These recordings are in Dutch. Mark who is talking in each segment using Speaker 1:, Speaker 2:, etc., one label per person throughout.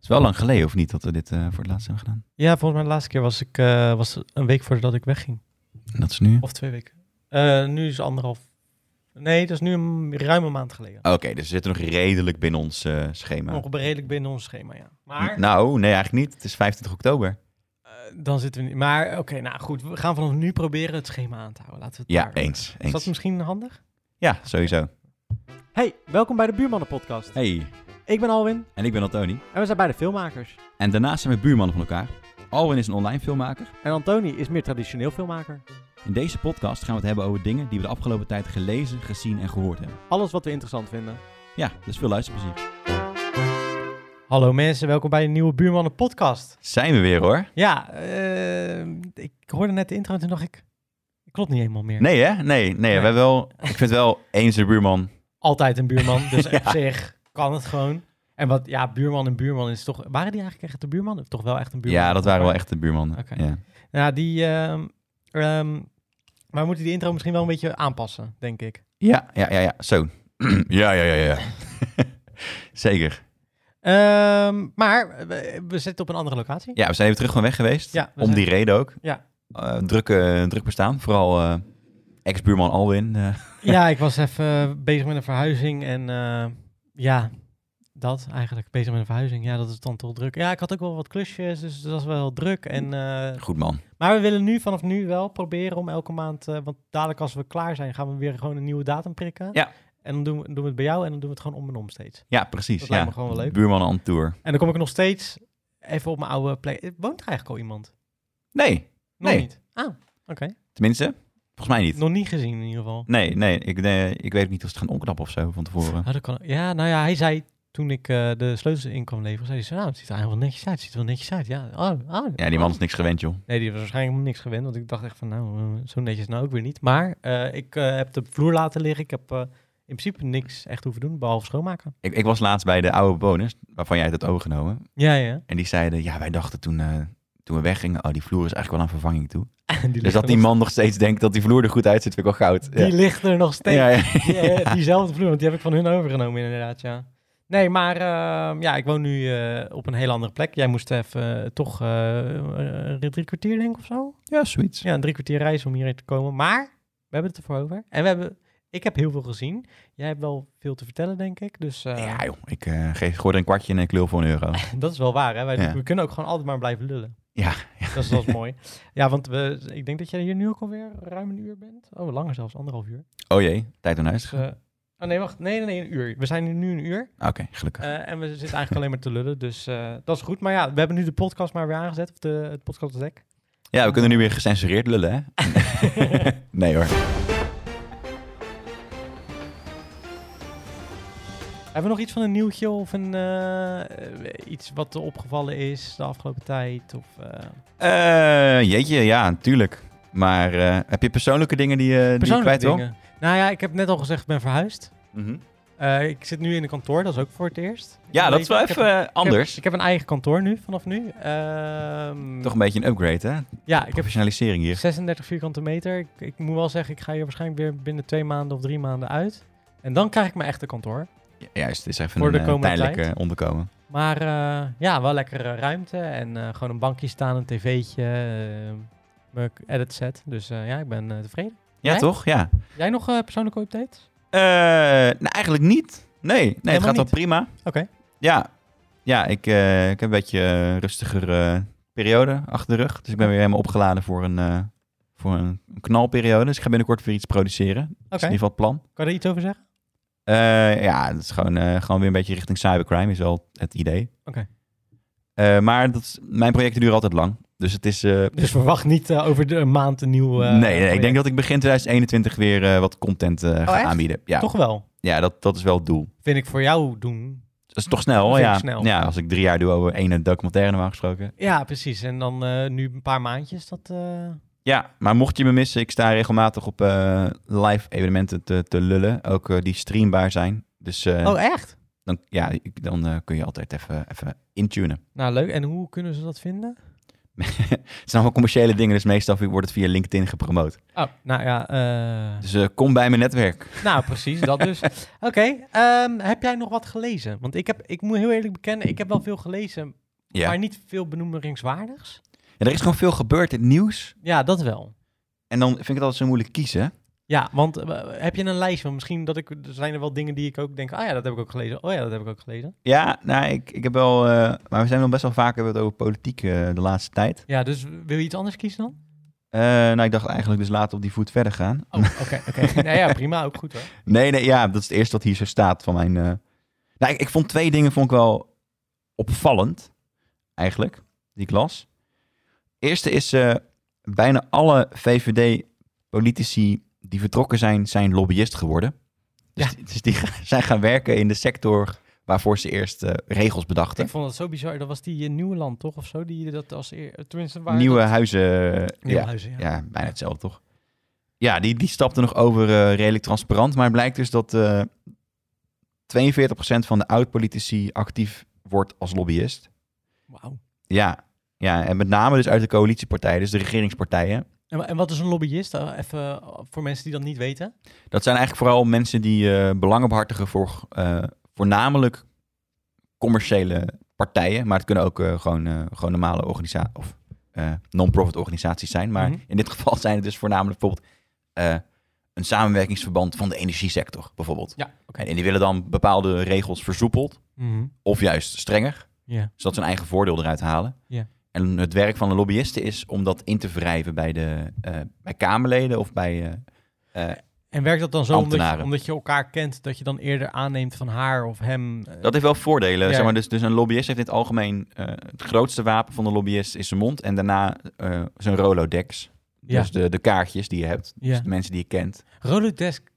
Speaker 1: is wel lang geleden, of niet, dat we dit eh, voor het laatst hebben gedaan.
Speaker 2: Ja, volgens mij de laatste keer was ik eh, was een week voordat ik wegging.
Speaker 1: En dat is nu.
Speaker 2: Of twee weken. Eh, nu is het anderhalf. Nee, dat is nu een ruime maand geleden.
Speaker 1: Oké, dus we zitten nog redelijk binnen ons eh, schema.
Speaker 2: Nog redelijk binnen ons schema, ja. Maar,
Speaker 1: Nou, nee, eigenlijk niet. Het is 25 oktober.
Speaker 2: eh, dan zitten we niet. Maar oké, nou goed. We gaan vanaf nu proberen het schema aan te houden. Laten we het
Speaker 1: Ja,
Speaker 2: daar doen.
Speaker 1: eens.
Speaker 2: Is dat
Speaker 1: eens.
Speaker 2: misschien handig?
Speaker 1: Ja, sowieso.
Speaker 3: Hey, welkom bij de Buurmannen Podcast.
Speaker 1: Hey,
Speaker 3: Ik ben Alwin
Speaker 1: en ik ben Antoni.
Speaker 3: en we zijn beide filmmakers.
Speaker 1: En daarnaast zijn we buurmannen van elkaar. Alwin is een online filmmaker.
Speaker 3: En Antoni is meer traditioneel filmmaker.
Speaker 1: In deze podcast gaan we het hebben over dingen die we de afgelopen tijd gelezen, gezien en gehoord hebben.
Speaker 3: Alles wat we interessant vinden.
Speaker 1: Ja, dus veel luisterplezier.
Speaker 2: Hallo mensen, welkom bij een nieuwe Buurmannen podcast.
Speaker 1: Zijn we weer hoor?
Speaker 2: Ja, eh, ik hoorde net de intro en toen dacht ik, klopt niet helemaal meer.
Speaker 1: Nee hè? Nee, nee. We hebben wel, ik vind wel eens de buurman.
Speaker 2: Altijd een buurman, dus op zich kan het gewoon. En wat, ja, buurman en buurman is toch, waren die eigenlijk echt de buurman? Toch wel echt een buurman?
Speaker 1: Ja, dat waren wel echt de buurman.
Speaker 2: Oké.
Speaker 1: Ja.
Speaker 2: Ja, die, ehm, ehm, maar we moeten die intro misschien wel een beetje aanpassen, denk ik.
Speaker 1: ja, ja, ja, ja. Zo. ja, ja, ja, ja. Zeker.
Speaker 2: Ehm, maar we, we zitten op een andere locatie.
Speaker 1: Ja, we zijn even terug van weg geweest.
Speaker 2: Ja, we
Speaker 1: Om
Speaker 2: zijn-
Speaker 1: die reden ook.
Speaker 2: Ja.
Speaker 1: Eh, druk, eh, druk bestaan. Vooral eh, ex-buurman Alwin. eh,
Speaker 2: Ja, ik was even eh, bezig met een verhuizing en eh, ja, dat eigenlijk, bezig met een verhuizing. Ja, dat is dan toch druk. Ja, ik had ook wel wat klusjes, dus dat was wel druk. En, eh,
Speaker 1: goed man.
Speaker 2: maar we willen nu vanaf nu wel proberen om elke maand, eh, want dadelijk als we klaar zijn, gaan we weer gewoon een nieuwe datum prikken.
Speaker 1: Ja.
Speaker 2: En dan doen we, doen we het bij jou en dan doen we het gewoon om en om steeds.
Speaker 1: Ja, precies.
Speaker 2: Dat
Speaker 1: ja.
Speaker 2: lijkt me gewoon wel leuk.
Speaker 1: Buurman aan tour.
Speaker 2: En dan kom ik nog steeds even op mijn oude plek. Eh, Woont er eigenlijk al iemand?
Speaker 1: Nee,
Speaker 2: Nog
Speaker 1: Nee.
Speaker 2: niet? Ah, oké.
Speaker 1: tenminste. Volgens mij niet.
Speaker 2: Nog niet gezien in ieder geval.
Speaker 1: Nee, nee. Ik, nee, ik weet niet of ze het gaan omknappen of zo van tevoren.
Speaker 2: Oh, dat kan... Ja, nou ja, hij zei toen ik eh, de sleutels in kwam leveren, zei hij zo, nou, het ziet er eigenlijk wel netjes uit. Het ziet er wel netjes uit, ja. Oh, oh.
Speaker 1: Ja, die man is niks gewend, joh.
Speaker 2: Nee, die was waarschijnlijk helemaal niks gewend, want ik dacht echt van, nou, eh, zo netjes nou ook weer niet. Maar eh, ik eh, heb de vloer laten liggen. Ik heb eh, in principe niks echt hoeven doen, behalve schoonmaken.
Speaker 1: Ik, ik was laatst bij de oude bewoners, waarvan jij het had overgenomen.
Speaker 2: Ja, ja.
Speaker 1: En die zeiden, ja, wij dachten toen, eh, toen we weggingen, oh, die vloer is eigenlijk wel aan vervanging toe.
Speaker 2: En die
Speaker 1: Dus
Speaker 2: ligt
Speaker 1: dat
Speaker 2: er
Speaker 1: die
Speaker 2: nog-
Speaker 1: man nog steeds denkt dat die vloer er goed uitziet, vind ik wel goud.
Speaker 2: Die ligt er nog steeds.
Speaker 1: ja, ja.
Speaker 2: Die, eh, Diezelfde vloer, want die heb ik van hun overgenomen inderdaad, ja. Nee, maar ehm, ja, ik woon nu eh, op een heel andere plek. Jij moest even eh, toch eh, eh, drie kwartier denk ik of zo?
Speaker 1: ja, zoiets.
Speaker 2: Ja, een drie kwartier reis om hierheen te komen. Maar we hebben het ervoor over. En we hebben, ik heb heel veel gezien. Jij hebt wel veel te vertellen, denk ik. Dus eh,
Speaker 1: Ja, joh. Ik eh, geef gooi er een kwartje en ik lul voor een euro.
Speaker 2: dat is wel waar. Hè? Wij,
Speaker 1: Ja.
Speaker 2: We kunnen ook gewoon altijd maar blijven lullen.
Speaker 1: Ja,
Speaker 2: Dat is wel eens mooi. Ja, want we, ik denk dat jij hier nu ook alweer ruim een uur bent. Oh, langer zelfs, anderhalf uur.
Speaker 1: Oh jee, tijd om naar huis te
Speaker 2: Dus,
Speaker 1: gaan.
Speaker 2: eh, oh nee, wacht. Nee, nee, nee, een uur. We zijn nu een uur.
Speaker 1: Oké, gelukkig.
Speaker 2: Eh, en we zitten eigenlijk alleen maar te lullen, dus eh, dat is goed. Maar ja, we hebben nu de podcast maar weer aangezet, of de, het podcastdek.
Speaker 1: ja, we kunnen nu weer gecensureerd lullen, hè? nee hoor.
Speaker 2: Hebben we nog iets van een nieuwtje of een, eh, eh, iets wat er opgevallen is de afgelopen tijd? Of, eh,
Speaker 1: Eh, jeetje, ja, natuurlijk. Maar eh, heb je persoonlijke dingen die, eh, die je
Speaker 2: persoonlijke
Speaker 1: kwijt wil?
Speaker 2: dingen? Nou ja, ik heb net al gezegd, ik ben verhuisd.
Speaker 1: Mhm.
Speaker 2: Eh, ik zit nu in een kantoor, dat is ook voor het eerst.
Speaker 1: Ja,
Speaker 2: Ik
Speaker 1: dat
Speaker 2: weet-
Speaker 1: is wel
Speaker 2: ik heb-
Speaker 1: even
Speaker 2: ik
Speaker 1: eh,
Speaker 2: heb-
Speaker 1: anders.
Speaker 2: Ik heb een eigen kantoor nu, vanaf nu. Ehm,
Speaker 1: Toch een beetje een upgrade, hè?
Speaker 2: Ja, ik heb
Speaker 1: Professionalisering hier.
Speaker 2: 36 vierkante meter. Ik, ik moet wel zeggen, ik ga hier waarschijnlijk weer binnen twee maanden of drie maanden uit. En dan krijg ik mijn echte kantoor.
Speaker 1: Ja, juist, het is even
Speaker 2: Voor
Speaker 1: een
Speaker 2: de
Speaker 1: eh,
Speaker 2: komende
Speaker 1: tijdelijk
Speaker 2: tijd.
Speaker 1: eh, onderkomen.
Speaker 2: Maar eh, ja, wel lekkere ruimte en eh, gewoon een bankje staan, een tv'tje, eh, mijn edit set. Dus eh, ja, ik ben eh, tevreden.
Speaker 1: Ja,
Speaker 2: Jij?
Speaker 1: toch? Ja.
Speaker 2: Jij nog eh, persoonlijke updates?
Speaker 1: Eh, nou, eigenlijk niet. Nee, nee het gaat wel
Speaker 2: niet?
Speaker 1: prima.
Speaker 2: Oké.
Speaker 1: Ja, ja ik, eh, ik heb een beetje eh, rustiger eh, periode achter de rug. Dus ik ben weer helemaal opgeladen voor een, eh, voor een knalperiode. Dus ik ga binnenkort weer iets produceren.
Speaker 2: Oké.
Speaker 1: Dat is in ieder geval het plan.
Speaker 2: Kan je er iets over zeggen?
Speaker 1: Eh, ja, dat is gewoon, eh, gewoon weer een beetje richting cybercrime is wel het idee.
Speaker 2: Oké.
Speaker 1: Eh, maar dat is- mijn projecten duren altijd lang. Dus het is... eh,
Speaker 2: Dus verwacht niet eh, over de, een maand een nieuw... eh,
Speaker 1: nee, nee, ik
Speaker 2: project.
Speaker 1: denk dat ik begin 2021 weer eh, wat content eh, ga
Speaker 2: Oh, echt?
Speaker 1: aanbieden. Ja,
Speaker 2: Toch wel.
Speaker 1: ja dat, dat is wel het doel.
Speaker 2: Vind ik voor jou doen.
Speaker 1: Dat is toch
Speaker 2: Dat
Speaker 1: snel,
Speaker 2: vind ik
Speaker 1: ja.
Speaker 2: snel.
Speaker 1: Ja, als ik drie jaar doe over één documentaire normaal gesproken.
Speaker 2: Ja, precies. En dan eh, nu een paar maandjes, dat... eh,
Speaker 1: Ja, maar mocht je me missen, ik sta regelmatig op eh, live evenementen te, te lullen. Ook eh, die streambaar zijn. Dus eh,
Speaker 2: Oh, echt?
Speaker 1: dan, ja, ik- dan eh, kun je altijd even, even intunen.
Speaker 2: Nou, leuk. En hoe kunnen ze dat vinden?
Speaker 1: Het zijn allemaal commerciële dingen, dus meestal wordt het via LinkedIn gepromoot.
Speaker 2: Oh, nou ja. eh,
Speaker 1: Dus eh, kom bij mijn netwerk.
Speaker 2: nou, precies, dat dus. Oké, ehm, heb jij nog wat gelezen? Want ik, heb, ik moet heel eerlijk bekennen, ik heb wel veel gelezen,
Speaker 1: Ja.
Speaker 2: maar niet veel benoemeringswaardigs.
Speaker 1: ja, er is gewoon veel gebeurd in het nieuws.
Speaker 2: Ja, dat wel.
Speaker 1: En dan vind ik het altijd zo moeilijk kiezen.
Speaker 2: Ja, want eh, heb je een lijst van misschien dat ik, er zijn er wel dingen die ik ook denk, ah ja, dat heb ik ook gelezen. Oh ja, dat heb ik ook gelezen.
Speaker 1: Ja, nou, ik, ik heb wel... eh, maar we zijn wel best wel vaak hebben we het over politiek eh, de laatste tijd.
Speaker 2: Ja, dus wil je iets anders kiezen dan?
Speaker 1: Eh, nou, ik dacht eigenlijk dus laten we op die voet verder gaan.
Speaker 2: Oh, oké, oké. nou ja, prima, ook goed hoor.
Speaker 1: Nee, nee, ja, dat is het eerste wat hier zo staat van mijn... eh. Nou, ik, ik vond twee dingen vond ik wel opvallend, eigenlijk, die ik las. Eerste is, eh, bijna alle VVD-politici die vertrokken zijn, zijn lobbyist geworden. Dus,
Speaker 2: Ja.
Speaker 1: die, dus die gaan- zijn gaan werken in de sector waarvoor ze eerst eh, regels bedachten.
Speaker 2: Ik vond het zo bizar, dat was die eh, nieuwe Nieuwland toch of zo, die dat als eer, tenminste waar
Speaker 1: Nieuwe huizen, eh, ja,
Speaker 2: huizen, ja.
Speaker 1: Ja, bijna hetzelfde toch? Ja, die, die stapte nog over eh, redelijk transparant. Maar het blijkt dus dat eh 42% van de oud-politici actief wordt als lobbyist.
Speaker 2: Wauw.
Speaker 1: Ja. ja, en met name dus uit de coalitiepartijen, dus de regeringspartijen.
Speaker 2: En, wa- en wat is een lobbyist? Eh, even eh, voor mensen die dat niet weten.
Speaker 1: Dat zijn eigenlijk vooral mensen die eh, belangen behartigen voor eh, voornamelijk commerciële partijen. Maar het kunnen ook eh, gewoon, eh, gewoon normale organisaties of eh, non-profit organisaties zijn. Maar
Speaker 2: Mhm.
Speaker 1: in dit geval zijn het dus voornamelijk bijvoorbeeld eh, een samenwerkingsverband van de energiesector bijvoorbeeld.
Speaker 2: Ja, oké.
Speaker 1: En, en die willen dan bepaalde regels versoepeld
Speaker 2: Mhm.
Speaker 1: of juist strenger,
Speaker 2: Ja.
Speaker 1: zodat ze hun eigen voordeel eruit halen.
Speaker 2: Ja.
Speaker 1: En het werk van de lobbyisten is om dat in te wrijven bij, de, eh, bij Kamerleden of bij eh, eh,
Speaker 2: En werkt dat dan zo omdat je,
Speaker 1: Ambtenaren.
Speaker 2: omdat je elkaar kent, dat je dan eerder aanneemt van haar of hem? eh,
Speaker 1: Dat heeft wel voordelen.
Speaker 2: Ja.
Speaker 1: Zeg maar, dus, dus een lobbyist heeft in het algemeen... eh, het grootste wapen van de lobbyist is zijn mond... en daarna eh, zijn Rolodex.
Speaker 2: Ja.
Speaker 1: Dus de, de kaartjes die je hebt. Dus
Speaker 2: ja.
Speaker 1: de mensen die je kent.
Speaker 2: Rolodesk,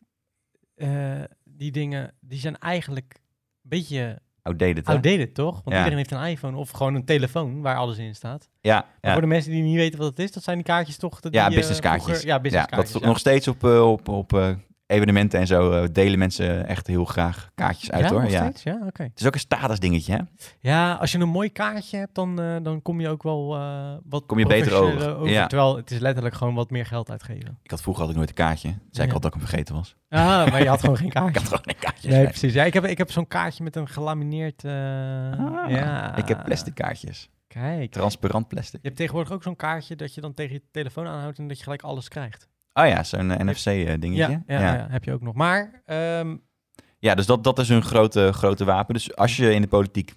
Speaker 2: eh, die dingen, die zijn eigenlijk een beetje
Speaker 1: Outdated, hè?
Speaker 2: outdated, toch? Want
Speaker 1: Ja.
Speaker 2: iedereen heeft een iPhone of gewoon een telefoon waar alles in staat.
Speaker 1: Ja,
Speaker 2: Maar
Speaker 1: ja.
Speaker 2: voor de mensen die niet weten wat het is, dat zijn die kaartjes toch? die,
Speaker 1: ja
Speaker 2: eh,
Speaker 1: businesskaartjes.
Speaker 2: vroeger- Ja,
Speaker 1: dat
Speaker 2: businesskaartjes.
Speaker 1: is nog steeds op, eh, op, op eh, evenementen en zo... eh, delen mensen echt heel graag kaartjes uit,
Speaker 2: ja,
Speaker 1: hoor.
Speaker 2: nog
Speaker 1: Ja.
Speaker 2: steeds? Ja, oké.
Speaker 1: Het is ook een statusdingetje, hè?
Speaker 2: Ja, als je een mooi kaartje hebt, dan, eh, dan kom je ook wel eh, wat
Speaker 1: Kom je beter
Speaker 2: professioneler
Speaker 1: over. Ja.
Speaker 2: Terwijl het is letterlijk gewoon wat meer geld uitgeven.
Speaker 1: Ik had vroeger had ik nooit een kaartje. Toen zei ik
Speaker 2: Ja.
Speaker 1: altijd dat ik hem vergeten was.
Speaker 2: Ah, maar je had gewoon geen
Speaker 1: Ik
Speaker 2: kaartje.
Speaker 1: had gewoon een kaartje.
Speaker 2: Nee, precies. Ja, ik heb, ik heb zo'n kaartje met een gelamineerd... eh,
Speaker 1: Ah,
Speaker 2: ja.
Speaker 1: Ik heb plastic kaartjes.
Speaker 2: Kijk.
Speaker 1: Transparant plastic.
Speaker 2: Je hebt tegenwoordig ook zo'n kaartje dat je dan tegen je telefoon aanhoudt en dat je gelijk alles krijgt.
Speaker 1: Oh ja, zo'n NFC-dingetje.
Speaker 2: Ja, ja, ja. heb je ook nog. Maar ehm,
Speaker 1: Ja, dus dat, dat is een grote, grote wapen. Dus als je in de politiek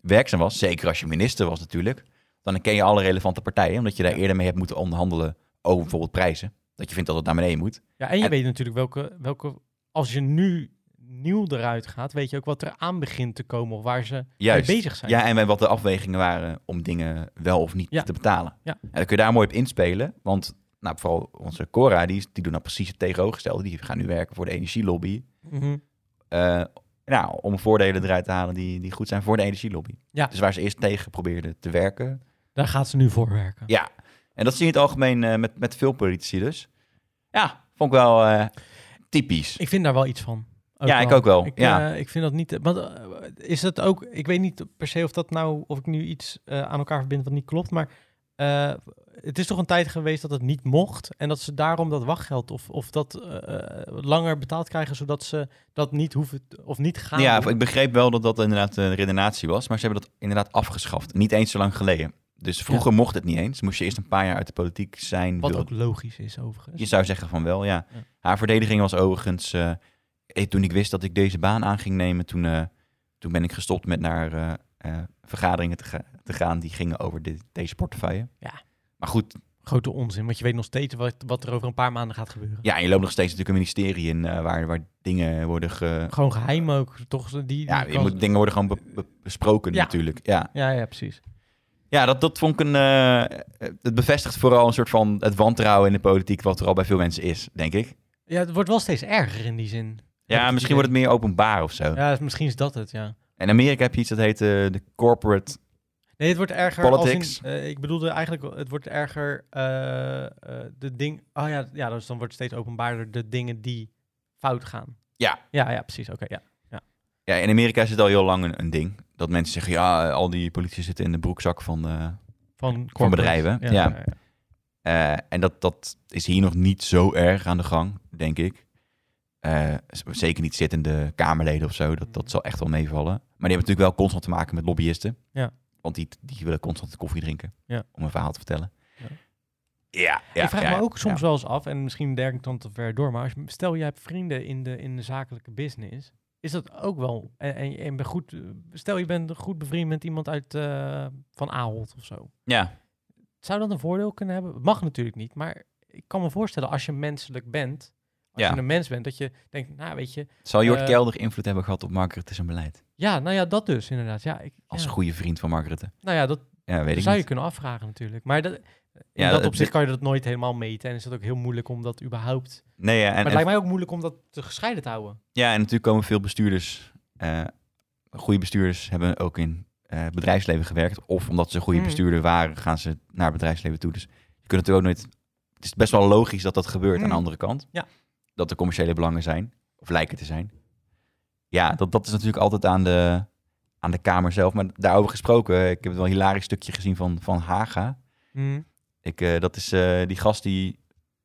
Speaker 1: werkzaam was, zeker als je minister was natuurlijk, dan ken je alle relevante partijen, omdat je daar eerder mee hebt moeten onderhandelen over bijvoorbeeld prijzen. Dat je vindt dat het naar beneden moet.
Speaker 2: ja, en je
Speaker 1: En-
Speaker 2: weet natuurlijk welke, welke... Als je nu nieuw eruit gaat, weet je ook wat er aan begint te komen of waar ze mee
Speaker 1: Juist.
Speaker 2: bezig zijn.
Speaker 1: Ja, en wij- wat de afwegingen waren om dingen wel of niet
Speaker 2: Ja.
Speaker 1: te betalen.
Speaker 2: Ja.
Speaker 1: En dan kun je daar mooi op inspelen, want nou, vooral onze Cora, die, is- die doen nou precies het tegenovergestelde. Die gaan nu werken voor de energielobby.
Speaker 2: Mhm.
Speaker 1: eh, nou, om voordelen eruit te halen die, die goed zijn voor de energielobby.
Speaker 2: Ja.
Speaker 1: Dus waar ze eerst tegen probeerden te werken,
Speaker 2: Daar gaat ze nu voor werken.
Speaker 1: Ja, en dat zie je in het algemeen eh, met, met veel politici dus. Ja, vond ik wel eh, typisch.
Speaker 2: Ik vind daar wel iets van.
Speaker 1: ja, ik ook wel.
Speaker 2: Ik,
Speaker 1: ja.
Speaker 2: eh, ik vind dat niet. eh, Want eh, is dat ook. Ik weet niet per se of dat nou. Of ik nu iets eh, aan elkaar verbind wat niet klopt. Maar eh, het is toch een tijd geweest dat het niet mocht. En dat ze daarom dat wachtgeld. Of, of dat eh, eh, langer betaald krijgen. Zodat ze dat niet hoeven. t- Of niet gaan.
Speaker 1: ja,
Speaker 2: doen.
Speaker 1: ik begreep wel dat dat inderdaad een redenatie was, maar ze hebben dat inderdaad afgeschaft. Niet eens zo lang geleden. Dus vroeger mocht het niet eens. Moest je eerst een paar jaar uit de politiek zijn.
Speaker 2: wat
Speaker 1: wil-
Speaker 2: ook logisch is overigens.
Speaker 1: Je zou zeggen van wel, ja.
Speaker 2: Ja.
Speaker 1: Haar verdediging was overigens... eh, eh, toen ik wist dat ik deze baan aan ging nemen, toen, eh, toen ben ik gestopt met naar eh, eh, vergaderingen te, ga- te gaan die gingen over dit, deze portefeuille.
Speaker 2: Ja.
Speaker 1: Maar goed,
Speaker 2: Grote onzin. Want je weet nog steeds wat, wat er over een paar maanden gaat gebeuren.
Speaker 1: Ja, en je loopt nog steeds natuurlijk een ministerie in eh, waar, waar dingen worden ge...
Speaker 2: Gewoon geheim ook. Toch? Die, die
Speaker 1: Ja, je
Speaker 2: kans-
Speaker 1: moet, dingen worden gewoon be- be- besproken
Speaker 2: Ja.
Speaker 1: natuurlijk. Ja,
Speaker 2: ja, ja, precies.
Speaker 1: ja dat, dat vond ik een... eh, het bevestigt vooral een soort van het wantrouwen in de politiek... wat er al bij veel mensen is, denk ik.
Speaker 2: Ja, het wordt wel steeds erger in die zin. Heb ik
Speaker 1: Ja, misschien
Speaker 2: idee.
Speaker 1: wordt het meer openbaar of zo.
Speaker 2: Ja, dus misschien is dat het, ja.
Speaker 1: In Amerika heb je iets dat heet eh, de corporate...
Speaker 2: Nee, het wordt erger
Speaker 1: Politics.
Speaker 2: als in... eh, ik bedoelde eigenlijk, het wordt erger eh, eh, de ding... Oh ja, ja, dus dan wordt het steeds openbaarder de dingen die fout gaan.
Speaker 1: Ja.
Speaker 2: Ja, ja, precies. Oké, ja.
Speaker 1: Ja, in Amerika is het al heel lang een, een ding. Dat mensen zeggen, ja, eh, al die politici zitten in de broekzak van, eh,
Speaker 2: Van, corporate.
Speaker 1: bedrijven, ja. Eh, en dat, dat is hier nog niet zo erg aan de gang, denk ik. Eh, z- zeker niet zittende Kamerleden of zo. Dat, dat zal echt wel meevallen. Maar die hebben natuurlijk wel constant te maken met lobbyisten.
Speaker 2: Ja.
Speaker 1: Want die, die willen constant koffie drinken
Speaker 2: Ja.
Speaker 1: om een verhaal te vertellen.
Speaker 2: Ja.
Speaker 1: Ja, ja,
Speaker 2: ik vraag
Speaker 1: ja,
Speaker 2: me ook
Speaker 1: ja.
Speaker 2: soms wel eens af, en misschien denk ik dan te ver door, maar als, je- stel jij hebt vrienden in de, in de zakelijke business, is dat ook wel, en, en, en ben goed, eh, stel je bent goed bevriend met iemand uit eh, Van Ahold of zo.
Speaker 1: Ja,
Speaker 2: Zou dat een voordeel kunnen hebben? Het mag natuurlijk niet, maar ik kan me voorstellen als je menselijk bent, als
Speaker 1: Ja.
Speaker 2: je een mens bent, dat je denkt, nou weet je,
Speaker 1: zal Jort
Speaker 2: Eh,
Speaker 1: Kelder invloed hebben gehad op Margaret zijn beleid?
Speaker 2: ja, nou ja, dat dus inderdaad. Ja, ik,
Speaker 1: Als
Speaker 2: ja.
Speaker 1: goede vriend van Margaret.
Speaker 2: Nou ja, dat
Speaker 1: Ja, weet ik
Speaker 2: zou
Speaker 1: niet.
Speaker 2: je kunnen afvragen natuurlijk. Maar dat, in
Speaker 1: Ja,
Speaker 2: dat
Speaker 1: het-
Speaker 2: opzicht kan je dat nooit helemaal meten en is het ook heel moeilijk om dat überhaupt...
Speaker 1: Nee, ja, en,
Speaker 2: maar
Speaker 1: en
Speaker 2: het lijkt mij ook moeilijk om dat te gescheiden te houden.
Speaker 1: Ja, en natuurlijk komen veel bestuurders, eh, goede bestuurders hebben ook in eh, bedrijfsleven gewerkt. Of omdat ze goede
Speaker 2: Mm.
Speaker 1: bestuurder waren, gaan ze naar het bedrijfsleven toe. Dus je kunt natuurlijk ook nooit... Het is best wel logisch dat dat gebeurt aan
Speaker 2: Mm.
Speaker 1: de andere kant.
Speaker 2: Ja.
Speaker 1: Dat er commerciële belangen zijn, of lijken te zijn. Ja, dat, dat is natuurlijk altijd aan de, aan de Kamer zelf. Maar daarover gesproken, ik heb wel een hilarisch stukje gezien van, van Haga.
Speaker 2: Mhm.
Speaker 1: Ik, eh, dat is eh, die gast die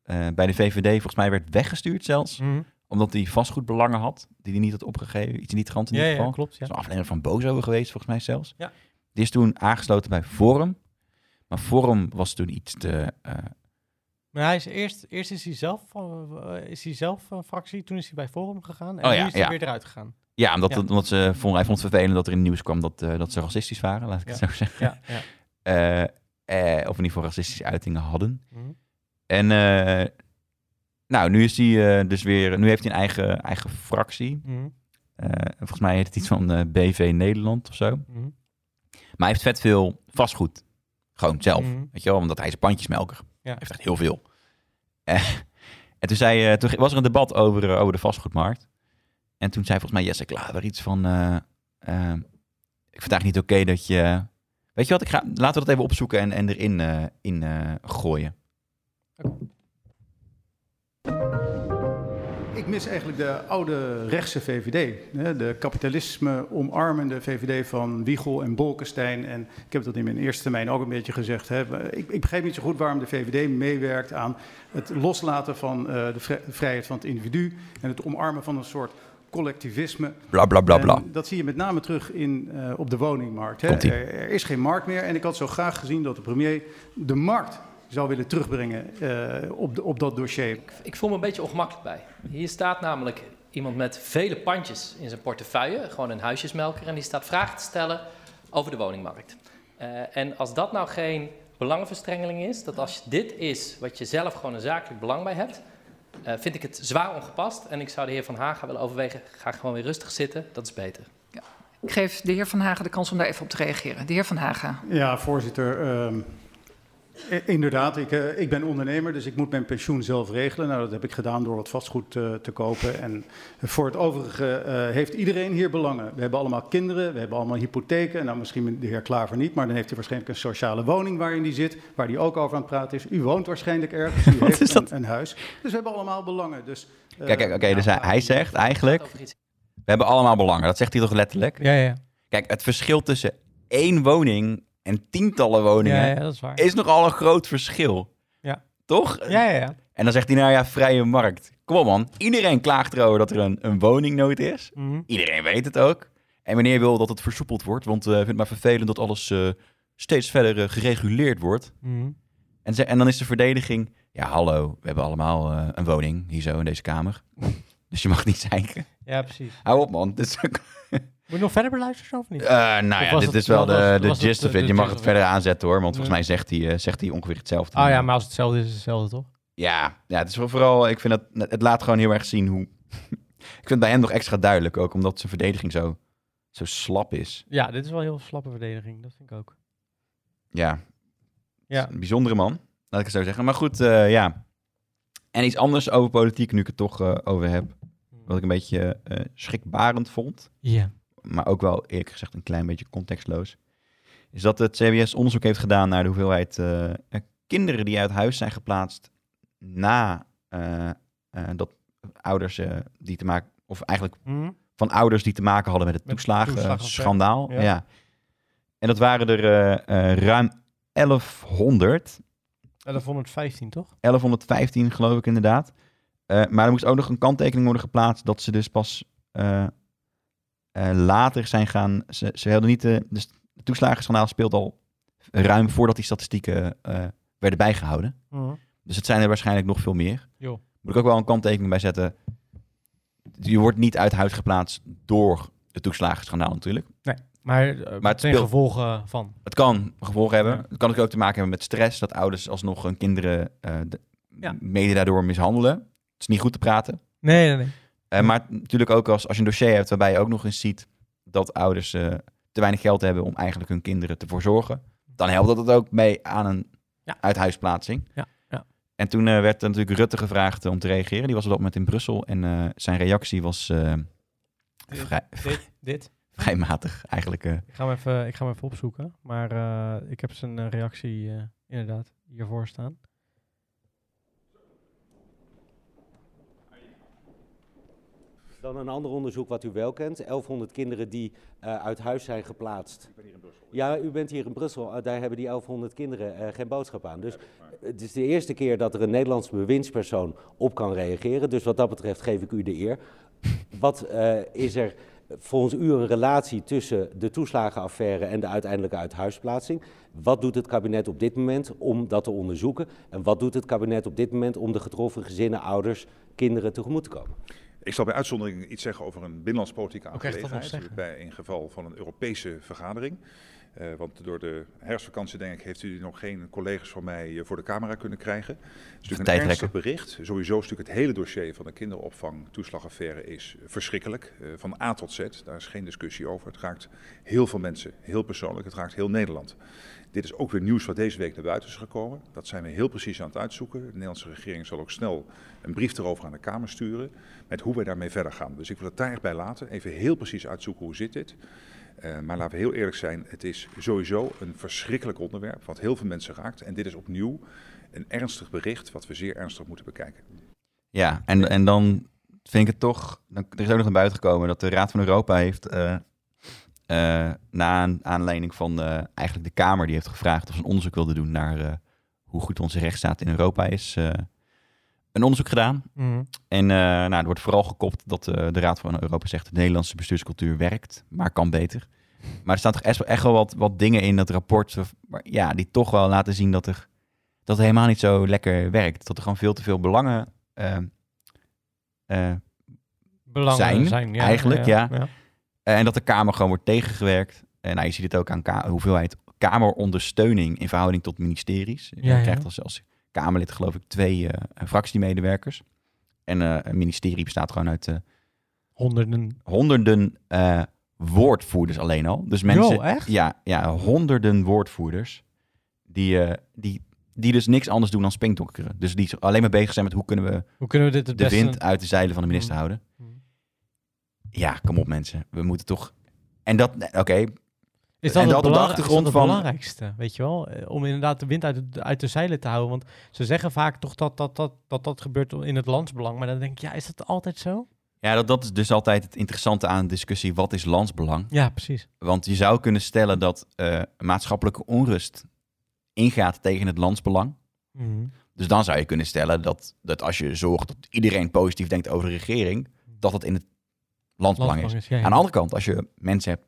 Speaker 1: eh, bij de VVD volgens mij werd weggestuurd
Speaker 2: Hmm.
Speaker 1: zelfs omdat hij vastgoedbelangen had, die hij niet had opgegeven. Iets niet gehand in
Speaker 2: Ja,
Speaker 1: ieder
Speaker 2: ja,
Speaker 1: geval.
Speaker 2: klopt. Ja.
Speaker 1: Dat is een aflevering van Bozo geweest, volgens mij zelfs.
Speaker 2: Ja.
Speaker 1: Die is toen aangesloten bij Forum. Maar Forum was toen iets te... eh,
Speaker 2: Maar hij is eerst, eerst is hij zelf, van- eh, is hij zelf eh, fractie, toen is hij bij Forum gegaan en
Speaker 1: Oh
Speaker 2: nu
Speaker 1: ja,
Speaker 2: is hij
Speaker 1: ja.
Speaker 2: weer eruit gegaan.
Speaker 1: ja, omdat,
Speaker 2: Ja.
Speaker 1: het- omdat ze vond, hij vond het vervelend dat er in het nieuws kwam dat, eh, dat ze racistisch waren, laat ik het
Speaker 2: Ja.
Speaker 1: zo zeggen.
Speaker 2: Ja, ja.
Speaker 1: Eh, eh, of in ieder geval racistische uitingen hadden.
Speaker 2: Mhm.
Speaker 1: En eh, nou, nu is hij eh, dus weer... Nu heeft hij een eigen, eigen fractie.
Speaker 2: Mhm.
Speaker 1: Eh, volgens mij heet het iets van eh, BV Nederland of zo.
Speaker 2: Mhm.
Speaker 1: Maar hij heeft vet veel vastgoed. Gewoon zelf.
Speaker 2: Mhm.
Speaker 1: Weet je wel, omdat hij is pandjesmelker.
Speaker 2: Ja.
Speaker 1: Hij heeft echt heel veel. Eh, en toen, zei, eh, toen was er een debat over, eh, over de vastgoedmarkt. En toen zei volgens mij Jesse Klaver iets van... eh, eh, ik vind het eigenlijk niet oké dat je... Weet je wat, ik ga, laten we dat even opzoeken en, en erin eh, in, eh, gooien.
Speaker 4: Ik mis eigenlijk de oude rechtse VVD. hè, De kapitalisme omarmende VVD van Wiegel en Bolkestein. En ik heb dat in mijn eerste termijn ook een beetje gezegd. Hè. Ik, ik begreep niet zo goed waarom de VVD meewerkt aan het loslaten van eh, de vri- vrijheid van het individu. En het omarmen van een soort collectivisme.
Speaker 1: Bla, bla, bla, bla.
Speaker 4: En dat zie je met name terug in, eh, op de woningmarkt. Hè.
Speaker 1: Komt-ie.
Speaker 4: Er, er is geen markt meer. En ik had zo graag gezien dat de premier de markt zou willen terugbrengen eh, op, de- op dat dossier.
Speaker 5: Ik voel me een beetje ongemakkelijk bij. Hier staat namelijk iemand met vele pandjes in zijn portefeuille, gewoon een huisjesmelker, en die staat vragen te stellen over de woningmarkt. Eh, en als dat nou geen belangenverstrengeling is, dat als dit is wat je zelf gewoon een zakelijk belang bij hebt, eh, vind ik het zwaar ongepast. En ik zou de heer Van Haga willen overwegen, ga gewoon weer rustig zitten, dat is beter.
Speaker 6: Ik geef de heer Van Hagen de kans om daar even op te reageren. De heer Van Hagen.
Speaker 4: Ja, voorzitter. ehm, i- inderdaad, ik, eh, ik ben ondernemer, dus ik moet mijn pensioen zelf regelen. Nou, dat heb ik gedaan door wat vastgoed eh, te kopen. En voor het overige eh, heeft iedereen hier belangen. We hebben allemaal kinderen, we hebben allemaal hypotheken. Nou, misschien de heer Klaver niet, maar dan heeft hij waarschijnlijk een sociale woning waarin die zit, waar die ook over aan het praten is. U woont waarschijnlijk ergens, u heeft
Speaker 1: is
Speaker 4: een-
Speaker 1: dat?
Speaker 4: Een, huis. Dus we hebben allemaal belangen. Dus, eh,
Speaker 1: Kijk, kijk oké, dus hij, hij zegt eigenlijk...
Speaker 5: Over iets
Speaker 1: We hebben allemaal belangen. Dat zegt hij toch letterlijk?
Speaker 2: Ja, ja,
Speaker 1: Kijk, het verschil tussen één woning en tientallen woningen...
Speaker 2: ja, ja, dat is waar.
Speaker 1: is nogal een groot verschil.
Speaker 2: Ja.
Speaker 1: Toch?
Speaker 2: Ja, ja, ja.
Speaker 1: En dan zegt hij, nou ja, vrije markt. Kom op man, iedereen klaagt erover dat er een, een woningnood is.
Speaker 2: Mhm.
Speaker 1: Iedereen weet het ook. En meneer wil dat het versoepeld wordt, want eh vindt maar vervelend dat alles eh, steeds verder eh, gereguleerd wordt.
Speaker 2: Mhm.
Speaker 1: En, ze- en dan is de verdediging, ja hallo, we hebben allemaal eh, een woning hier zo in deze kamer. Dus je mag niet zeiken.
Speaker 2: Ja, precies.
Speaker 1: Hou op man. Dit is ook-
Speaker 2: Moet je nog verder beluisteren of niet?
Speaker 1: Eh, nou
Speaker 2: Of
Speaker 1: ja,
Speaker 2: was
Speaker 1: dit
Speaker 2: het-
Speaker 1: is wel
Speaker 2: was-
Speaker 1: de, de
Speaker 2: was het,
Speaker 1: gist of
Speaker 2: eh,
Speaker 1: it.
Speaker 2: de
Speaker 1: Je mag
Speaker 2: gist
Speaker 1: het
Speaker 2: of it?
Speaker 1: verder aanzetten hoor, want
Speaker 2: Ja.
Speaker 1: volgens mij zegt hij, eh, zegt hij ongeveer hetzelfde.
Speaker 2: Oh ja, maar als het hetzelfde is, is het hetzelfde toch?
Speaker 1: Ja, ja, het is wel vooral, ik vind dat, het laat gewoon heel erg zien hoe, ik vind het bij hem nog extra duidelijk ook, omdat zijn verdediging zo, zo slap is.
Speaker 2: Ja, dit is wel een heel slappe verdediging, dat vind ik ook.
Speaker 1: Ja,
Speaker 2: Ja.
Speaker 1: een bijzondere man, laat ik het zo zeggen. Maar goed, eh, ja. En iets anders over politiek, nu ik het toch eh, over heb,
Speaker 2: Mhm.
Speaker 1: wat ik een beetje eh, schrikbarend vond,
Speaker 2: Ja.
Speaker 1: maar ook wel eerlijk gezegd een klein beetje contextloos, is dat het CBS onderzoek heeft gedaan naar de hoeveelheid eh, eh, kinderen die uit huis zijn geplaatst na eh, eh, dat ouders eh, die te maken, of eigenlijk
Speaker 2: Mhm.
Speaker 1: van ouders die te maken hadden met het
Speaker 2: Met toeslagenaffaire,
Speaker 1: toeslagenschandaal.
Speaker 2: ja.
Speaker 1: Ja. En dat waren er eh, eh, ruim 1100.
Speaker 2: 1115, toch?
Speaker 1: 1115 geloof ik inderdaad. Eh, maar er moest ook nog een kanttekening worden geplaatst dat ze dus pas eh, eh, later zijn gaan. Ze, ze hadden niet. de dus het toeslagenschandaal speelt al ruim voordat die statistieken eh, werden bijgehouden.
Speaker 2: Mhm.
Speaker 1: Dus het zijn er waarschijnlijk nog veel meer.
Speaker 2: Joh.
Speaker 1: Moet ik ook wel een kanttekening bij zetten. Je wordt niet uit huis geplaatst door het toeslagenschandaal natuurlijk.
Speaker 2: Maar, eh,
Speaker 1: Maar het
Speaker 2: ten
Speaker 1: speelt-
Speaker 2: gevolge van.
Speaker 1: Het kan gevolgen hebben.
Speaker 2: Ja.
Speaker 1: Het kan ook te maken hebben met stress. Dat ouders alsnog hun kinderen eh, de-
Speaker 2: Ja.
Speaker 1: mede daardoor mishandelen. Het is niet goed te praten.
Speaker 2: Nee, nee, nee.
Speaker 1: Eh, maar natuurlijk ook als, als je een dossier hebt waarbij je ook nog eens ziet dat ouders eh, te weinig geld hebben om eigenlijk hun kinderen te verzorgen. Dan helpt dat het ook mee aan een
Speaker 2: Ja.
Speaker 1: uithuisplaatsing.
Speaker 2: Ja, ja.
Speaker 1: En toen eh, werd er natuurlijk Rutte gevraagd eh, om te reageren. Die was op dat moment in Brussel. En eh, zijn reactie was eh, vrij,
Speaker 2: Dit, dit.
Speaker 1: vrij matig eigenlijk. eh.
Speaker 2: Ik ga hem even, ik ga hem even opzoeken. Maar eh, ik heb zijn eh, reactie eh, inderdaad hiervoor staan.
Speaker 7: Dan een ander onderzoek wat u wel kent. 1100 kinderen die eh, uit huis zijn geplaatst. Ik ben hier in Brussel. Ja, u bent hier in Brussel. Eh, daar hebben die 1100 kinderen eh, geen boodschap aan. Dus het is de eerste keer dat er een Nederlands bewindspersoon op kan reageren. Dus wat dat betreft geef ik u de eer. Wat eh, is er volgens u een relatie tussen de toeslagenaffaire en de uiteindelijke uithuisplaatsing? Wat doet het kabinet op dit moment om dat te onderzoeken? En wat doet het kabinet op dit moment om de getroffen gezinnen, ouders, kinderen tegemoet te komen?
Speaker 8: Ik zal bij uitzondering iets zeggen over een binnenlandspolitieke
Speaker 2: Ook echt dat nog
Speaker 8: aangelegenheid.
Speaker 2: zeggen?
Speaker 8: Bij een geval van een Europese vergadering. Eh, want door de herfstvakantie, denk ik, heeft u nog geen collega's van mij eh, voor de camera kunnen krijgen. Het is natuurlijk een
Speaker 1: Tijdrekken.
Speaker 8: ernstig bericht. Sowieso is natuurlijk het hele dossier van de kinderopvang toeslagaffaire is verschrikkelijk. Eh, van A tot Z, daar is geen discussie over. Het raakt heel veel mensen, heel persoonlijk. Het raakt heel Nederland. Dit is ook weer nieuws wat deze week naar buiten is gekomen. Dat zijn we heel precies aan het uitzoeken. De Nederlandse regering zal ook snel een brief erover aan de Kamer sturen. Met hoe wij daarmee verder gaan. Dus ik wil het daar echt bij laten. Even heel precies uitzoeken hoe zit dit. Eh, maar laten we heel eerlijk zijn, het is sowieso een verschrikkelijk onderwerp. Wat heel veel mensen raakt. En dit is opnieuw een ernstig bericht wat we zeer ernstig moeten bekijken.
Speaker 1: Ja, en, en dan vind ik het toch... Dan, er is ook nog naar buiten gekomen dat de Raad van Europa heeft... eh, eh, na een aanleiding van eh, eigenlijk de Kamer... die heeft gevraagd of ze een onderzoek wilde doen... naar eh, hoe goed onze rechtsstaat in Europa is... eh, een onderzoek gedaan.
Speaker 2: Mhm.
Speaker 1: En eh, nou, er wordt vooral gekopt dat eh, de Raad van Europa zegt... de Nederlandse bestuurscultuur werkt, maar kan beter. Maar er staan toch echt, wel- echt wel wat, wat dingen in dat rapport... of- maar ja, die toch wel laten zien dat, er, dat het helemaal niet zo lekker werkt. Dat er gewoon veel te veel belangen... eh, eh,
Speaker 2: Belangrijk
Speaker 1: Zijn,
Speaker 2: zijn, ja,
Speaker 1: eigenlijk, ja.
Speaker 2: ja.
Speaker 1: Eh, En dat de Kamer gewoon wordt tegengewerkt. En nou, je ziet het ook aan ka- hoeveelheid Kamerondersteuning in verhouding tot ministeries.
Speaker 2: Ja,
Speaker 1: je
Speaker 2: ja.
Speaker 1: krijgt als, als Kamerlid geloof ik twee eh fractiemedewerkers. En eh, een ministerie bestaat gewoon uit eh,
Speaker 2: Honderden.
Speaker 1: honderden eh, woordvoerders alleen al. Dus mensen,
Speaker 2: Yo, echt?
Speaker 1: Ja, ja, honderden woordvoerders die, eh, die, die dus niks anders doen dan springdonkeren. Dus die alleen maar bezig zijn met hoe kunnen we
Speaker 2: Hoe kunnen we dit het
Speaker 1: de
Speaker 2: beste...
Speaker 1: wind uit de zeilen van de minister
Speaker 2: Mm.
Speaker 1: houden.
Speaker 2: Mm.
Speaker 1: Ja, kom op mensen. We moeten toch... En dat, nee, oké,
Speaker 2: Is
Speaker 1: En
Speaker 2: dat het
Speaker 1: dat op de
Speaker 2: belang-
Speaker 1: achtergrond
Speaker 2: is dat het
Speaker 1: van-
Speaker 2: belangrijkste, weet je wel? Eh, Om inderdaad de wind uit de, uit de zeilen te houden. Want ze zeggen vaak toch dat dat, dat, dat dat gebeurt in het landsbelang. Maar dan denk ik, ja, is dat altijd zo?
Speaker 1: ja, dat, dat is dus altijd het interessante aan de discussie. Wat is landsbelang?
Speaker 2: Ja, precies.
Speaker 1: Want je zou kunnen stellen dat eh, maatschappelijke onrust ingaat tegen het landsbelang.
Speaker 2: Mhm.
Speaker 1: Dus dan zou je kunnen stellen dat, dat als je zorgt dat iedereen positief denkt over de regering, dat dat in het landsbelang is.
Speaker 2: Landsbelang is, ja, ja.
Speaker 1: Aan de andere kant, als je mensen hebt,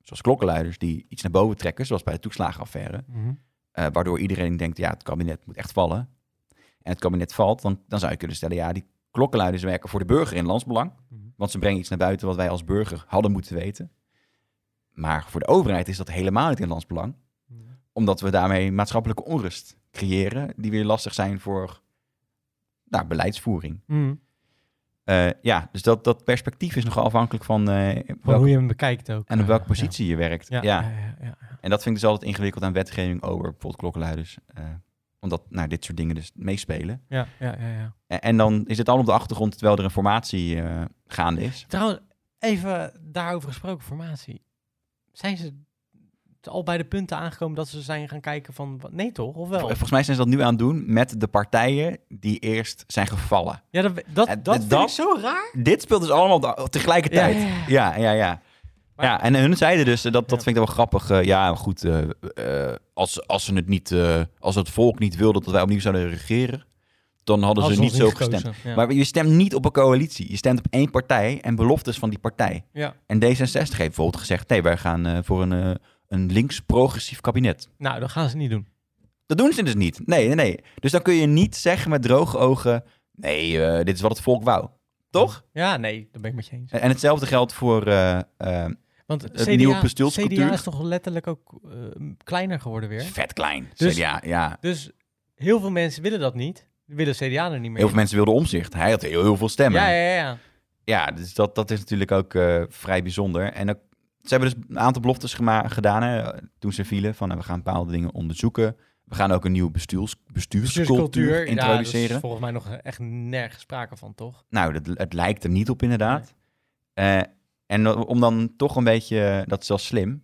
Speaker 1: zoals klokkenluiders, die iets naar boven trekken, zoals bij de toeslagenaffaire,
Speaker 2: Mhm.
Speaker 1: Eh, waardoor iedereen denkt, ja, het kabinet moet echt vallen. En het kabinet valt, dan, dan zou je kunnen stellen, ja, die klokkenluiders werken voor de burger in landsbelang.
Speaker 2: Mhm.
Speaker 1: Want ze brengen iets naar buiten wat wij als burger hadden moeten weten. Maar voor de overheid is dat helemaal niet in landsbelang.
Speaker 2: Mhm.
Speaker 1: Omdat we daarmee maatschappelijke onrust creëren, die weer lastig zijn voor nou, beleidsvoering.
Speaker 2: Mhm.
Speaker 1: Eh, ja, dus dat, dat perspectief is nogal afhankelijk van, eh,
Speaker 2: Van
Speaker 1: welk-
Speaker 2: hoe je hem bekijkt ook.
Speaker 1: en op
Speaker 2: eh,
Speaker 1: welke
Speaker 2: ja.
Speaker 1: positie je werkt.
Speaker 2: Ja, ja. ja, ja, ja.
Speaker 1: En dat vind ik dus altijd ingewikkeld aan wetgeving over bijvoorbeeld klokkenluiders. eh, omdat nou, dit soort dingen dus meespelen.
Speaker 2: Ja, ja, ja, ja.
Speaker 1: En, en dan is het allemaal op de achtergrond terwijl er een formatie eh, gaande is.
Speaker 2: Trouwens, even daarover gesproken, formatie. Zijn ze al bij de punten aangekomen dat ze zijn gaan kijken van... wat- Nee toch, of wel?
Speaker 1: Volgens mij zijn ze dat nu aan het doen met de partijen die eerst zijn gevallen.
Speaker 2: Ja, dat, dat,
Speaker 1: En
Speaker 2: dat vind
Speaker 1: dat-
Speaker 2: ik zo raar.
Speaker 1: Dit speelt dus allemaal op de- tegelijkertijd.
Speaker 2: Ja,
Speaker 1: Ja, ja, ja.
Speaker 2: Maar-
Speaker 1: ja, en hun zeiden dus, eh, dat, dat
Speaker 2: Ja.
Speaker 1: vind ik wel grappig. eh, ja, maar goed, eh, eh, als, als, ze het niet, eh, als het volk niet wilde dat wij opnieuw zouden regeren, dan hadden ze niet zo gestemd. Maar je stemt niet op een coalitie. Je stemt op één partij en beloftes van die partij.
Speaker 2: Ja.
Speaker 1: En D66 heeft bijvoorbeeld gezegd, nee, wij gaan eh, voor een, eh, een links-progressief kabinet.
Speaker 2: Nou, dat gaan ze niet doen.
Speaker 1: Dat doen ze dus niet. Nee, nee, nee. Dus dan kun je niet zeggen met droge ogen, nee, eh, dit is wat het volk wou. Toch?
Speaker 2: Ja, nee, dat ben ik met je eens.
Speaker 1: En, en hetzelfde geldt voor eh, eh,
Speaker 2: Want
Speaker 1: Het
Speaker 2: CDA,
Speaker 1: nieuwe bestuurscultuur.
Speaker 2: CDA is toch letterlijk ook eh, kleiner geworden weer.
Speaker 1: vet klein.
Speaker 2: Dus-
Speaker 1: CDA, ja.
Speaker 2: Dus heel veel mensen willen dat niet. Willen CDA er niet meer.
Speaker 1: Heel veel mensen wilden omzicht. Hij had heel, heel veel stemmen.
Speaker 2: ja, ja, ja.
Speaker 1: Ja, dus dat, dat is natuurlijk ook eh, vrij bijzonder. En ook- ze hebben dus een aantal beloftes gema- gedaan hè, toen ze vielen. Van nou, we gaan bepaalde dingen onderzoeken. We gaan ook een nieuwe bestuurs, bestuurscultuur
Speaker 2: Bestuurscultuur, Ja,
Speaker 1: introduceren.
Speaker 2: dat is volgens mij nog echt nergens sprake van, toch?
Speaker 1: Nou, dat, het lijkt er niet op inderdaad. Eh, en om dan toch een beetje, eh, dat is wel slim.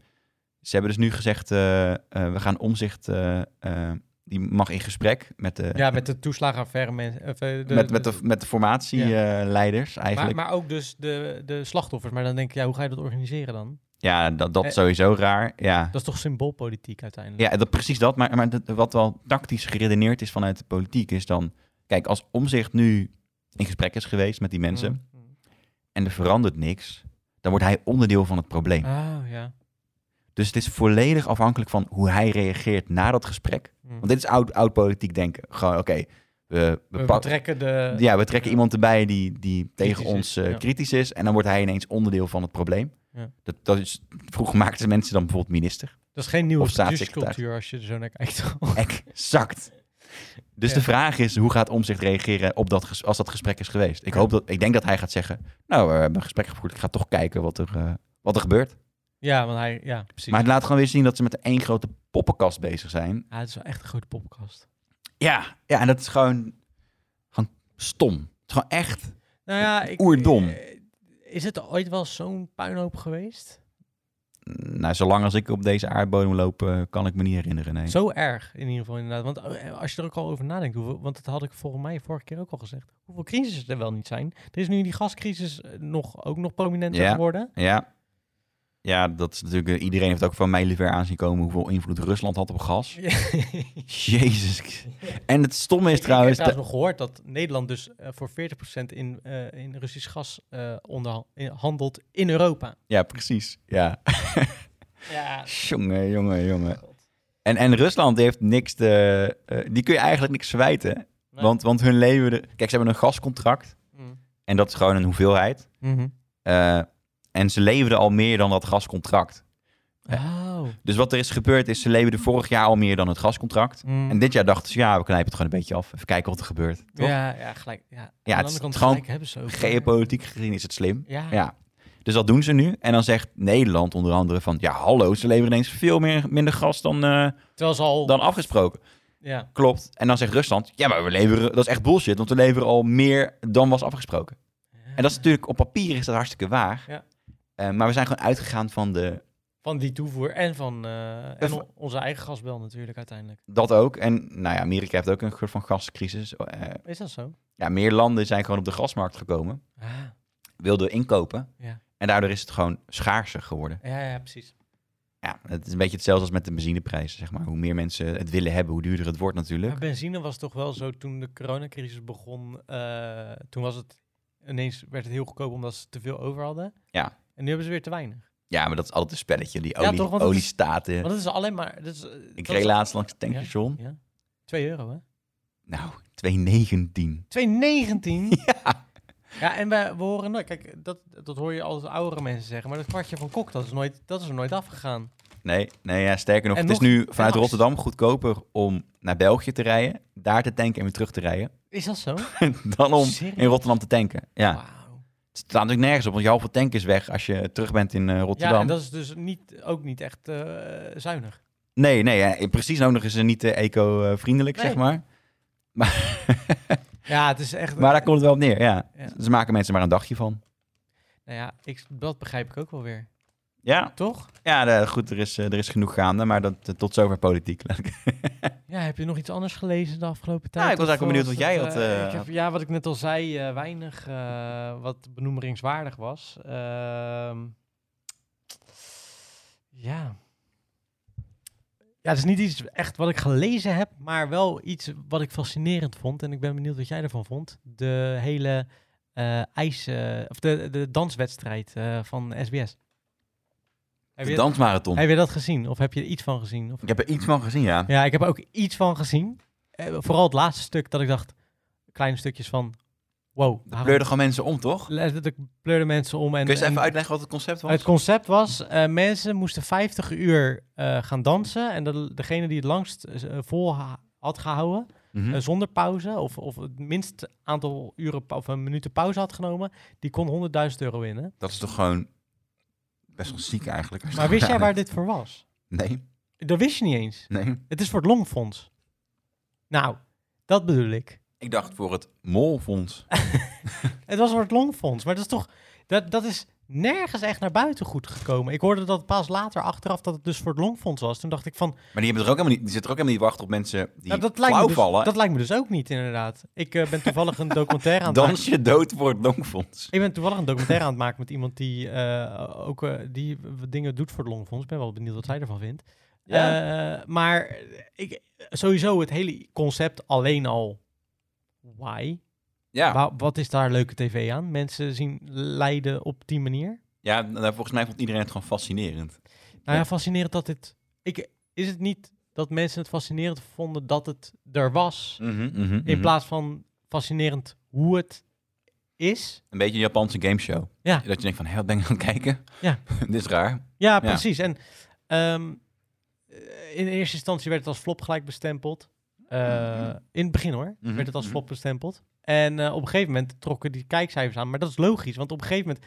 Speaker 1: Ze hebben dus nu gezegd, eh, eh, we gaan omzicht, eh, eh, die mag in gesprek met de,
Speaker 2: Ja, met de toeslagenaffaire. Mensen, of, eh, de,
Speaker 1: met, met de, met de formatieleiders
Speaker 2: maar,
Speaker 1: eigenlijk.
Speaker 2: maar ook dus de, de slachtoffers. Maar dan denk ik, ja, hoe ga je dat organiseren dan?
Speaker 1: ja, dat, dat
Speaker 2: Eh,
Speaker 1: sowieso raar. Ja.
Speaker 2: Dat is toch symboolpolitiek uiteindelijk?
Speaker 1: Ja, dat, precies dat. Maar, maar dat- wat wel tactisch geredeneerd is vanuit de politiek is dan... Kijk, als omzicht nu in gesprek is geweest met die mensen...
Speaker 2: Mm.
Speaker 1: en er verandert niks, dan wordt hij onderdeel van het probleem.
Speaker 2: Ah, ja.
Speaker 1: Dus het is volledig afhankelijk van hoe hij reageert na dat gesprek.
Speaker 2: Mm.
Speaker 1: Want dit is oud, oud politiek denken. Gewoon, oké, we, we,
Speaker 2: We
Speaker 1: pak-
Speaker 2: betrekken de...
Speaker 1: ja, we trekken iemand erbij die, die tegen
Speaker 2: Kritisch
Speaker 1: ons
Speaker 2: is,
Speaker 1: eh,
Speaker 2: ja.
Speaker 1: kritisch is... en dan wordt hij ineens onderdeel van het probleem.
Speaker 2: Ja.
Speaker 1: Dat, dat is, vroeger maakten mensen dan bijvoorbeeld minister.
Speaker 2: Dat is geen nieuwe
Speaker 1: Of staatssecretaris.
Speaker 2: bestuurscultuur als je er zo naar kijkt.
Speaker 1: Exact. Dus
Speaker 2: Ja.
Speaker 1: de vraag is, hoe gaat Omzicht reageren op dat ges- als dat gesprek is geweest? Ik, hoop dat, ik denk dat hij gaat zeggen, nou, we hebben een gesprek gevoerd. Ik ga toch kijken wat er, eh, wat er gebeurt.
Speaker 2: ja, want hij... Ja, precies.
Speaker 1: Maar het laat gewoon weer zien dat ze met één grote poppenkast bezig zijn.
Speaker 2: Ja, het is wel echt een grote podcast.
Speaker 1: Ja, ja en dat is gewoon, gewoon stom. Het is gewoon echt.
Speaker 2: Nou ja, ik...
Speaker 1: Oerdom.
Speaker 2: eh, Is het ooit wel zo'n puinhoop geweest?
Speaker 1: Nou, zolang als ik op deze aardbodem loop, eh, kan ik me niet herinneren. Nee.
Speaker 2: Zo erg, in ieder geval inderdaad. Want eh, als je er ook al over nadenkt, hoeveel, want dat had ik volgens mij vorige keer ook al gezegd, hoeveel crises er wel niet zijn. Er is nu die gascrisis eh, nog, ook nog prominenter
Speaker 1: Ja.
Speaker 2: geworden.
Speaker 1: Ja. ja, dat is natuurlijk, eh, iedereen heeft ook van mij liever aanzien komen hoeveel invloed Rusland had op gas. Jezus. En het stomme is
Speaker 2: Ik- ik heb
Speaker 1: trouwens,
Speaker 2: trouwens nog gehoord dat Nederland dus eh, voor 40% in, eh, in Russisch gas eh onderha- in- handelt in Europa.
Speaker 1: Ja, precies. Ja.
Speaker 2: Ja,
Speaker 1: jongen, jongen, jongen. En, en Rusland heeft niks te... eh, die kun je eigenlijk niks verwijten. Want, want hun leveren... Kijk, ze hebben een gascontract. En dat is gewoon een hoeveelheid.
Speaker 2: Mhm.
Speaker 1: Eh, en ze leverden al meer dan dat gascontract.
Speaker 2: Oh.
Speaker 1: Dus wat er is gebeurd is, ze leverden vorig jaar al meer dan het gascontract.
Speaker 2: Mm.
Speaker 1: En dit jaar dachten ze, ja, we knijpen het gewoon een beetje af. Even kijken wat er gebeurt. Toch?
Speaker 2: ja, ja, gelijk. Ja, Aan de
Speaker 1: het
Speaker 2: andere
Speaker 1: is
Speaker 2: kant
Speaker 1: gewoon
Speaker 2: gelijk hebben ze ook.
Speaker 1: Geopolitiek gezien is het slim.
Speaker 2: Ja.
Speaker 1: Ja. Dus dat doen ze nu. En dan zegt Nederland onder andere van... ja, hallo, ze leveren ineens veel meer, minder gas dan, eh,
Speaker 2: Terwijl ze al...
Speaker 1: dan afgesproken.
Speaker 2: ja.
Speaker 1: Klopt. En dan zegt Rusland, ja, maar we leveren... dat is echt bullshit, want we leveren al meer dan was afgesproken. En dat is natuurlijk, op papier is dat hartstikke waar.
Speaker 2: Ja.
Speaker 1: Eh, maar we zijn gewoon uitgegaan van de,
Speaker 2: Van die toevoer en van eh, en
Speaker 1: Even-
Speaker 2: on- onze eigen gasbel natuurlijk uiteindelijk.
Speaker 1: dat ook. En nou ja, Amerika heeft ook een soort van gascrisis. Eh,
Speaker 2: Is dat zo?
Speaker 1: ja, meer landen zijn gewoon op de gasmarkt gekomen.
Speaker 2: Ah,
Speaker 1: Wilden inkopen.
Speaker 2: Ja.
Speaker 1: En daardoor is het gewoon schaarser geworden.
Speaker 2: ja, ja, precies.
Speaker 1: Ja, het is een beetje hetzelfde als met de benzineprijzen, zeg maar. Hoe meer mensen het willen hebben, hoe duurder het wordt natuurlijk.
Speaker 2: Maar benzine was toch wel zo toen de coronacrisis begon. eh, toen was het ineens werd het heel goedkoop omdat ze te veel over hadden.
Speaker 1: Ja.
Speaker 2: En nu hebben ze weer te weinig.
Speaker 1: Ja, maar dat is altijd een spelletje. Die
Speaker 2: Ja,
Speaker 1: olie,
Speaker 2: toch, want het is-
Speaker 1: oliestaten.
Speaker 2: Want dat is alleen maar. Dat is, eh,
Speaker 1: Ik
Speaker 2: dat
Speaker 1: reed
Speaker 2: is-
Speaker 1: laatst langs het tankstation.
Speaker 2: Ja. 2 euro, hè?
Speaker 1: Nou, 2,19.
Speaker 2: 2,19? Ja. Ja, en we, we horen nooit. Kijk, dat, dat hoor je altijd oudere mensen zeggen. Maar dat kwartje van kok, dat is, nooit, dat is er nooit afgegaan.
Speaker 1: Nee, nee ja, sterker nog,
Speaker 2: En
Speaker 1: het
Speaker 2: nog-
Speaker 1: is nu vanuit
Speaker 2: en nog-
Speaker 1: Rotterdam goedkoper om naar België te rijden, daar te tanken en weer terug te rijden,
Speaker 2: Is dat zo?
Speaker 1: dan om
Speaker 2: Serieus? Ah.
Speaker 1: in Rotterdam te tanken. Ja,
Speaker 2: Wauw.
Speaker 1: het staat natuurlijk nergens op, want je halve tank is weg als je terug bent in eh,
Speaker 2: Ja,
Speaker 1: Rotterdam.
Speaker 2: en dat is dus niet, ook niet echt eh, zuinig.
Speaker 1: Nee, nee, ja, precies. Nou, nog is ze niet eh, eco-vriendelijk,
Speaker 2: Nee.
Speaker 1: zeg maar.
Speaker 2: Ja, het is echt.
Speaker 1: Maar daar komt het wel op neer, ja.
Speaker 2: Ja.
Speaker 1: Ze maken mensen maar een dagje van.
Speaker 2: Nou ja, ik, dat begrijp ik ook wel weer.
Speaker 1: Ja,
Speaker 2: Toch?
Speaker 1: ja de- goed, er is, eh, er is genoeg gaande, maar dat, eh, tot zover politiek. laat ik-
Speaker 2: Ja, heb je nog iets anders gelezen de afgelopen tijd?
Speaker 1: Nou, ik was
Speaker 2: Of
Speaker 1: eigenlijk wel benieuwd wat jij
Speaker 2: het,
Speaker 1: had,
Speaker 2: eh,
Speaker 1: eh,
Speaker 2: ik heb, ja, wat ik net al zei, eh, weinig eh, wat benoemeringswaardig was. Ehm, Ja. Ja, het is niet iets echt wat ik gelezen heb, maar wel iets wat ik fascinerend vond. En ik ben benieuwd wat jij ervan vond. De hele eh, ijs... eh, of de, de danswedstrijd eh, van SBS. Heb
Speaker 1: De
Speaker 2: je,
Speaker 1: dansmarathon.
Speaker 2: heb je dat gezien? Of heb je er iets van gezien? Of,
Speaker 1: Ik heb er iets van gezien, ja.
Speaker 2: ja, ik heb er ook iets van gezien. Eh, vooral het laatste stuk dat ik dacht... Kleine stukjes van... Wow.
Speaker 1: Er pleurden gewoon mensen om, toch? Kun
Speaker 2: waarom- Er pleurden mensen om. En,
Speaker 1: je eens
Speaker 2: en-
Speaker 1: even uitleggen wat het concept was?
Speaker 2: het concept was, eh, mensen moesten 50 uur eh, gaan dansen. En dat- degene die het langst eh, vol ha- had gehouden,
Speaker 1: Mhm.
Speaker 2: eh, zonder pauze... of, of het minst aantal uren pa- of een minuten pauze had genomen... die kon 100.000 euro winnen.
Speaker 1: Dat is toch gewoon best wel ziek eigenlijk. als je
Speaker 2: Maar wist jij
Speaker 1: het
Speaker 2: waar dit voor was?
Speaker 1: nadenkt. Nee,
Speaker 2: Dat wist je niet eens.
Speaker 1: nee.
Speaker 2: Het is voor het Longfonds. Nou, dat bedoel ik.
Speaker 1: Ik dacht voor het molfonds.
Speaker 2: Het was voor het Longfonds, maar dat is toch... Dat, dat is nergens echt naar buiten goed gekomen. Ik hoorde dat pas later achteraf dat het dus voor het Longfonds was. Toen dacht ik van...
Speaker 1: Maar die, hebben er ook helemaal niet, die zitten er ook helemaal niet te wachten op mensen die
Speaker 2: Nou, dat, lijkt me
Speaker 1: flauw
Speaker 2: dus,
Speaker 1: vallen.
Speaker 2: dat lijkt me dus ook niet, inderdaad. Ik eh, ben toevallig een documentaire aan het maken.
Speaker 1: Dans je dood voor het longfonds.
Speaker 2: Ik ben toevallig een documentaire aan het maken met iemand die eh, ook eh, die w- dingen doet voor het Longfonds. Ik ben wel benieuwd wat zij ervan vindt. Eh, maar ik, sowieso het hele concept alleen al. Why?
Speaker 1: Ja.
Speaker 2: Wa- wat is daar leuke tv aan? Mensen zien lijden op die manier.
Speaker 1: ja, nou, volgens mij vond iedereen het gewoon fascinerend.
Speaker 2: Nou ja, fascinerend dat dit... Ik, is het niet dat mensen het fascinerend vonden dat het er was?
Speaker 1: Mhm. Mm-hmm.
Speaker 2: In plaats van fascinerend hoe het is.
Speaker 1: Een beetje een Japanse gameshow.
Speaker 2: Ja.
Speaker 1: Dat je denkt van, hé, wat ben ik aan het kijken?
Speaker 2: Ja.
Speaker 1: Dit is raar.
Speaker 2: Ja, precies. En ehm, eh, in eerste instantie werd het als flop gelijk bestempeld. Eh,
Speaker 1: Mm-hmm.
Speaker 2: In het begin hoor,
Speaker 1: Mhm,
Speaker 2: werd het als
Speaker 1: mhm.
Speaker 2: flop bestempeld. En eh, op een gegeven moment trokken die kijkcijfers aan. Maar dat is logisch, want op een gegeven moment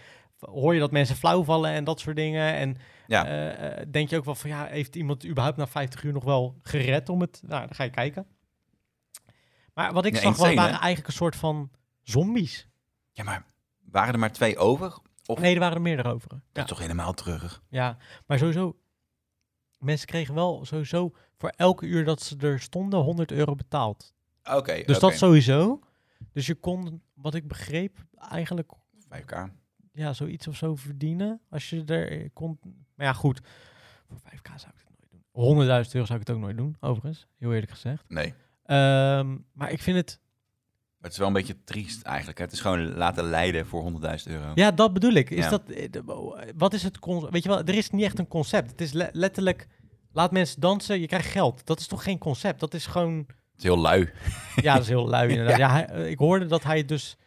Speaker 2: hoor je dat mensen flauw vallen en dat soort dingen. En
Speaker 1: Ja.
Speaker 2: eh, eh, denk je ook wel van, ja, heeft iemand überhaupt na 50 uur nog wel gered om het... Nou, dan ga je kijken. Maar wat ik
Speaker 1: Ja,
Speaker 2: zag, wa-
Speaker 1: insane, hè?
Speaker 2: waren eigenlijk een soort van zombies.
Speaker 1: Ja, maar waren er maar twee over? Dat Of-
Speaker 2: Nee, er waren er meerdere over. Ja.
Speaker 1: is toch helemaal treurig?
Speaker 2: Ja, maar sowieso, mensen kregen wel sowieso voor elke uur dat ze er stonden 100 euro betaald.
Speaker 1: Oké,
Speaker 2: Dus
Speaker 1: oké.
Speaker 2: dat sowieso. Dus je kon, wat ik begreep, eigenlijk
Speaker 1: 5K.
Speaker 2: ja, zoiets of zo verdienen als je er eh, kon. Maar ja, goed, voor 5k zou ik het nooit doen. 100.000 euro zou ik het ook nooit doen, overigens, heel eerlijk gezegd.
Speaker 1: Nee. Maar
Speaker 2: Ehm, maar ik vind het,
Speaker 1: het is wel een beetje triest eigenlijk. hè. Het is gewoon laten leiden voor 100.000 euro.
Speaker 2: ja, dat bedoel ik. Is
Speaker 1: Ja.
Speaker 2: dat, eh, de- wat is het concept? Weet je wel, er is niet echt een concept. Het is le- letterlijk, laat mensen dansen, je krijgt geld. Dat is toch geen concept? Dat is gewoon
Speaker 1: Het is heel lui.
Speaker 2: Ja, dat is heel lui inderdaad. Ja. hij- eh, ik hoorde dat hij het dus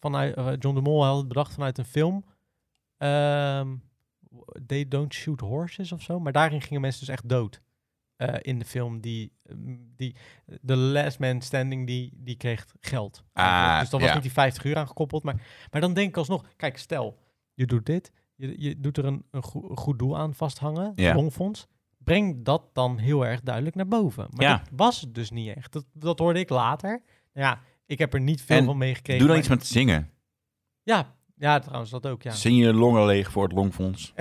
Speaker 2: vanuit eh, John de Mol had het bedacht vanuit een film. Ehm, They don't shoot horses of zo. Maar daarin gingen mensen dus echt dood. eh, in de film die, mm, die The Last Man Standing, die, die kreeg geld.
Speaker 1: Ah,
Speaker 2: dus dat
Speaker 1: ja.
Speaker 2: was niet die 50 uur aangekoppeld. Maar, maar dan denk ik alsnog, kijk, stel, je doet dit. Je, je doet er een, een goe- goed doel aan vasthangen,
Speaker 1: Ja.
Speaker 2: longfonds. Breng dat dan heel erg duidelijk naar boven. Maar
Speaker 1: Ja.
Speaker 2: dat was het dus niet echt. Dat, dat hoorde ik later. Nou ja, ik heb er niet veel
Speaker 1: En
Speaker 2: van meegekregen.
Speaker 1: Doe dan
Speaker 2: maar-
Speaker 1: iets met zingen.
Speaker 2: Ja, ja, trouwens, dat ook, ja.
Speaker 1: Zing je longen leeg voor het longfonds.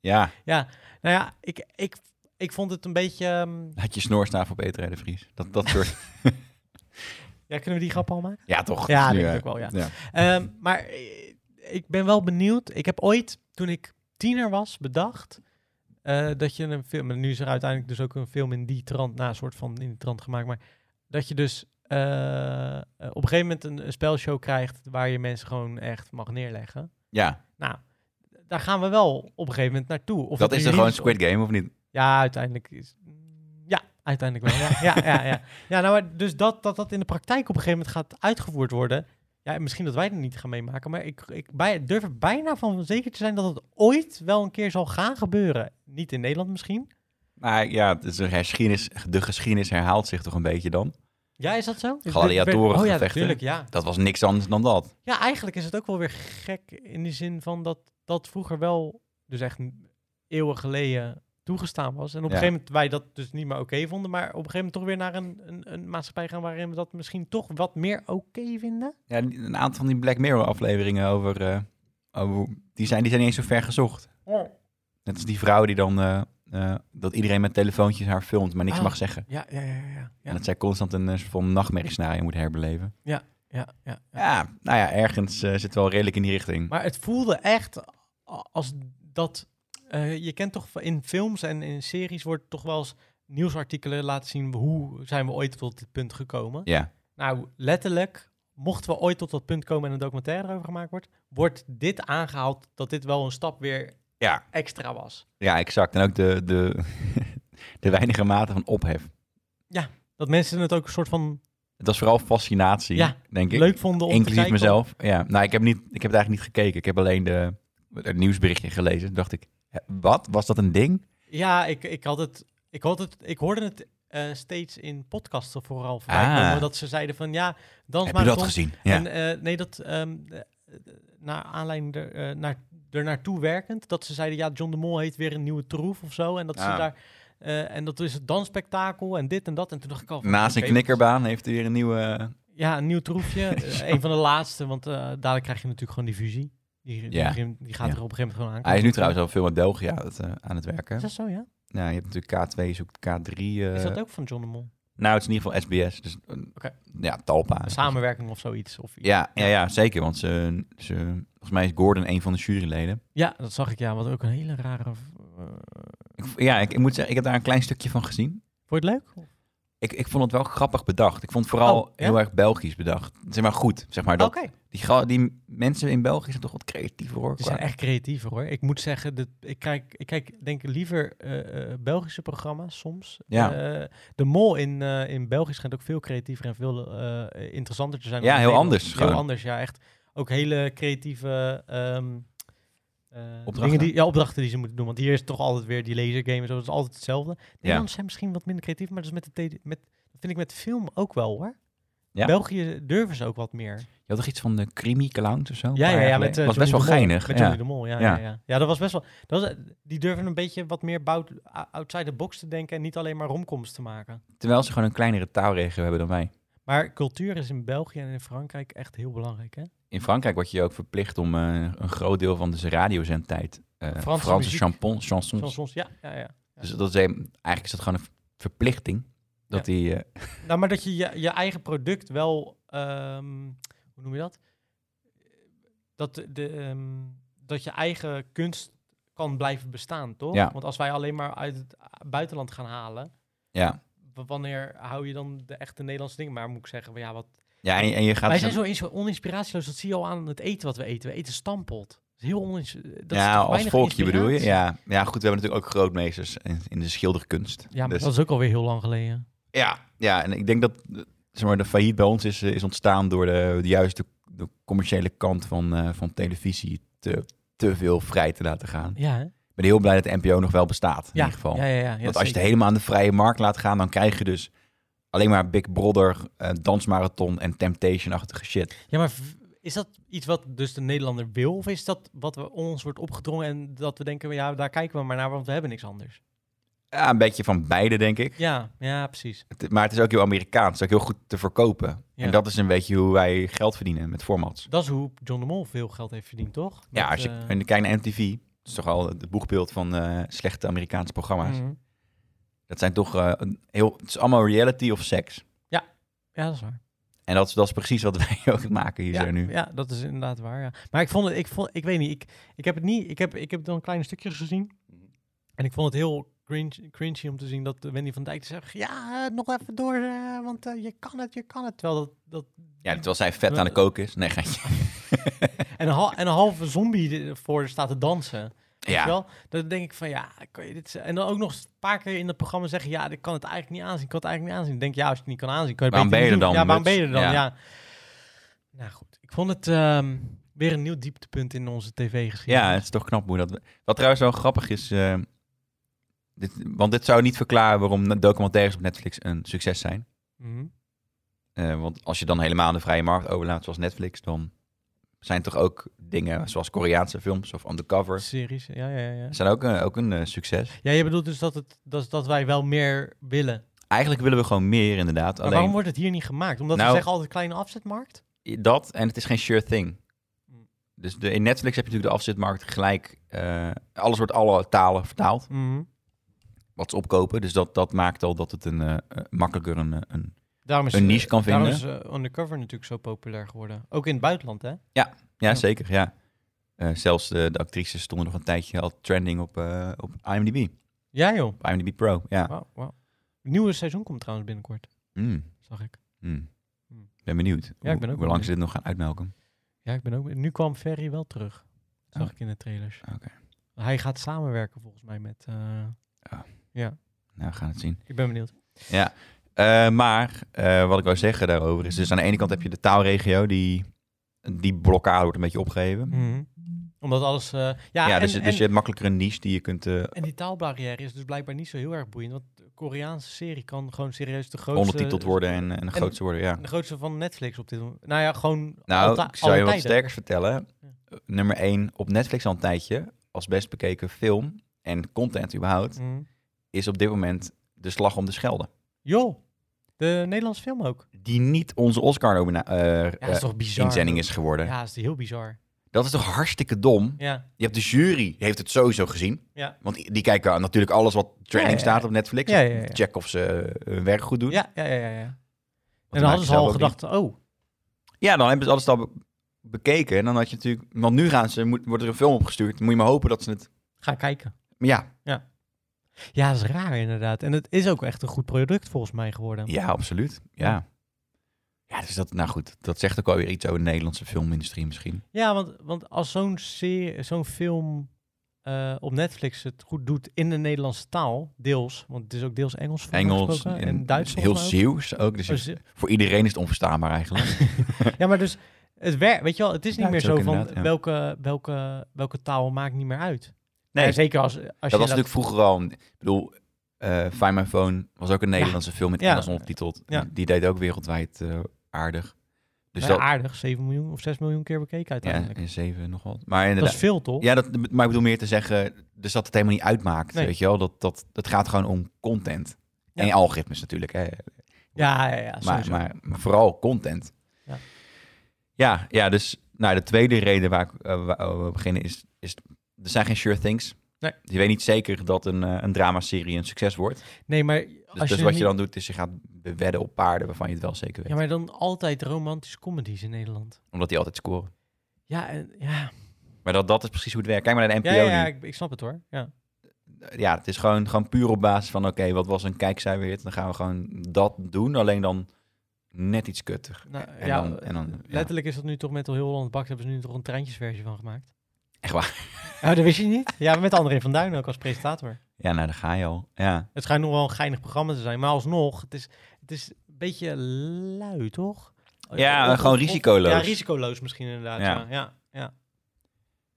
Speaker 1: Ja,
Speaker 2: ja, nou ja, ik, ik, ik vond het een beetje... ehm,
Speaker 1: laat je snoorstaaf op eten, hè, de Vries. Dat, dat soort...
Speaker 2: ja, kunnen we die grap al maken?
Speaker 1: ja, toch?
Speaker 2: Ja,
Speaker 1: Het is nu,
Speaker 2: denk ik
Speaker 1: eh,
Speaker 2: ook wel, ja. Ehm, maar eh, ik ben wel benieuwd. Ik heb ooit, toen ik tiener was, bedacht eh, dat je een film... En nu is er uiteindelijk dus ook een film in die trant, na een soort van in die trant gemaakt. Maar dat je dus eh, eh, op een gegeven moment een, een spelshow krijgt waar je mensen gewoon echt mag neerleggen.
Speaker 1: Ja,
Speaker 2: Nou, daar gaan we wel op een gegeven moment naartoe. Of
Speaker 1: dat
Speaker 2: het
Speaker 1: is
Speaker 2: nu
Speaker 1: er gewoon
Speaker 2: is-
Speaker 1: Squid Game, of niet?
Speaker 2: Ja, uiteindelijk is... Ja, uiteindelijk wel. Ja, ja, ja. ja. ja nou, maar dus dat, dat dat in de praktijk op een gegeven moment gaat uitgevoerd worden... Ja, en misschien dat wij het niet gaan meemaken, maar ik, ik bij, durf er bijna van zeker te zijn dat het ooit wel een keer zal gaan gebeuren. Niet in Nederland misschien.
Speaker 1: Maar ja, het is een geschiedenis, de geschiedenis herhaalt zich toch een beetje dan?
Speaker 2: Ja, is dat zo? Is dit- Oh ja,
Speaker 1: Gladiatorengevechten.
Speaker 2: natuurlijk, ja.
Speaker 1: Dat was niks anders dan dat.
Speaker 2: Ja, eigenlijk is het ook wel weer gek in die zin van dat dat vroeger wel, dus echt eeuwen geleden, toegestaan was. En op een
Speaker 1: Ja.
Speaker 2: gegeven moment wij dat dus niet meer oké vonden, maar op een gegeven moment toch weer naar een, een, een maatschappij gaan waarin we dat misschien toch wat meer oké vinden.
Speaker 1: Ja, een aantal van die Black Mirror afleveringen over... eh, over- die, zijn, die zijn niet eens zo ver gezocht.
Speaker 2: Oh.
Speaker 1: Net als die vrouw die dan... eh, eh, dat iedereen met telefoontjes haar filmt, maar niks
Speaker 2: Ah.
Speaker 1: mag zeggen.
Speaker 2: Ja, ja, ja, ja.
Speaker 1: En dat zij constant een eh, soort van nachtmerriescenario moet herbeleven.
Speaker 2: ja, ja.
Speaker 1: Ja, nou ja, ergens eh, zit wel redelijk in die richting.
Speaker 2: Maar het voelde echt a- als dat eh, je kent toch in films en in series wordt toch wel eens nieuwsartikelen laten zien hoe zijn we ooit tot dit punt gekomen.
Speaker 1: Ja.
Speaker 2: Nou, letterlijk, mochten we ooit tot dat punt komen en een documentaire erover gemaakt wordt, wordt dit aangehaald dat dit wel een stap weer
Speaker 1: Ja.
Speaker 2: extra was.
Speaker 1: ja, exact. En ook de, de, de weinige mate van ophef.
Speaker 2: Dat mensen het ook een soort van
Speaker 1: Het was vooral fascinatie,
Speaker 2: Ja,
Speaker 1: denk ik.
Speaker 2: leuk vonden om te
Speaker 1: Inclusief
Speaker 2: kijken.
Speaker 1: mezelf. Ja. Nou, ik heb, niet, ik heb het eigenlijk niet gekeken. Ik heb alleen de, het nieuwsberichtje gelezen. Toen dacht ik, hè, wat? Was dat een ding?
Speaker 2: Ja, ik, ik had het. Ik, had het, ik hoorde het eh, steeds in podcasten vooral voorbij
Speaker 1: Ah.
Speaker 2: komen, Dat ze zeiden van ja, dans
Speaker 1: heb
Speaker 2: maar
Speaker 1: je dat gezien? Ja.
Speaker 2: En eh, nee, dat ehm, eh, naar aanleiding er, eh, naar, er naartoe werkend, dat ze zeiden ja, John de Mol heeft weer een nieuwe troef of zo. En dat
Speaker 1: Ah.
Speaker 2: ze daar. eh, en dat is het dansspektakel en dit en dat. En toen dacht ik al van,
Speaker 1: Naast een
Speaker 2: oké,
Speaker 1: knikkerbaan heeft hij weer een nieuwe... eh,
Speaker 2: Ja, een nieuw troefje. Eh, een van de laatste, want eh dadelijk krijg je natuurlijk gewoon die fusie. Die, die-
Speaker 1: Ja.
Speaker 2: die, gaat
Speaker 1: Ja.
Speaker 2: er op een gegeven moment gewoon aan.
Speaker 1: Hij is nu trouwens al veel met België aan het, eh, aan het werken.
Speaker 2: Is dat zo, ja?
Speaker 1: Nou, je hebt natuurlijk K2, zoekt K3. eh,
Speaker 2: Is dat ook van John de Mol?
Speaker 1: Nou, het is in ieder geval SBS. Dus, eh,
Speaker 2: Oké.
Speaker 1: Ja, Talpa.
Speaker 2: Een samenwerking of zoiets? Of iets.
Speaker 1: Ja, ja, ja, zeker. Want ze, ze, volgens mij is Gordon een van de juryleden.
Speaker 2: Ja, dat zag ik ja. Wat ook een hele rare. eh,
Speaker 1: Ik, ja, ik, ik moet zeggen, ik heb daar een klein stukje van gezien.
Speaker 2: Vond je het leuk?
Speaker 1: Ik, ik vond het wel grappig bedacht. Ik vond het vooral
Speaker 2: Oh, ja?
Speaker 1: heel erg Belgisch bedacht. Zeg maar goed. Zeg maar, dat,
Speaker 2: Oké.
Speaker 1: die, ga- die mensen in België zijn toch wat creatiever hoor.
Speaker 2: Ze
Speaker 1: qua-
Speaker 2: zijn echt creatiever hoor. Ik moet zeggen, dat, ik, kijk, ik kijk denk ik liever eh, eh, Belgische programma's soms.
Speaker 1: Ja.
Speaker 2: Eh, de Mol in, eh, in België schijnt ook veel creatiever en veel eh, interessanter te zijn.
Speaker 1: Ja,
Speaker 2: dan in
Speaker 1: heel
Speaker 2: Nederland.
Speaker 1: anders
Speaker 2: Heel
Speaker 1: gewoon.
Speaker 2: anders, ja. Echt ook hele creatieve ehm, eh,
Speaker 1: Opdrachten.
Speaker 2: dingen die, ja, opdrachten die ze moeten doen. Want hier is toch altijd weer die lasergame en zo. Dat is altijd hetzelfde. Nederlanders zijn misschien wat minder creatief, maar dat, is met de tele- met, dat vind ik met film ook wel hoor.
Speaker 1: Ja?
Speaker 2: België durven ze ook wat meer.
Speaker 1: Je had toch iets van de Creamy Clowns of zo? een
Speaker 2: Ja,
Speaker 1: paar
Speaker 2: ja,
Speaker 1: jaar
Speaker 2: ja.
Speaker 1: geleden?
Speaker 2: Met, eh,
Speaker 1: was best wel
Speaker 2: Johnny de Mol.
Speaker 1: geinig.
Speaker 2: Met
Speaker 1: ja.
Speaker 2: Johnny de Mol, ja. Ja,
Speaker 1: Ja.
Speaker 2: ja. ja. dat was best wel... Dat was, die durven een beetje wat meer bout- o- outside the box te denken... en niet alleen maar romcoms te maken.
Speaker 1: Terwijl ze gewoon een kleinere taalregio hebben dan wij.
Speaker 2: Maar cultuur is in België en in Frankrijk echt heel belangrijk, hè?
Speaker 1: In Frankrijk word je ook verplicht om eh, een groot deel van de radiozendtijd... eh,
Speaker 2: Franse
Speaker 1: Franse
Speaker 2: muziek.
Speaker 1: champon, chansons.
Speaker 2: Zoals ons, ja, ja, ja.
Speaker 1: Dus dat is een- eigenlijk is dat gewoon een verplichting. Dat die... eh,
Speaker 2: Nou, maar dat je je, je eigen product wel... ehm, hoe noem je dat? Dat, de- de, ehm, dat je eigen kunst kan blijven bestaan, toch?
Speaker 1: Ja.
Speaker 2: Want als wij alleen maar uit het eh, buitenland gaan halen...
Speaker 1: ja.
Speaker 2: w- wanneer hou je dan de echte Nederlandse dingen? Maar moet ik zeggen, ja, wat...
Speaker 1: ja, en, en je gaat...
Speaker 2: Wij
Speaker 1: dus-
Speaker 2: zijn zo eens- oninspiratieloos. Dat zie je al aan het eten wat we eten. We eten stampot. Dat is heel onins. dat is
Speaker 1: ja,
Speaker 2: toch
Speaker 1: als
Speaker 2: weinig
Speaker 1: volkje bedoel je?
Speaker 2: inspiratie?
Speaker 1: Ja. ja, goed, we hebben natuurlijk ook grootmeesters in, in de schilderkunst.
Speaker 2: Ja, maar
Speaker 1: Dus-
Speaker 2: dat is ook alweer heel lang geleden.
Speaker 1: ja, ja, en ik denk dat eh, zeg maar, de failliet bij ons is, eh, is ontstaan door de, de juiste de commerciële kant van, eh, van televisie te, te veel vrij te laten gaan.
Speaker 2: Ja, hè?
Speaker 1: Ik ben heel blij dat de NPO nog wel bestaat, in
Speaker 2: ja.
Speaker 1: ieder geval.
Speaker 2: Ja, ja, ja, ja,
Speaker 1: Want als je
Speaker 2: zeker.
Speaker 1: het helemaal aan de vrije markt laat gaan, dan krijg je dus alleen maar Big Brother, eh, Dansmarathon en Temptation-achtige shit.
Speaker 2: Ja, maar v- is dat iets wat dus de Nederlander wil? Of is dat wat we ons wordt opgedrongen en dat we denken, ja, daar kijken we maar naar, want we hebben niks anders.
Speaker 1: Ja, een beetje van beide, denk ik.
Speaker 2: Ja, ja, precies.
Speaker 1: Het- maar het is ook heel Amerikaans. Het is ook heel goed te verkopen.
Speaker 2: Ja.
Speaker 1: En dat is een beetje hoe wij geld verdienen met formats.
Speaker 2: Dat is hoe John de Mol veel geld heeft verdiend, toch?
Speaker 1: Ja,
Speaker 2: Met,
Speaker 1: als je
Speaker 2: eh,
Speaker 1: en kijkt naar MTV, dat is toch al het boegbeeld van eh, slechte Amerikaanse programma's.
Speaker 2: mhm.
Speaker 1: Dat zijn toch eh, een heel, het is allemaal reality of seks.
Speaker 2: Ja, dat is waar.
Speaker 1: En dat is, dat is precies wat wij ook maken hier
Speaker 2: Ja,
Speaker 1: zo nu.
Speaker 2: ja, dat is inderdaad waar. Ja. Maar ik vond het, ik vond, ik weet niet, ik, ik heb het niet, ik heb, ik heb dan kleine stukjes gezien. En ik vond het heel cringe, cringy om te zien dat eh, Wendy van Dijk zegt, ja, eh, nog even door, eh, want eh, je kan het, je kan het. Terwijl dat, dat
Speaker 1: Ja, terwijl zij vet aan de kook is. Nee, geintje.
Speaker 2: en, een hal- en een halve zombie die voor staat te dansen. Ja.
Speaker 1: Ja,
Speaker 2: Wel? Dan denk ik van, ja, kan je dit... z- En dan ook nog eens een paar keer in dat programma zeggen, ja, ik kan het eigenlijk niet aanzien, ik kan het eigenlijk niet aanzien. Ik denk, ja, als je het niet kan aanzien, kan je het
Speaker 1: Waarom ben
Speaker 2: beter
Speaker 1: je
Speaker 2: niet
Speaker 1: er
Speaker 2: doen.
Speaker 1: dan,
Speaker 2: Ja, waarom ben je er dan,
Speaker 1: muts?
Speaker 2: ja. Nou goed, ik vond het ehm, weer een nieuw dieptepunt in onze tv-geschiedenis.
Speaker 1: ja, het is toch knap hoe dat... Wat trouwens wel grappig is... eh, dit, want dit zou niet verklaren waarom documentaires op Netflix een succes zijn.
Speaker 2: Mhm.
Speaker 1: Eh, want als je dan helemaal aan de vrije markt overlaat, zoals Netflix, dan zijn toch ook dingen zoals Koreaanse films of Undercover.
Speaker 2: Series, ja, ja, ja, ja.
Speaker 1: zijn ook een, ook een eh, succes.
Speaker 2: Ja, je bedoelt dus dat, het, dat, dat wij wel meer willen. Maar
Speaker 1: Eigenlijk willen we gewoon meer, inderdaad.
Speaker 2: waarom
Speaker 1: Alleen
Speaker 2: wordt het hier niet gemaakt? Omdat
Speaker 1: Nou-
Speaker 2: we zeggen altijd kleine afzetmarkt?
Speaker 1: dat, en het is geen sure thing.
Speaker 2: Hm.
Speaker 1: Dus de, in Netflix heb je natuurlijk de afzetmarkt gelijk. eh, alles wordt alle talen vertaald,
Speaker 2: Mhm.
Speaker 1: wat ze opkopen. Dus dat, dat maakt al dat het een, eh, eh, makkelijker een, eh, een...
Speaker 2: Daarom is,
Speaker 1: Een niche kan
Speaker 2: daarom
Speaker 1: vinden.
Speaker 2: is eh, Undercover natuurlijk zo populair geworden. Ook in het buitenland, hè?
Speaker 1: Ja,
Speaker 2: Ja.
Speaker 1: zeker, ja. Eh, zelfs de, de actrices stonden nog een tijdje al trending op, eh, op IMDb.
Speaker 2: Ja, joh.
Speaker 1: Op IMDb Pro, ja.
Speaker 2: Wauw, wauw. Het nieuwe seizoen komt trouwens binnenkort,
Speaker 1: Mm,
Speaker 2: zag ik.
Speaker 1: mm.
Speaker 2: Hmm.
Speaker 1: Ben benieuwd
Speaker 2: Ja, ik ben ook
Speaker 1: hoe lang
Speaker 2: benieuwd.
Speaker 1: ze dit nog gaan uitmelken.
Speaker 2: Ja, ik ben ook... Nu kwam Ferry wel terug, zag
Speaker 1: Oh.
Speaker 2: ik in de trailers.
Speaker 1: Oké.
Speaker 2: Hij gaat samenwerken volgens mij met... eh,
Speaker 1: Nou, we gaan het zien.
Speaker 2: Ik ben benieuwd.
Speaker 1: Ja, Eh, maar eh, wat ik wou zeggen daarover is... dus aan de ene kant heb je de taalregio, die, die blokkade wordt een beetje opgeheven.
Speaker 2: Mhm. Omdat alles... eh, ja,
Speaker 1: Mm. Ja,
Speaker 2: en,
Speaker 1: dus, dus
Speaker 2: en-
Speaker 1: je hebt makkelijker een niche die je kunt... eh
Speaker 2: en die taalbarrière is dus blijkbaar niet zo heel erg boeiend. Want de Koreaanse serie kan gewoon serieus de grootste...
Speaker 1: ondertiteld worden en, en de grootste worden, ja.
Speaker 2: De grootste van Netflix op dit moment. Nou ja, gewoon
Speaker 1: Nou,
Speaker 2: alta-
Speaker 1: ik zou je
Speaker 2: alle
Speaker 1: wat
Speaker 2: tijden.
Speaker 1: sterkers vertellen.
Speaker 2: Ja.
Speaker 1: Nummer 1 op Netflix al een tijdje... als best bekeken film en content überhaupt...
Speaker 2: Mhm.
Speaker 1: is op dit moment de slag om de Schelde.
Speaker 2: Joh, de Nederlandse film ook.
Speaker 1: Die niet onze
Speaker 2: Ja, dat
Speaker 1: Oscar-inzending
Speaker 2: is toch bizar.
Speaker 1: eh, is geworden.
Speaker 2: Ja, dat is heel bizar.
Speaker 1: Dat is toch hartstikke dom?
Speaker 2: Ja,
Speaker 1: Je hebt de jury, heeft het sowieso gezien.
Speaker 2: Ja.
Speaker 1: Want die die kijken natuurlijk alles wat trending
Speaker 2: Ja, ja, ja.
Speaker 1: staat op Netflix.
Speaker 2: Ja, ja, ja.
Speaker 1: Check of ze eh, hun werk goed doen.
Speaker 2: ja, ja, ja. ja, ja. En
Speaker 1: dan maak
Speaker 2: dan
Speaker 1: je
Speaker 2: hadden ze
Speaker 1: zelf
Speaker 2: al
Speaker 1: ook
Speaker 2: gedacht, oh,
Speaker 1: Ja, dan hebben ze alles al be- bekeken. En dan had je natuurlijk... Want nu gaan ze, moet, wordt er een film opgestuurd. Dan moet je maar hopen dat ze het...
Speaker 2: ga kijken.
Speaker 1: Maar ja,
Speaker 2: Ja, dat is raar inderdaad. En het is ook echt een goed product volgens mij geworden.
Speaker 1: ja, absoluut. Ja. Ja, dus dat... Nou goed, dat zegt ook alweer iets over de Nederlandse filmindustrie misschien.
Speaker 2: Ja, want, want als zo'n serie- zo'n film eh, op Netflix het goed doet in de Nederlandse taal, deels, want het is ook deels Engels volgens mij
Speaker 1: Engels
Speaker 2: gesproken, en Duits
Speaker 1: Heel
Speaker 2: volgens mij
Speaker 1: Zeeuws ook. Dus
Speaker 2: ook. Oh,
Speaker 1: het- voor iedereen is het onverstaanbaar eigenlijk.
Speaker 2: Ja, maar dus het werkt, weet je wel, het is niet
Speaker 1: Duits
Speaker 2: meer
Speaker 1: ook
Speaker 2: zo van
Speaker 1: inderdaad, ja.
Speaker 2: welke, welke, welke taal maakt niet meer uit.
Speaker 1: Nee.
Speaker 2: Ja, zeker als, als je
Speaker 1: dat was
Speaker 2: inderdaad-
Speaker 1: natuurlijk vroeger al. een- Ik bedoel, eh Find My Phone was ook een Nederlandse film met
Speaker 2: Ja.
Speaker 1: Engels ondertiteld.
Speaker 2: Ja.
Speaker 1: Die deed ook wereldwijd eh, aardig. Dus
Speaker 2: nou
Speaker 1: dat,
Speaker 2: ja, aardig 7 miljoen of 6 miljoen keer bekeken
Speaker 1: ja,
Speaker 2: uiteindelijk.
Speaker 1: in zeven nog wat. Maar
Speaker 2: dat is
Speaker 1: inderdaad.
Speaker 2: veel toch?
Speaker 1: Ja, dat, maar ik bedoel meer te zeggen, dus dat het helemaal niet uitmaakt,
Speaker 2: Nee.
Speaker 1: weet je wel. Dat, dat, het gaat gewoon om content.
Speaker 2: Ja.
Speaker 1: En algoritmes natuurlijk, hè.
Speaker 2: ja, ja, ja,
Speaker 1: Maar,
Speaker 2: sowieso.
Speaker 1: maar, maar vooral content.
Speaker 2: Ja.
Speaker 1: ja, ja, dus nou, de tweede reden waar ik eh, waar we beginnen is, is, er zijn geen sure things.
Speaker 2: Nee.
Speaker 1: Je weet niet zeker dat een, eh, een dramaserie een succes wordt.
Speaker 2: nee, maar
Speaker 1: Dus,
Speaker 2: als
Speaker 1: dus
Speaker 2: je,
Speaker 1: wat
Speaker 2: niet-
Speaker 1: je dan doet, is je gaat wedden op paarden waarvan je het wel zeker weet.
Speaker 2: Ja, maar dan altijd romantische comedies in Nederland.
Speaker 1: Omdat die altijd scoren.
Speaker 2: Ja, en, ja.
Speaker 1: Maar dat, dat is precies hoe het werkt. Kijk maar naar de
Speaker 2: ja,
Speaker 1: NPO
Speaker 2: ja, ja
Speaker 1: nu.
Speaker 2: ik, ik snap het hoor. Ja.
Speaker 1: Ja, het is gewoon, gewoon puur op basis van... oké, wat was een kijkcijferhit? Dan gaan we gewoon dat doen. Alleen dan net iets kutter.
Speaker 2: Nou,
Speaker 1: en,
Speaker 2: ja,
Speaker 1: dan, en dan... ja.
Speaker 2: Letterlijk is dat nu toch met heel Holland Bak, daar hebben ze nu toch een treintjesversie van gemaakt.
Speaker 1: Echt waar?
Speaker 2: Oh, dat wist je niet? Ja, met André van Duin ook als presentator.
Speaker 1: Ja, nou, daar ga je al. Ja.
Speaker 2: Het schijnt nog wel een geinig programma te zijn, maar alsnog, het is, het is een beetje lui, toch? Eh,
Speaker 1: Ja, gewoon risicoloos.
Speaker 2: Ja, risicoloos misschien inderdaad.
Speaker 1: Ja.
Speaker 2: Ja, ja, ja.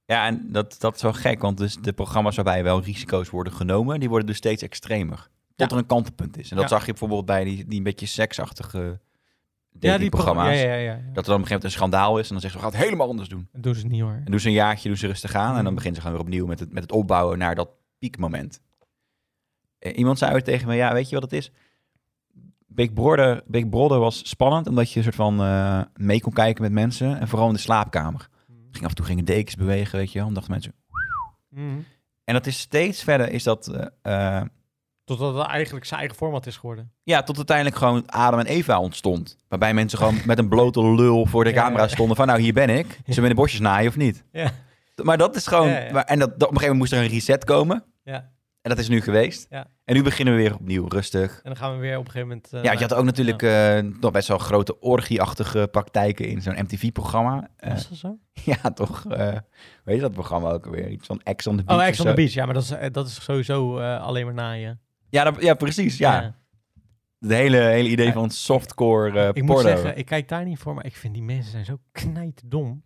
Speaker 1: Ja, en dat, dat is wel gek. Want dus de programma's waarbij wel risico's worden genomen... die worden dus steeds extremer. Tot
Speaker 2: Ja.
Speaker 1: er een kantelpunt is. En dat
Speaker 2: Ja.
Speaker 1: zag je bijvoorbeeld bij die, die een beetje seksachtige... eh,
Speaker 2: ja
Speaker 1: die programma's.
Speaker 2: Ja, ja, ja, ja.
Speaker 1: Dat er dan op een gegeven moment een schandaal is. En dan zeggen ze, we gaan het helemaal anders doen.
Speaker 2: Dat doen ze niet hoor.
Speaker 1: En doen ze een jaartje, doen ze rustig aan. En dan
Speaker 2: Mm.
Speaker 1: beginnen ze gewoon weer opnieuw met het, met het opbouwen naar dat piekmoment. Eh, Iemand zei ooit tegen me, ja, weet je wat het is? Big Brother, Big Brother was spannend, omdat je een soort van eh, mee kon kijken met mensen. En vooral in de slaapkamer. Ging af en toe gingen dekens bewegen, weet je wel. En dachten mensen...
Speaker 2: Mhm.
Speaker 1: En dat is steeds verder, is dat... eh, eh,
Speaker 2: Totdat het eigenlijk zijn eigen format is geworden.
Speaker 1: ja, tot uiteindelijk gewoon Adam en Eva ontstond. Waarbij mensen gewoon met een blote lul voor de
Speaker 2: Ja,
Speaker 1: camera
Speaker 2: ja.
Speaker 1: stonden. Van nou, hier ben ik. Ze willen bosjes naaien of niet?
Speaker 2: Ja.
Speaker 1: Maar dat is gewoon...
Speaker 2: Ja, ja.
Speaker 1: maar- En dat, dat- op een gegeven moment moest er een reset komen.
Speaker 2: Ja.
Speaker 1: En dat is nu geweest.
Speaker 2: Ja. Eh,
Speaker 1: En nu beginnen we weer opnieuw, rustig.
Speaker 2: En dan gaan we weer op een gegeven moment... eh,
Speaker 1: ja, want je had ook natuurlijk eh, nog best wel grote orgie-achtige praktijken in zo'n MTV-programma. Eh,
Speaker 2: Was dat zo?
Speaker 1: ja, toch? eh weet je dat programma ook alweer? Iets van Ex on the Beach.
Speaker 2: Oh,
Speaker 1: of
Speaker 2: Ex on the
Speaker 1: zo.
Speaker 2: Beach. Ja, maar dat is, eh, dat is sowieso eh, alleen maar naaien.
Speaker 1: Ja, dat- ja precies. Ja. Het hele, hele idee van softcore eh,
Speaker 2: ik
Speaker 1: porno.
Speaker 2: moet zeggen, ik kijk daar niet voor, maar ik vind die mensen zijn zo knijtdom.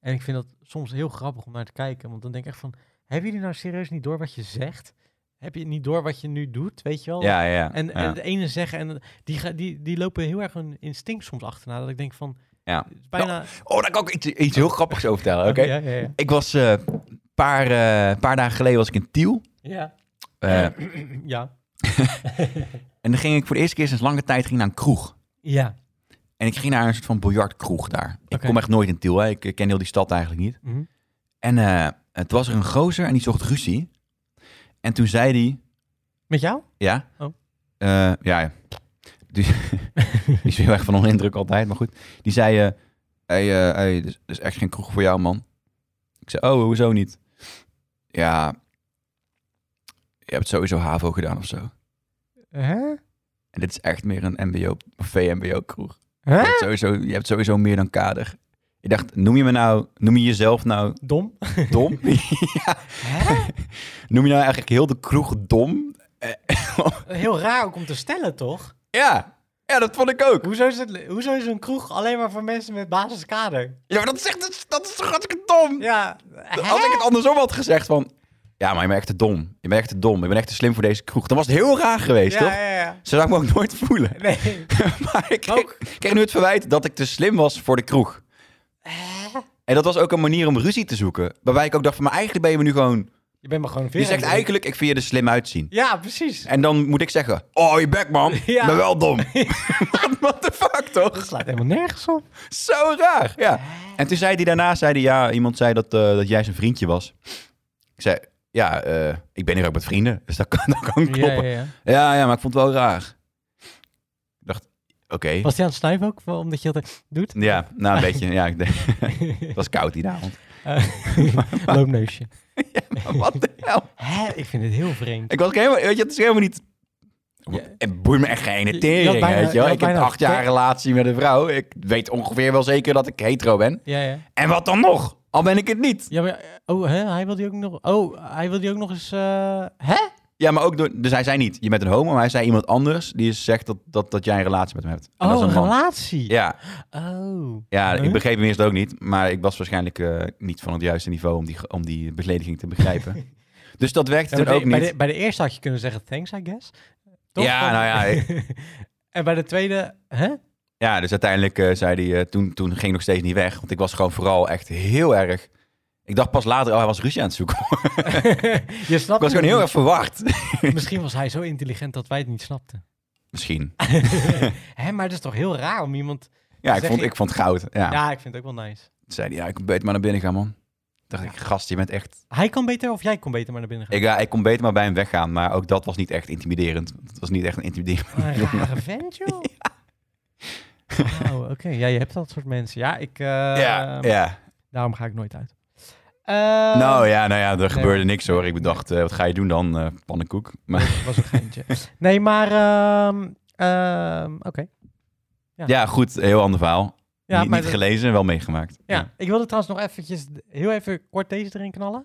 Speaker 2: En ik vind dat soms heel grappig om naar te kijken. Want dan denk ik echt van, hebben jullie nou serieus niet door wat je zegt? Heb je niet door wat je nu doet, weet je wel?
Speaker 1: ja, ja, ja.
Speaker 2: En,
Speaker 1: ja.
Speaker 2: en de ene zeggen, en die, ga- die, die lopen heel erg hun instinct soms achterna. Dat ik denk van,
Speaker 1: Ja.
Speaker 2: het is bijna...
Speaker 1: Oh, daar kan ik iets, iets heel grappigs over vertellen. Oké.
Speaker 2: Ja, ja, ja.
Speaker 1: Ik was eh, een paar, eh, paar dagen geleden was ik in Tiel.
Speaker 2: Ja.
Speaker 1: Eh,
Speaker 2: ja.
Speaker 1: En dan ging ik voor de eerste keer sinds lange tijd ging naar een kroeg.
Speaker 2: Ja.
Speaker 1: En ik ging naar een soort van biljartkroeg daar. Ik
Speaker 2: Oké.
Speaker 1: kom echt nooit in Tiel, hè. ik ik ken heel die stad eigenlijk niet.
Speaker 2: Mhm.
Speaker 1: En eh, het was er een gozer en die zocht ruzie. En toen zei hij,
Speaker 2: Met jou?
Speaker 1: ja,
Speaker 2: Oh.
Speaker 1: eh, ja, ja. Die, die is heel erg van onder de indruk altijd, maar goed. Die zei, eh hey, eh, hey, dit is- dit is echt geen kroeg voor jou, man. Ik zei, oh, hoezo niet? Ja, je hebt sowieso HAVO gedaan of zo.
Speaker 2: Hè?
Speaker 1: En dit is echt meer een mbo of VMBO-kroeg.
Speaker 2: Hè?
Speaker 1: Je, hebt sowieso- je hebt sowieso meer dan kader. Ik dacht, noem je me nou, noem je jezelf nou
Speaker 2: Dom?
Speaker 1: dom? ja. Noem je nou eigenlijk heel de kroeg dom?
Speaker 2: Heel raar ook om te stellen, toch?
Speaker 1: Ja, ja dat vond ik ook.
Speaker 2: Hoezo is, het, hoezo is een kroeg alleen maar voor mensen met basiskader?
Speaker 1: Ja, maar dat is, echt, dat is toch hartstikke dom?
Speaker 2: Ja,
Speaker 1: Als ik het andersom had gezegd van... Ja, maar je bent echt te dom. Je bent echt te dom. Je bent echt te slim voor deze kroeg. Dan was het heel raar geweest,
Speaker 2: ja,
Speaker 1: toch?
Speaker 2: ja, ja.
Speaker 1: Ze zou ik me ook nooit voelen.
Speaker 2: Nee.
Speaker 1: maar ik kreeg,
Speaker 2: Ook.
Speaker 1: ik kreeg nu het verwijt dat ik te slim was voor de kroeg. En dat was ook een manier om ruzie te zoeken. Waarbij ik ook dacht van, maar eigenlijk ben je me nu gewoon...
Speaker 2: Je bent maar gewoon een
Speaker 1: Je
Speaker 2: veer.
Speaker 1: zegt eigenlijk, ik vind je er slim uitzien.
Speaker 2: Ja, precies.
Speaker 1: En dan moet ik zeggen, oh, je bek man, ik
Speaker 2: Ja.
Speaker 1: ben wel dom. What- What the fuck, toch?
Speaker 2: Dat slaat helemaal nergens op.
Speaker 1: Zo raar, ja. En toen zei hij daarna, zei hij, ja, iemand zei dat, eh, dat jij zijn vriendje was. Ik zei, ja, eh, ik ben hier ook met vrienden, dus dat kan, dat kan kloppen. Ja ja. maar ik vond het wel raar. Ik dacht, oké.
Speaker 2: Was hij aan het snuiven ook, wel omdat je dat doet?
Speaker 1: Ja, nou een beetje. Ja, ik denk, het was koud die avond.
Speaker 2: Eh, Loopneusje.
Speaker 1: Maar Wat de hel?
Speaker 2: Hè? Ik vind het heel vreemd.
Speaker 1: Ik was ook helemaal, weet je, het is helemaal niet... Het boeit me echt geen ene
Speaker 2: Je- je had
Speaker 1: tering,
Speaker 2: bijna-
Speaker 1: weet
Speaker 2: je
Speaker 1: je wel.
Speaker 2: had
Speaker 1: Ik heb
Speaker 2: bijna-
Speaker 1: acht jaar relatie met een vrouw. Ik weet ongeveer wel zeker dat ik hetero ben.
Speaker 2: Ja, ja.
Speaker 1: En wat dan nog? Al ben ik het niet.
Speaker 2: Ja, maar, eh, oh, hè? hij wil die ook nog... Oh, hij wil die ook nog eens... eh, Hè?
Speaker 1: Ja, maar ook door... Dus hij zei niet, je bent een homo. Maar hij zei iemand anders die is- zegt dat, dat, dat jij een relatie met hem hebt. En dat
Speaker 2: Oh,
Speaker 1: is
Speaker 2: een
Speaker 1: een man.
Speaker 2: relatie.
Speaker 1: Ja,
Speaker 2: Oh.
Speaker 1: ja
Speaker 2: Huh?
Speaker 1: ik begreep hem eerst ook niet. Maar ik was waarschijnlijk eh, niet van het juiste niveau om die, ge- om die belediging te begrijpen. dus dat werkte
Speaker 2: Ja, maar
Speaker 1: toen ook
Speaker 2: de- bij,
Speaker 1: niet.
Speaker 2: De, bij de eerste had je kunnen zeggen thanks, I guess. Toch?
Speaker 1: Ja,
Speaker 2: Van-
Speaker 1: nou ja,
Speaker 2: en bij de tweede, hè?
Speaker 1: Ja, dus uiteindelijk eh, zei hij, eh, toen, toen ging ik nog steeds niet weg. Want ik was gewoon vooral echt heel erg... Ik dacht pas later, oh, hij was ruzie aan het zoeken. ik
Speaker 2: je snapt
Speaker 1: was gewoon
Speaker 2: het
Speaker 1: heel
Speaker 2: niet.
Speaker 1: erg verwacht.
Speaker 2: Misschien was hij zo intelligent dat wij het niet snapten.
Speaker 1: Misschien.
Speaker 2: Hè, maar het is toch heel raar om iemand...
Speaker 1: Ja, ik
Speaker 2: Zeg
Speaker 1: vond,
Speaker 2: je-
Speaker 1: ik vond het goud. Ja.
Speaker 2: Ja, ik vind het ook wel nice.
Speaker 1: Toen zei hij, ja, ik beter maar naar binnen gaan, man. Toen dacht ik, gast, je bent echt...
Speaker 2: Hij kan beter of jij kon beter maar naar binnen gaan.
Speaker 1: Ik, ja, ik kon beter maar bij hem weggaan. Maar ook dat was niet echt intimiderend. Het was niet echt een intimiderend...
Speaker 2: Wat Een rare vent, joh. Wauw, oké. Ja, je hebt dat soort mensen. Ja, ik... eh,
Speaker 1: ja, ja.
Speaker 2: Daarom ga ik nooit uit. Ehm,
Speaker 1: nou ja, nou ja, er gebeurde niks hoor. Ik bedacht, eh, wat ga je doen dan, eh, pannenkoek? Maar
Speaker 2: Dat was een geintje. Nee, maar... ehm, ehm, oké. Ja.
Speaker 1: ja, goed, heel ander verhaal.
Speaker 2: Ja,
Speaker 1: niet
Speaker 2: maar
Speaker 1: niet
Speaker 2: dat-
Speaker 1: gelezen, wel meegemaakt.
Speaker 2: Ja, ik wilde trouwens nog eventjes heel even kort deze erin knallen.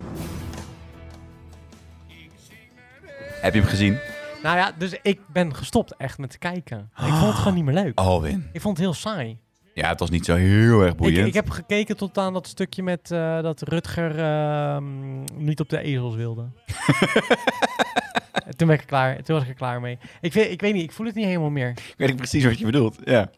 Speaker 1: Heb je hem gezien?
Speaker 2: Nou ja, dus ik ben gestopt echt met kijken. Ik vond het
Speaker 1: Ah.
Speaker 2: gewoon niet meer leuk.
Speaker 1: Alwin.
Speaker 2: Ik vond het heel saai.
Speaker 1: Ja, het was niet zo heel erg
Speaker 2: Ik,
Speaker 1: boeiend.
Speaker 2: ik heb gekeken tot aan dat stukje met eh, dat Rutger ehm, niet op de ezels wilde. toen, ben ik er klaar, toen was ik er klaar mee. Ik weet, ik weet niet, ik voel het niet helemaal meer.
Speaker 1: Ik weet ik precies wat je bedoelt. Ja,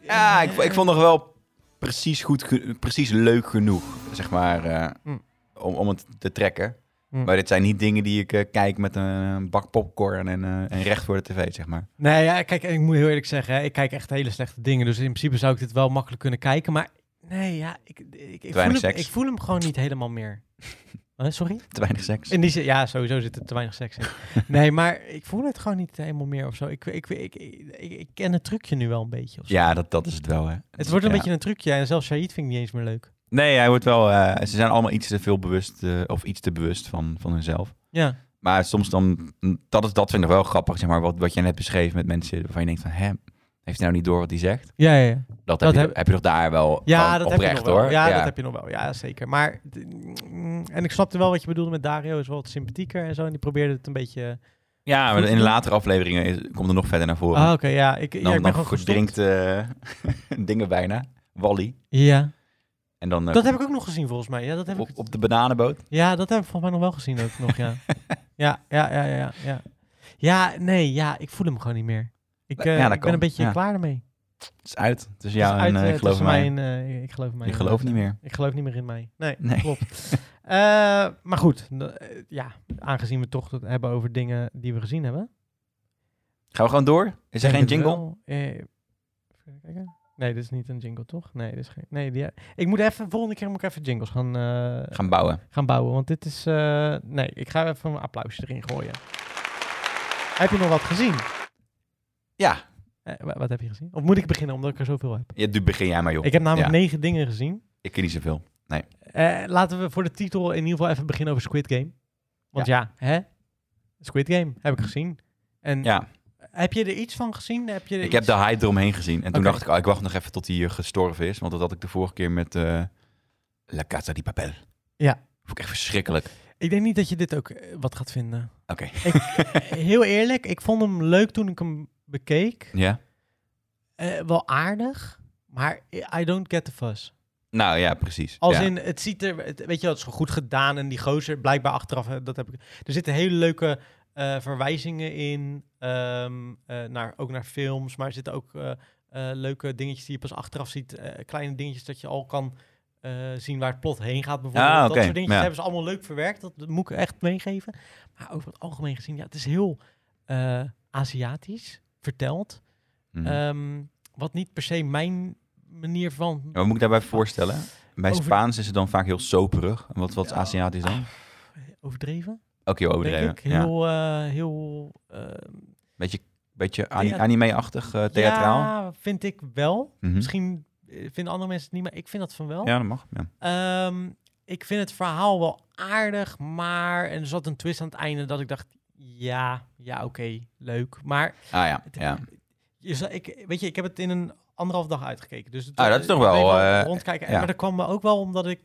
Speaker 1: ja ik, ik vond nog wel precies, goed, ge- precies leuk genoeg, zeg maar, eh,
Speaker 2: Mm.
Speaker 1: om, om het te trekken.
Speaker 2: Mm.
Speaker 1: Maar dit zijn niet dingen die ik eh, kijk met een bak popcorn en, eh, en recht voor de tv, zeg maar.
Speaker 2: Nee, ja, kijk, ik moet heel eerlijk zeggen, hè, ik kijk echt hele slechte dingen. Dus in principe zou ik dit wel makkelijk kunnen kijken. Maar nee, ja, ik, ik, ik, voel,
Speaker 1: weinig
Speaker 2: hem,
Speaker 1: seks.
Speaker 2: ik voel hem gewoon niet helemaal meer. Huh, sorry?
Speaker 1: Te weinig seks.
Speaker 2: In die zin, ja, sowieso zit er te weinig seks in. Nee, maar ik voel het gewoon niet helemaal meer of zo. Ik, ik, ik, ik, ik- ik ken het trucje nu wel een beetje. Of zo.
Speaker 1: Ja, dat, dat is het wel, hè.
Speaker 2: het wordt een
Speaker 1: Ja.
Speaker 2: beetje een trucje. En zelfs Shahid vind ik niet eens meer leuk.
Speaker 1: Nee, hij wordt wel... eh, ze zijn allemaal iets te veel bewust, eh, of iets te bewust van, van hunzelf.
Speaker 2: Ja,
Speaker 1: Maar soms dan... mm, Dat, is, dat vind ik nog wel grappig, zeg maar, wat, wat je net beschreef met mensen... waarvan je denkt van, hè, heeft hij nou niet door wat hij zegt?
Speaker 2: ja, ja. Ja,
Speaker 1: Dat,
Speaker 2: Dat
Speaker 1: heb, je,
Speaker 2: heb-
Speaker 1: heb je toch daar wel
Speaker 2: ja
Speaker 1: gewoon
Speaker 2: dat heb je
Speaker 1: oprecht,
Speaker 2: nog wel.
Speaker 1: hoor.
Speaker 2: Ja, dat heb je nog wel. Ja, zeker. Maar, d- mm, en ik snapte wel wat je bedoelde met Dario. Is wel wat sympathieker en zo. En die probeerde het een beetje...
Speaker 1: Ja, maar in de latere afleveringen is, komt er nog verder naar voren.
Speaker 2: Ah, oké, ja. Ik, ja,
Speaker 1: dan
Speaker 2: ik ben
Speaker 1: dan
Speaker 2: gewoon gestopt.
Speaker 1: verdrinkt eh, dingen bijna. Wally.
Speaker 2: Ja,
Speaker 1: En dan eh,
Speaker 2: dat heb ik ook nog gezien volgens mij. Ja, dat heb ik,
Speaker 1: op, op de bananenboot.
Speaker 2: ja, dat heb ik volgens mij nog wel gezien ook nog, ja. ja, ja, ja, ja, ja. Ja, nee, ja, ik voel hem gewoon niet meer. Ik, eh,
Speaker 1: Ja, dat
Speaker 2: ik ben
Speaker 1: kan,
Speaker 2: een beetje
Speaker 1: ja.
Speaker 2: klaar ermee.
Speaker 1: Het is uit. Dus
Speaker 2: Het
Speaker 1: ja,
Speaker 2: is
Speaker 1: en,
Speaker 2: uit,
Speaker 1: eh,
Speaker 2: eh,
Speaker 1: ik geloof
Speaker 2: tussen
Speaker 1: in mij.
Speaker 2: mij en, eh, ik geloof in mij.
Speaker 1: Je gelooft niet meer.
Speaker 2: Ik geloof niet meer in mij. Nee,
Speaker 1: Nee.
Speaker 2: klopt. Eh, maar goed, n- eh, ja, aangezien we toch het hebben over dingen die we gezien hebben.
Speaker 1: Gaan we gewoon door? Is er
Speaker 2: denk
Speaker 1: geen
Speaker 2: het
Speaker 1: jingle?
Speaker 2: wel. Eh, even kijken. Nee, dit is niet een jingle, toch? Nee, dit is geen... Nee, die, ik moet even... Volgende keer moet ik even jingles gaan, eh,
Speaker 1: Gaan bouwen.
Speaker 2: gaan bouwen. Want dit is... eh, nee, ik ga even een applausje erin gooien. Heb je nog wat gezien?
Speaker 1: Ja.
Speaker 2: Eh, wa- wat heb je gezien? Of moet ik beginnen omdat ik er zoveel heb?
Speaker 1: ja, doe- begin jij maar, joh.
Speaker 2: Ik heb namelijk
Speaker 1: Ja.
Speaker 2: negen dingen gezien.
Speaker 1: Ik ken niet zoveel. Nee.
Speaker 2: Eh, laten we voor de titel in ieder geval even beginnen over Squid Game. Want ja, hè? Squid Game heb ik gezien. En
Speaker 1: Ja,
Speaker 2: heb je er iets van gezien? Heb je er
Speaker 1: ik
Speaker 2: iets-
Speaker 1: heb de hype eromheen gezien. En toen
Speaker 2: Oké.
Speaker 1: dacht ik, oh, ik wacht nog even tot hij eh, gestorven is. Want dat had ik de vorige keer met eh La Casa di Papel.
Speaker 2: Ja.
Speaker 1: Vond ik echt verschrikkelijk.
Speaker 2: Ik denk niet dat je dit ook eh, wat gaat vinden.
Speaker 1: Oké.
Speaker 2: Ik, heel eerlijk, ik vond hem leuk toen ik hem bekeek.
Speaker 1: Ja?
Speaker 2: Eh, wel aardig, maar I don't get the fuss.
Speaker 1: Nou ja, precies.
Speaker 2: Als
Speaker 1: ja.
Speaker 2: in, het ziet er, het- weet je, wel, het is goed gedaan en die gozer, blijkbaar achteraf, eh, dat heb ik. Er zitten hele leuke eh, verwijzingen in, ehm, eh, naar, ook naar films, maar er zitten ook eh, eh, leuke dingetjes die je pas achteraf ziet, eh, kleine dingetjes dat je al kan eh, zien waar het plot heen gaat bijvoorbeeld.
Speaker 1: Ah,
Speaker 2: Dat
Speaker 1: oké,
Speaker 2: soort dingetjes
Speaker 1: ja.
Speaker 2: hebben ze allemaal leuk verwerkt, dat, dat moet ik echt meegeven. Maar over het algemeen gezien, ja, het is heel eh, Aziatisch verteld.
Speaker 1: Mhm.
Speaker 2: Ehm, wat niet per se mijn manier van.
Speaker 1: Ja, Wat moet ik daarbij voorstellen? Bij
Speaker 2: Over-
Speaker 1: Spaans is het dan vaak heel soperig. En wat, wat is
Speaker 2: Ja.
Speaker 1: Aziatisch dan?
Speaker 2: Overdreven,
Speaker 1: Ook heel overdreven.
Speaker 2: denk ik.
Speaker 1: Ja.
Speaker 2: Heel, eh, heel eh,
Speaker 1: Beetje, beetje ani-
Speaker 2: Thea-
Speaker 1: anime-achtig, eh, theatraal. Ja.
Speaker 2: Ja, vind ik wel.
Speaker 1: Mhm.
Speaker 2: Misschien eh, vinden andere mensen het niet, maar ik vind dat van wel.
Speaker 1: dat mag. Ja.
Speaker 2: Ehm, ik vind het verhaal wel aardig, maar... En er zat een twist aan het einde dat ik dacht... Ja, ja, oké, leuk. Maar
Speaker 1: Ah ja,
Speaker 2: Het-
Speaker 1: ja.
Speaker 2: Je zou- ik, weet je, ik heb het in een anderhalf dag uitgekeken. Dus het-
Speaker 1: Ah, dat is toch
Speaker 2: ik bleef
Speaker 1: wel, eh,
Speaker 2: rondkijken.
Speaker 1: ja.
Speaker 2: Maar dat kwam me ook wel omdat ik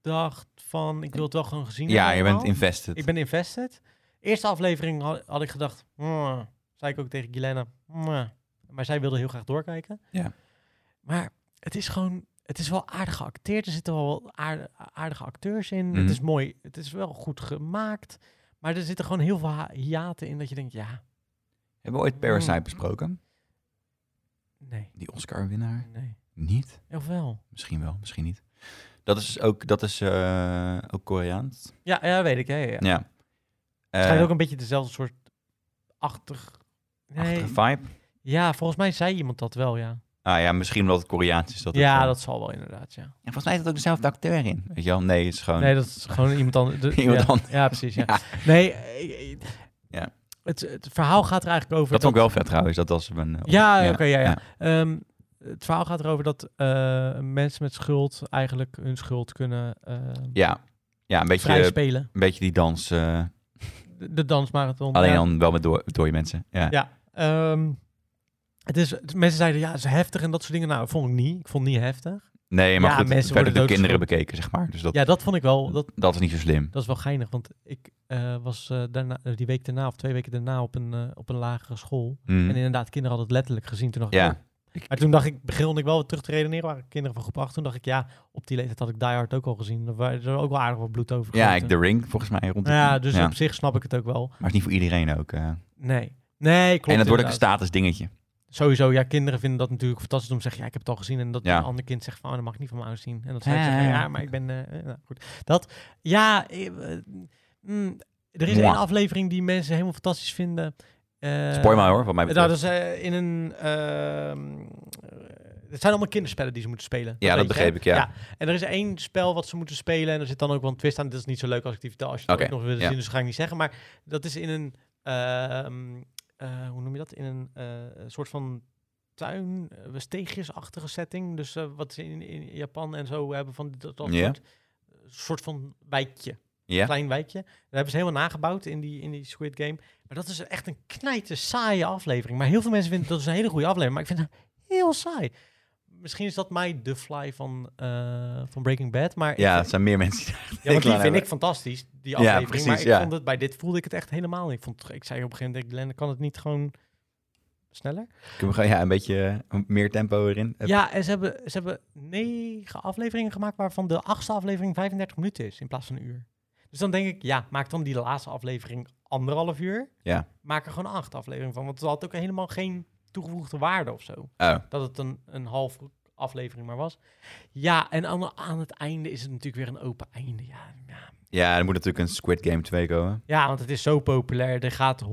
Speaker 2: dacht van... Ik wil het wel gewoon gezien
Speaker 1: ja
Speaker 2: hebben
Speaker 1: je bent
Speaker 2: allemaal.
Speaker 1: invested.
Speaker 2: Ik ben invested. Eerste aflevering had, had ik gedacht... "Mwah." zei ik ook tegen Gilena. "Mwah." Maar zij wilde heel graag doorkijken.
Speaker 1: Ja.
Speaker 2: Maar het is gewoon... Het is wel aardig geacteerd. Er zitten wel wat aard- aardige acteurs in.
Speaker 1: Mhm.
Speaker 2: Het is mooi. Het is wel goed gemaakt. Maar er zitten gewoon heel veel ha- hiaten in dat je denkt... Ja,
Speaker 1: Hebben we ooit Parasite
Speaker 2: Hmm.
Speaker 1: besproken?
Speaker 2: nee,
Speaker 1: Die Oscar-winnaar?
Speaker 2: nee.
Speaker 1: Niet?
Speaker 2: Of wel?
Speaker 1: Misschien wel, misschien niet. Dat is dus ook, dat is, eh, ook Koreaans.
Speaker 2: Ja, ja weet ik. Ja, ja, ja.
Speaker 1: Ja. ja.
Speaker 2: Het schijnt
Speaker 1: Eh,
Speaker 2: ook een beetje dezelfde soort achtig... Nee.
Speaker 1: achtige vibe.
Speaker 2: Ja, volgens mij zei iemand dat wel, ja.
Speaker 1: Ah ja, misschien omdat het Koreaans is. Dat het,
Speaker 2: ja,
Speaker 1: eh,
Speaker 2: dat zal wel inderdaad, ja.
Speaker 1: En volgens mij zit ook dezelfde acteur in. Weet je wel? Nee, het is gewoon...
Speaker 2: Nee, dat is gewoon iemand anders. de-
Speaker 1: Iemand
Speaker 2: ja.
Speaker 1: anders.
Speaker 2: Ja, precies, ja.
Speaker 1: Ja.
Speaker 2: Nee, eh, eh,
Speaker 1: Ja.
Speaker 2: Het, het verhaal gaat er eigenlijk over...
Speaker 1: dat vond ik wel vet trouwens. Dat was mijn... eh,
Speaker 2: Ja, oké, ja, ja. Ehm, het verhaal gaat erover dat eh, mensen met schuld eigenlijk hun schuld kunnen eh
Speaker 1: Ja, ja een, beetje,
Speaker 2: vrij
Speaker 1: een
Speaker 2: spelen.
Speaker 1: beetje die dans. eh,
Speaker 2: De, de dansmarathon.
Speaker 1: alleen
Speaker 2: ja.
Speaker 1: dan wel met doo- dode mensen. Ja.
Speaker 2: Ja. Ehm, het is, het- mensen zeiden ja, het is heftig en dat soort dingen. Nou, dat vond ik niet. Ik vond het niet heftig.
Speaker 1: Nee, maar
Speaker 2: Ja,
Speaker 1: goed,
Speaker 2: mensen
Speaker 1: verder
Speaker 2: worden
Speaker 1: de kinderen bekeken, zeg maar. Dus dat,
Speaker 2: Ja, dat vond ik wel. Dat,
Speaker 1: dat is niet zo slim.
Speaker 2: dat is wel geinig. Want ik eh, was eh, daarna, eh, die week daarna of twee weken daarna op een, eh, op een lagere school.
Speaker 1: Mm.
Speaker 2: En inderdaad, kinderen hadden het letterlijk gezien. Toen dacht ik, oh.
Speaker 1: Ja,
Speaker 2: Maar toen dacht ik, begon ik wel weer terug te redeneren. Waren kinderen van groep 8. Toen dacht ik, ja, op die leeftijd had ik Die Hard ook al gezien. Er waren er ook wel aardig wat bloed over.
Speaker 1: ja
Speaker 2: gegoten.
Speaker 1: ik, The Ring, volgens mij. Rond de-
Speaker 2: ja, dus
Speaker 1: ja.
Speaker 2: op zich snap ik het ook wel.
Speaker 1: Maar het is niet voor iedereen ook. eh.
Speaker 2: Nee. Nee, klopt.
Speaker 1: en het wordt ook een
Speaker 2: inderdaad.
Speaker 1: status dingetje.
Speaker 2: Sowieso, ja, kinderen vinden dat natuurlijk fantastisch om te zeggen, ja, ik heb het al gezien. En dat
Speaker 1: Ja.
Speaker 2: een ander kind zegt van, oh, dat mag ik niet van mijn ouders zien. En dat zij
Speaker 1: Ja,
Speaker 2: zeggen,
Speaker 1: ja,
Speaker 2: ja,
Speaker 1: ja.
Speaker 2: maar ik ben, eh, eh, nou, goed. Dat, ja, eh, eh, mm, er is
Speaker 1: Mwah.
Speaker 2: één aflevering die mensen helemaal fantastisch vinden. Eh,
Speaker 1: Spoil maar hoor, wat mij
Speaker 2: nou,
Speaker 1: betreft.
Speaker 2: dat is eh, in een... ehm, het zijn allemaal kinderspellen die ze moeten spelen.
Speaker 1: ja, dat
Speaker 2: weet je, hè?
Speaker 1: begreep ik, ja.
Speaker 2: En er is één spel wat ze moeten spelen en er zit dan ook wel een twist aan. Dit is niet zo leuk als ik die vertel. Als je het
Speaker 1: Oké,
Speaker 2: ook nog wil
Speaker 1: ja.
Speaker 2: zien, dus ga ik niet zeggen. Maar dat is in een, ehm, eh, hoe noem je dat? In een eh, soort van tuin, eh, steegjesachtige setting. Dus eh, wat ze in, in Japan en zo hebben van dat, dat
Speaker 1: Ja.
Speaker 2: soort, soort van wijkje.
Speaker 1: Ja?
Speaker 2: Klein wijkje. Dat hebben ze helemaal nagebouwd in die, in die Squid Game. Maar dat is echt een knijte saaie aflevering. Maar heel veel mensen vinden dat is een hele goede aflevering. Maar ik vind het heel saai. Misschien is dat mij de fly van, eh, van Breaking Bad. Maar ik
Speaker 1: Ja,
Speaker 2: vind-
Speaker 1: het zijn meer mensen die daar
Speaker 2: ja, want
Speaker 1: hekel
Speaker 2: die
Speaker 1: aan
Speaker 2: vind
Speaker 1: hebben.
Speaker 2: ik fantastisch, die
Speaker 1: Ja,
Speaker 2: aflevering. maar
Speaker 1: precies,
Speaker 2: ik
Speaker 1: ja.
Speaker 2: vond het, bij dit voelde ik het echt helemaal niet. Ik, vond, ik zei op een gegeven moment, Glenn, kan het niet gewoon sneller?
Speaker 1: Kunnen we gewoon, ja, een beetje eh, meer tempo erin. Eh,
Speaker 2: Ja, en ze hebben, ze hebben negen afleveringen gemaakt... waarvan de achtste aflevering 35 minuten is in plaats van een uur. Dus dan denk ik, ja, maak dan die laatste aflevering anderhalf uur.
Speaker 1: Ja.
Speaker 2: Maak er gewoon acht afleveringen van. Want het had ook helemaal geen toegevoegde waarde of zo.
Speaker 1: Oh,
Speaker 2: dat het een, een half aflevering maar was. Ja, en aan, aan het einde is het natuurlijk weer een open einde. Ja, ja.
Speaker 1: ja, er moet natuurlijk een Squid Game 2 komen.
Speaker 2: ja want het is zo populair. Er gaat 100%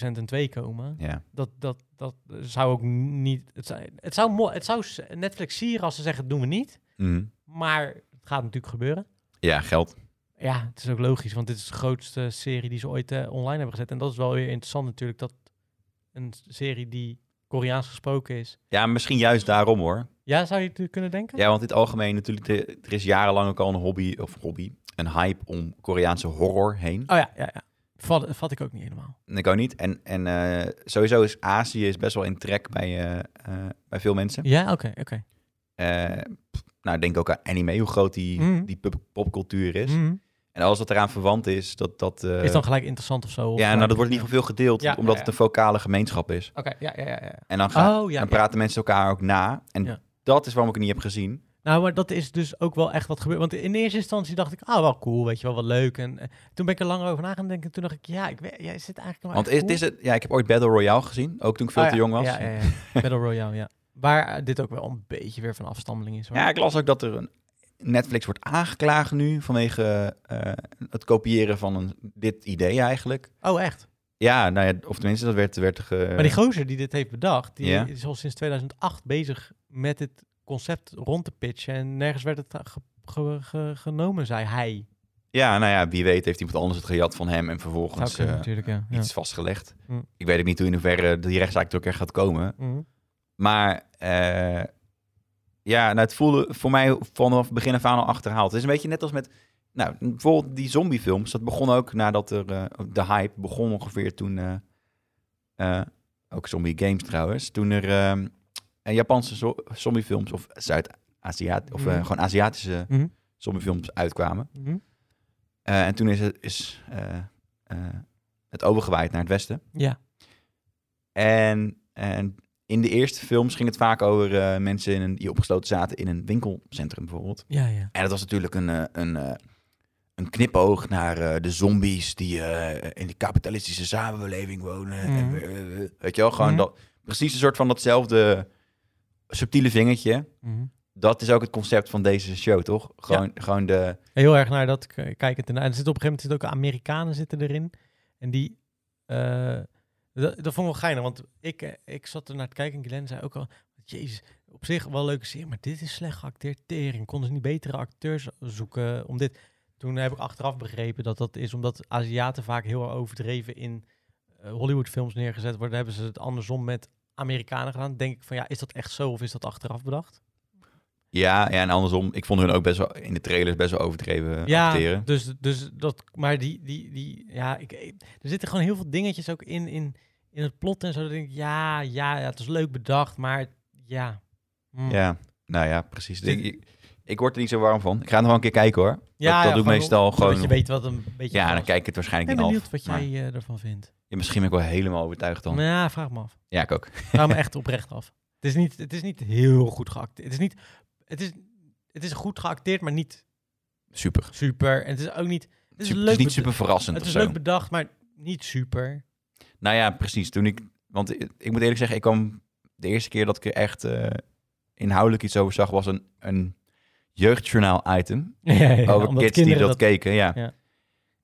Speaker 2: een 2 komen.
Speaker 1: Ja.
Speaker 2: Dat, dat, dat zou ook niet... Het zou, het, zou, mo- het zou s- Netflix sieren als ze zeggen, doen we niet.
Speaker 1: Mhm.
Speaker 2: Maar het gaat natuurlijk gebeuren.
Speaker 1: Ja, geld.
Speaker 2: Ja, het is ook logisch, want dit is de grootste serie die ze ooit eh, online hebben gezet. En dat is wel weer interessant natuurlijk, dat een serie die Koreaans gesproken is...
Speaker 1: Ja, misschien juist daarom hoor.
Speaker 2: Ja, zou je het kunnen denken?
Speaker 1: Ja, want in het algemeen natuurlijk, de- er is jarenlang ook al een hobby, of hobby, een hype om Koreaanse horror heen.
Speaker 2: Oh ja, ja, ja. Vat, vat ik ook niet helemaal.
Speaker 1: En Ik ook niet. En, en eh, sowieso is Azië is best wel in trek bij, eh, eh, bij veel mensen.
Speaker 2: Ja, oké, oké.
Speaker 1: Eh, pff, nou, denk ook aan anime, hoe groot die,
Speaker 2: Mhm.
Speaker 1: die pop- popcultuur is.
Speaker 2: Mhm.
Speaker 1: En alles wat eraan verwant is, dat... dat eh,
Speaker 2: Is dan gelijk interessant of zo? of
Speaker 1: ja, nou,
Speaker 2: gelijk-
Speaker 1: dat wordt in ieder geval veel gedeeld,
Speaker 2: Ja,
Speaker 1: omdat
Speaker 2: ja,
Speaker 1: het een vocale gemeenschap is.
Speaker 2: Oké, ja, ja, ja, ja.
Speaker 1: En dan, gaan,
Speaker 2: Oh, ja,
Speaker 1: dan
Speaker 2: ja.
Speaker 1: praten mensen elkaar ook na. En
Speaker 2: Ja.
Speaker 1: dat is waarom ik het niet heb gezien.
Speaker 2: Nou, maar dat is dus ook wel echt wat gebeurd. Want in eerste instantie dacht ik, ah, wel cool, weet je wel, wat leuk. En eh, toen ben ik er langer over na gaan denken. En toen dacht ik, ja, ik weet, ja, is dit eigenlijk nog
Speaker 1: Want
Speaker 2: echt
Speaker 1: is, het is het, ja, ik heb ooit Battle Royale gezien, ook toen ik veel
Speaker 2: cool?
Speaker 1: te
Speaker 2: Ah,
Speaker 1: jong
Speaker 2: ja,
Speaker 1: was.
Speaker 2: Ja, ja, ja. Battle Royale, ja. Waar eh, dit ook wel een beetje weer van afstammeling is. Hoor.
Speaker 1: Ja, ik las ook dat er een Netflix wordt aangeklaagd nu vanwege eh, het kopiëren van een, dit idee eigenlijk.
Speaker 2: Oh, echt?
Speaker 1: Ja, nou ja, of tenminste, dat werd... werd ge...
Speaker 2: Maar die gozer die dit heeft bedacht, die
Speaker 1: Eh. Ja.
Speaker 2: is al sinds 2008 bezig met dit concept rond te pitchen. En nergens werd het eh, ge- ge- ge- genomen, zei hij.
Speaker 1: Ja, nou ja, wie weet heeft iemand anders het gejat van hem en
Speaker 2: Zou
Speaker 1: vervolgens
Speaker 2: kunnen
Speaker 1: eh,
Speaker 2: natuurlijk, ja. ja.
Speaker 1: iets vastgelegd.
Speaker 2: Hm.
Speaker 1: Ik weet ook niet hoe in hoeverre die rechtszaak er ook echt gaat komen.
Speaker 2: Mhm.
Speaker 1: Maar eh, ja, nou, het voelde voor mij vanaf begin af aan al achterhaald. Het is een beetje net als met, nou, bijvoorbeeld die zombiefilms. Dat begon ook nadat er, eh, de hype begon ongeveer toen, eh, eh, ook zombie games trouwens. Toen er eh, eh, Japanse zo- zombiefilms of Zuid-Aziat, of eh,
Speaker 2: Mhm.
Speaker 1: gewoon Aziatische
Speaker 2: Mhm.
Speaker 1: zombiefilms uitkwamen.
Speaker 2: Mhm.
Speaker 1: Eh, en toen is, het, is eh, eh, het overgewaaid naar het westen.
Speaker 2: Ja.
Speaker 1: En, en in de eerste films ging het vaak over eh, mensen in een, die opgesloten zaten in een winkelcentrum bijvoorbeeld.
Speaker 2: Ja, ja.
Speaker 1: En dat was natuurlijk een, eh, een, eh, een knipoog naar eh, de zombies die eh, in de kapitalistische samenleving wonen.
Speaker 2: Mhm.
Speaker 1: En, eh, eh, weet je wel, gewoon
Speaker 2: Mhm.
Speaker 1: dat, precies een soort van datzelfde subtiele vingertje.
Speaker 2: Mhm.
Speaker 1: Dat is ook het concept van deze show, toch? Gewoon, gewoon de...
Speaker 2: Heel erg naar dat k- kijkend. En er zit op een gegeven moment zitten ook Amerikanen zitten erin. En die... eh, dat, dat vond ik wel geinig, want ik, eh, ik zat er naar te kijken en Glenn zei ook al... Jezus, op zich wel een leuke serie, maar dit is slecht geacteerd. Tering, konden ze niet betere acteurs zoeken om dit... Toen heb ik achteraf begrepen dat dat is omdat Aziaten vaak heel overdreven in eh, Hollywoodfilms neergezet worden. Hebben ze het andersom met Amerikanen gedaan. Denk ik van ja, is dat echt zo of is dat achteraf bedacht?
Speaker 1: Ja, ja, en andersom, ik vond hun ook best wel in de trailers best wel overdreven eh, acteren.
Speaker 2: dus, dus dat, maar die, die, die, ja, ik, ik- er zitten gewoon heel veel dingetjes ook in, in, in het plot en zo. Dan denk ik, ja, ja, ja, het is leuk bedacht, maar ja. Hm.
Speaker 1: Ja, nou ja, precies. Ik, ik, ik word er niet zo warm van. Ik ga nog wel een keer kijken hoor.
Speaker 2: ja,
Speaker 1: dat
Speaker 2: ja,
Speaker 1: doe ik meestal
Speaker 2: Zodat je
Speaker 1: gewoon.
Speaker 2: weet wat een beetje.
Speaker 1: Ja,
Speaker 2: van
Speaker 1: dan
Speaker 2: is.
Speaker 1: kijk ik het waarschijnlijk
Speaker 2: Ik
Speaker 1: niet
Speaker 2: ben
Speaker 1: af.
Speaker 2: benieuwd wat
Speaker 1: maar-
Speaker 2: jij eh, ervan vindt.
Speaker 1: Ja, misschien ben ik wel helemaal overtuigd dan.
Speaker 2: Maar ja, vraag me af.
Speaker 1: Ja, ik ook.
Speaker 2: Vraag me echt oprecht af. Het is niet, het is niet heel goed geacteerd. Het is niet, het is, het is goed geacteerd, maar niet
Speaker 1: Super. Super-
Speaker 2: super. En het is ook niet, het
Speaker 1: Het
Speaker 2: is
Speaker 1: is,
Speaker 2: leuk.
Speaker 1: niet
Speaker 2: beda-
Speaker 1: super verrassend
Speaker 2: het
Speaker 1: of
Speaker 2: is
Speaker 1: zo.
Speaker 2: leuk bedacht, maar niet super.
Speaker 1: Nou ja, precies. Toen ik, want ik, ik moet eerlijk zeggen, ik kwam de eerste keer dat ik er echt eh, inhoudelijk iets over zag, was een, een jeugdjournaal-item.
Speaker 2: Ja, ja, ja,
Speaker 1: over
Speaker 2: omdat
Speaker 1: kids die dat,
Speaker 2: kinderen
Speaker 1: keken, ja.
Speaker 2: Ja.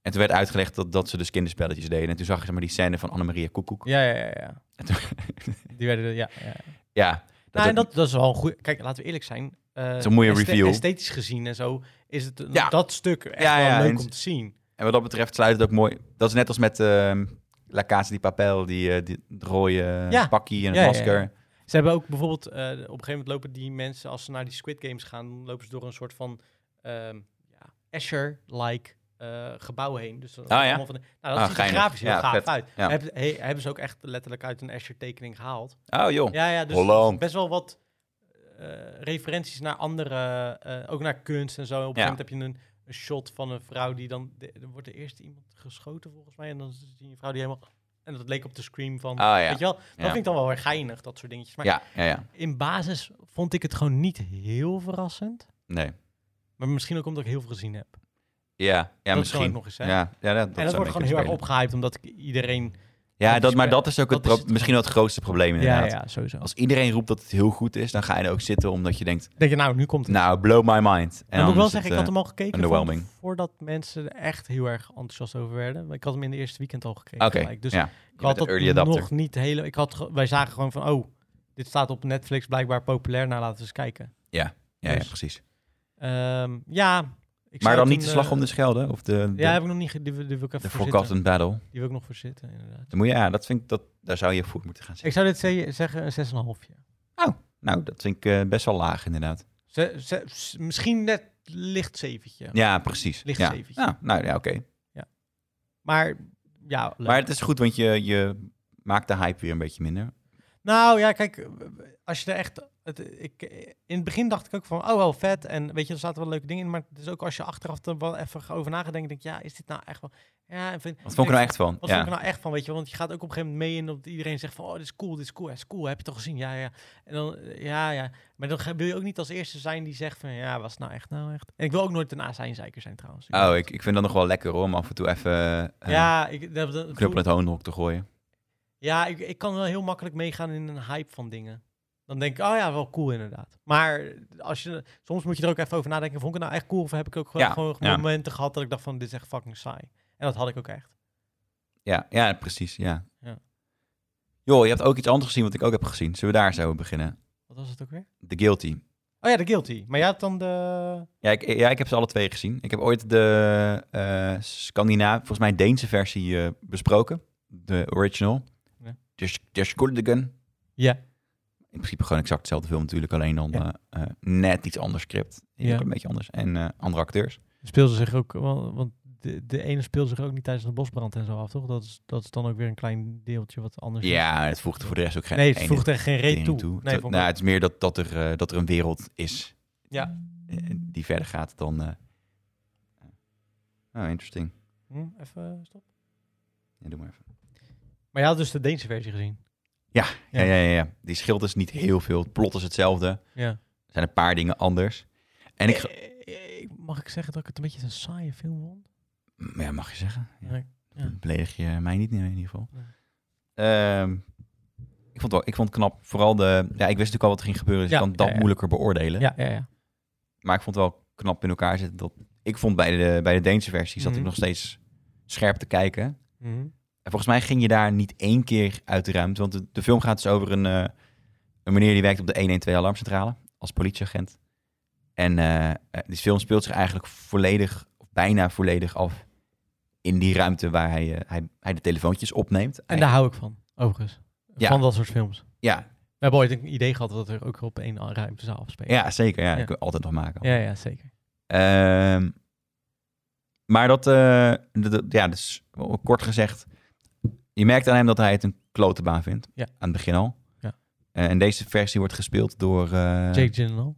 Speaker 1: En toen werd uitgelegd dat, dat ze dus kinderspelletjes deden. En toen zag je zeg maar, die scène van Annemaria Koekoek.
Speaker 2: Ja, ja, ja. ja.
Speaker 1: En toen-
Speaker 2: Die werden, ja. ja.
Speaker 1: Ja,
Speaker 2: nou, en
Speaker 1: ook-
Speaker 2: dat, dat is wel een goede. Kijk, laten we eerlijk zijn. eh,
Speaker 1: is een mooie
Speaker 2: este-
Speaker 1: review.
Speaker 2: Esthetisch gezien en zo is het
Speaker 1: Ja.
Speaker 2: dat stuk echt
Speaker 1: Ja,
Speaker 2: wel
Speaker 1: ja,
Speaker 2: leuk
Speaker 1: en-
Speaker 2: om te zien.
Speaker 1: En wat dat betreft sluit het ook mooi. Dat is net als met ehm La Casa di Papel, die, eh, die het rode eh,
Speaker 2: Ja.
Speaker 1: pakkie en het
Speaker 2: Ja, ja,
Speaker 1: masker.
Speaker 2: ja. Ze hebben ook bijvoorbeeld, eh, op een gegeven moment lopen die mensen, als ze naar die Squid Games gaan, dan lopen ze door een soort van ehm ja, Asher-like eh, gebouw heen. Dus dan
Speaker 1: ja?
Speaker 2: allemaal van de- nou, dat
Speaker 1: Ah,
Speaker 2: ziet er
Speaker 1: geinig.
Speaker 2: grafisch heel
Speaker 1: Ja,
Speaker 2: gaaf
Speaker 1: vet.
Speaker 2: uit.
Speaker 1: Ja.
Speaker 2: Hebben, he- hebben ze ook echt letterlijk uit een Asher-tekening gehaald.
Speaker 1: Oh joh.
Speaker 2: Ja, ja, dus
Speaker 1: Holland.
Speaker 2: best wel wat eh, referenties naar andere, eh, ook naar kunst en zo. Op
Speaker 1: Ja.
Speaker 2: een gegeven moment heb je een, een shot van een vrouw die dan, de- er wordt er eerst iemand geschoten volgens mij. En dan zie je een vrouw die helemaal, en dat leek op de scream van,
Speaker 1: Ah, ja.
Speaker 2: weet je wel. Dat
Speaker 1: Ja.
Speaker 2: vind ik dan wel weer geinig, dat soort dingetjes. Maar
Speaker 1: Ja, ja, ja.
Speaker 2: in basis vond ik het gewoon niet heel verrassend.
Speaker 1: Nee.
Speaker 2: Maar misschien ook omdat ik heel veel gezien heb.
Speaker 1: Ja, ja
Speaker 2: kan
Speaker 1: misschien.
Speaker 2: ook nog eens zijn.
Speaker 1: Ja, ja, dat,
Speaker 2: en dat
Speaker 1: zou
Speaker 2: wordt
Speaker 1: mee
Speaker 2: gewoon heel erg
Speaker 1: kunnen spelen.
Speaker 2: opgehyped, omdat ik iedereen...
Speaker 1: Ja, dat, maar dat is ook
Speaker 2: Dat
Speaker 1: het pro-
Speaker 2: is het-
Speaker 1: misschien wel het grootste probleem
Speaker 2: Ja,
Speaker 1: inderdaad.
Speaker 2: ja, sowieso.
Speaker 1: Als iedereen roept dat het heel goed is, dan ga je er ook zitten omdat je denkt,
Speaker 2: Denk je, nou, nu komt het.
Speaker 1: nou, blow my mind. En
Speaker 2: En moet ik wel
Speaker 1: is
Speaker 2: zeggen,
Speaker 1: het, eh,
Speaker 2: ik had hem al gekeken
Speaker 1: underwhelming.
Speaker 2: van- voordat mensen er echt heel erg enthousiast over werden. Maar Ik had hem in de eerste weekend al gekeken.
Speaker 1: Oké,
Speaker 2: gelijk. Dus
Speaker 1: ja.
Speaker 2: ik
Speaker 1: bent
Speaker 2: had
Speaker 1: een
Speaker 2: dat
Speaker 1: early adapter.
Speaker 2: nog niet heel... Ik had, ge- wij zagen gewoon van, oh, dit staat op Netflix blijkbaar populair. Nou, laten we eens kijken.
Speaker 1: Ja, ja,
Speaker 2: dus-
Speaker 1: precies.
Speaker 2: Ehm, ja. Ik
Speaker 1: Maar
Speaker 2: zou
Speaker 1: dan
Speaker 2: toen,
Speaker 1: niet de slag
Speaker 2: eh,
Speaker 1: om de Schelde of de, de,
Speaker 2: Ja, heb ik nog niet... ge- Die, wil- die wil ik
Speaker 1: de
Speaker 2: even voor zitten.
Speaker 1: Forgotten Battle.
Speaker 2: Die wil ik nog voor zitten, inderdaad.
Speaker 1: Dan moet je, ja, dat vind ik, dat, daar zou je voor moeten gaan
Speaker 2: Ik
Speaker 1: zitten.
Speaker 2: zou dit ze- zeggen een 6,5.
Speaker 1: Oh, Nou, dat vind ik eh, best wel laag inderdaad.
Speaker 2: Ze, ze- s- misschien net licht zeventje.
Speaker 1: Ja, precies.
Speaker 2: Licht
Speaker 1: ja.
Speaker 2: zeventje.
Speaker 1: Ja, nou ja, oké.
Speaker 2: Maar ja, leuk.
Speaker 1: Maar het is goed, want je, je maakt de hype weer een beetje minder.
Speaker 2: Nou ja, kijk, als je er echt. Het, ik, in het begin dacht ik ook van, oh wel vet. En weet je, er zaten wel leuke dingen in. Maar het is ook als je achteraf er wel even over nagedacht, denk ik, ja, is dit nou echt wel. Ja, en vind,
Speaker 1: Wat vond ik er nou echt van?
Speaker 2: Wat
Speaker 1: ja.
Speaker 2: vond ik er nou echt van, weet je? Want je gaat ook op een gegeven moment mee in dat iedereen zegt van... oh, dit is cool, dit is cool, ja, dit is cool, heb je toch gezien? Ja, ja. En dan, eh, ja, ja. Maar dan ga- wil je ook niet als eerste zijn die zegt van... ja, was het nou echt, nou echt? En ik wil ook nooit een azijnzeiker zijn trouwens. Ik-
Speaker 1: Oh, ik, ik vind dat nog wel lekker hoor, om af en toe even eh,
Speaker 2: nou- ja, ik, dat, dat-
Speaker 1: knuppel in het hoonhok te gooien.
Speaker 2: ja ik, ik kan wel heel makkelijk meegaan in een hype van dingen. Dan denk ik, oh ja, wel cool inderdaad. Maar als je, soms moet je er ook even over nadenken... vond ik het nou echt cool of heb ik ook gewoon,
Speaker 1: Ja,
Speaker 2: gewoon
Speaker 1: ja.
Speaker 2: momenten gehad... dat ik dacht van, dit is echt fucking saai. En dat had ik ook echt.
Speaker 1: Ja, ja precies, ja.
Speaker 2: Ja.
Speaker 1: Joh, je hebt ook iets anders gezien wat ik ook heb gezien. Zullen we daar zo beginnen?
Speaker 2: Wat was het ook weer?
Speaker 1: The Guilty.
Speaker 2: Oh ja, de Guilty. Maar jij had dan de...
Speaker 1: Ja ik, ja, ik heb ze alle twee gezien. Ik heb ooit de eh Scandinavische, volgens mij Deense versie eh, besproken. De original.
Speaker 2: Ja.
Speaker 1: Dus Dus Kuldigen.
Speaker 2: Ja.
Speaker 1: In principe gewoon exact dezelfde film natuurlijk. Alleen dan
Speaker 2: Ja.
Speaker 1: eh, eh, net iets anders script.
Speaker 2: Ja.
Speaker 1: Ja. Een beetje anders. En eh, andere acteurs.
Speaker 2: Speelde zich ook, wa- want de, de ene speelde zich ook niet tijdens de bosbrand en zo af, toch? Dat is, dat is dan ook weer een klein deeltje wat anders is.
Speaker 1: Ja, het voegt voor de rest ook geen
Speaker 2: Nee, het
Speaker 1: ene
Speaker 2: voegt echt geen reet
Speaker 1: ding
Speaker 2: toe.
Speaker 1: toe.
Speaker 2: Nee,
Speaker 1: Dat-
Speaker 2: vond ik
Speaker 1: nou,
Speaker 2: ook.
Speaker 1: het is meer dat, dat, er, eh, dat er een wereld is
Speaker 2: Ja.
Speaker 1: eh, die verder gaat dan... eh, Oh, interesting.
Speaker 2: Hm, even stop.
Speaker 1: Ja, doe maar even.
Speaker 2: Maar je had dus de Deense versie gezien.
Speaker 1: Ja. Ja, ja, ja. Die scheelt dus niet heel veel. Het plot is hetzelfde.
Speaker 2: Ja.
Speaker 1: Er zijn een paar dingen anders. En ik... ge-
Speaker 2: Eh, eh, mag ik zeggen dat ik het een beetje een saaie film vond?
Speaker 1: Ja, mag je zeggen. Ja.
Speaker 2: Nee, ja.
Speaker 1: Beledig je mij niet in ieder geval.
Speaker 2: Nee.
Speaker 1: Ehm, ik, vond wel, ik vond het knap. Vooral de... Ja, ik wist natuurlijk al wat er ging gebeuren. Dus
Speaker 2: Ja,
Speaker 1: ik kan dat
Speaker 2: ja, ja.
Speaker 1: moeilijker beoordelen.
Speaker 2: Ja, ja, ja.
Speaker 1: Maar ik vond het wel knap in elkaar zitten. Dat, ik vond bij de, bij de Deense versie zat
Speaker 2: Mhm.
Speaker 1: ik nog steeds scherp te kijken. En volgens mij ging je daar niet één keer uit de ruimte. Want de, de film gaat dus over een, eh, een meneer die werkt op de 112-alarmcentrale als politieagent. En eh, eh, die film speelt zich eigenlijk volledig, of bijna volledig af in die ruimte waar hij, eh, hij, hij de telefoontjes opneemt.
Speaker 2: En daar hou ik van, overigens.
Speaker 1: Ja.
Speaker 2: Van dat soort films.
Speaker 1: Ja,
Speaker 2: We hebben ooit een idee gehad dat er ook op één ruimte zou afspelen.
Speaker 1: ja, zeker. Ja,
Speaker 2: Ja.
Speaker 1: Dat kun je altijd nog maken.
Speaker 2: ja, ja, zeker.
Speaker 1: Ehm, maar dat, eh, dat- dat- ja, dus kort gezegd, je merkt aan hem dat hij het een klote baan vindt.
Speaker 2: Ja.
Speaker 1: Aan het begin al.
Speaker 2: Ja.
Speaker 1: Eh, en deze versie wordt gespeeld door, eh,
Speaker 2: Jake Gyllenhaal.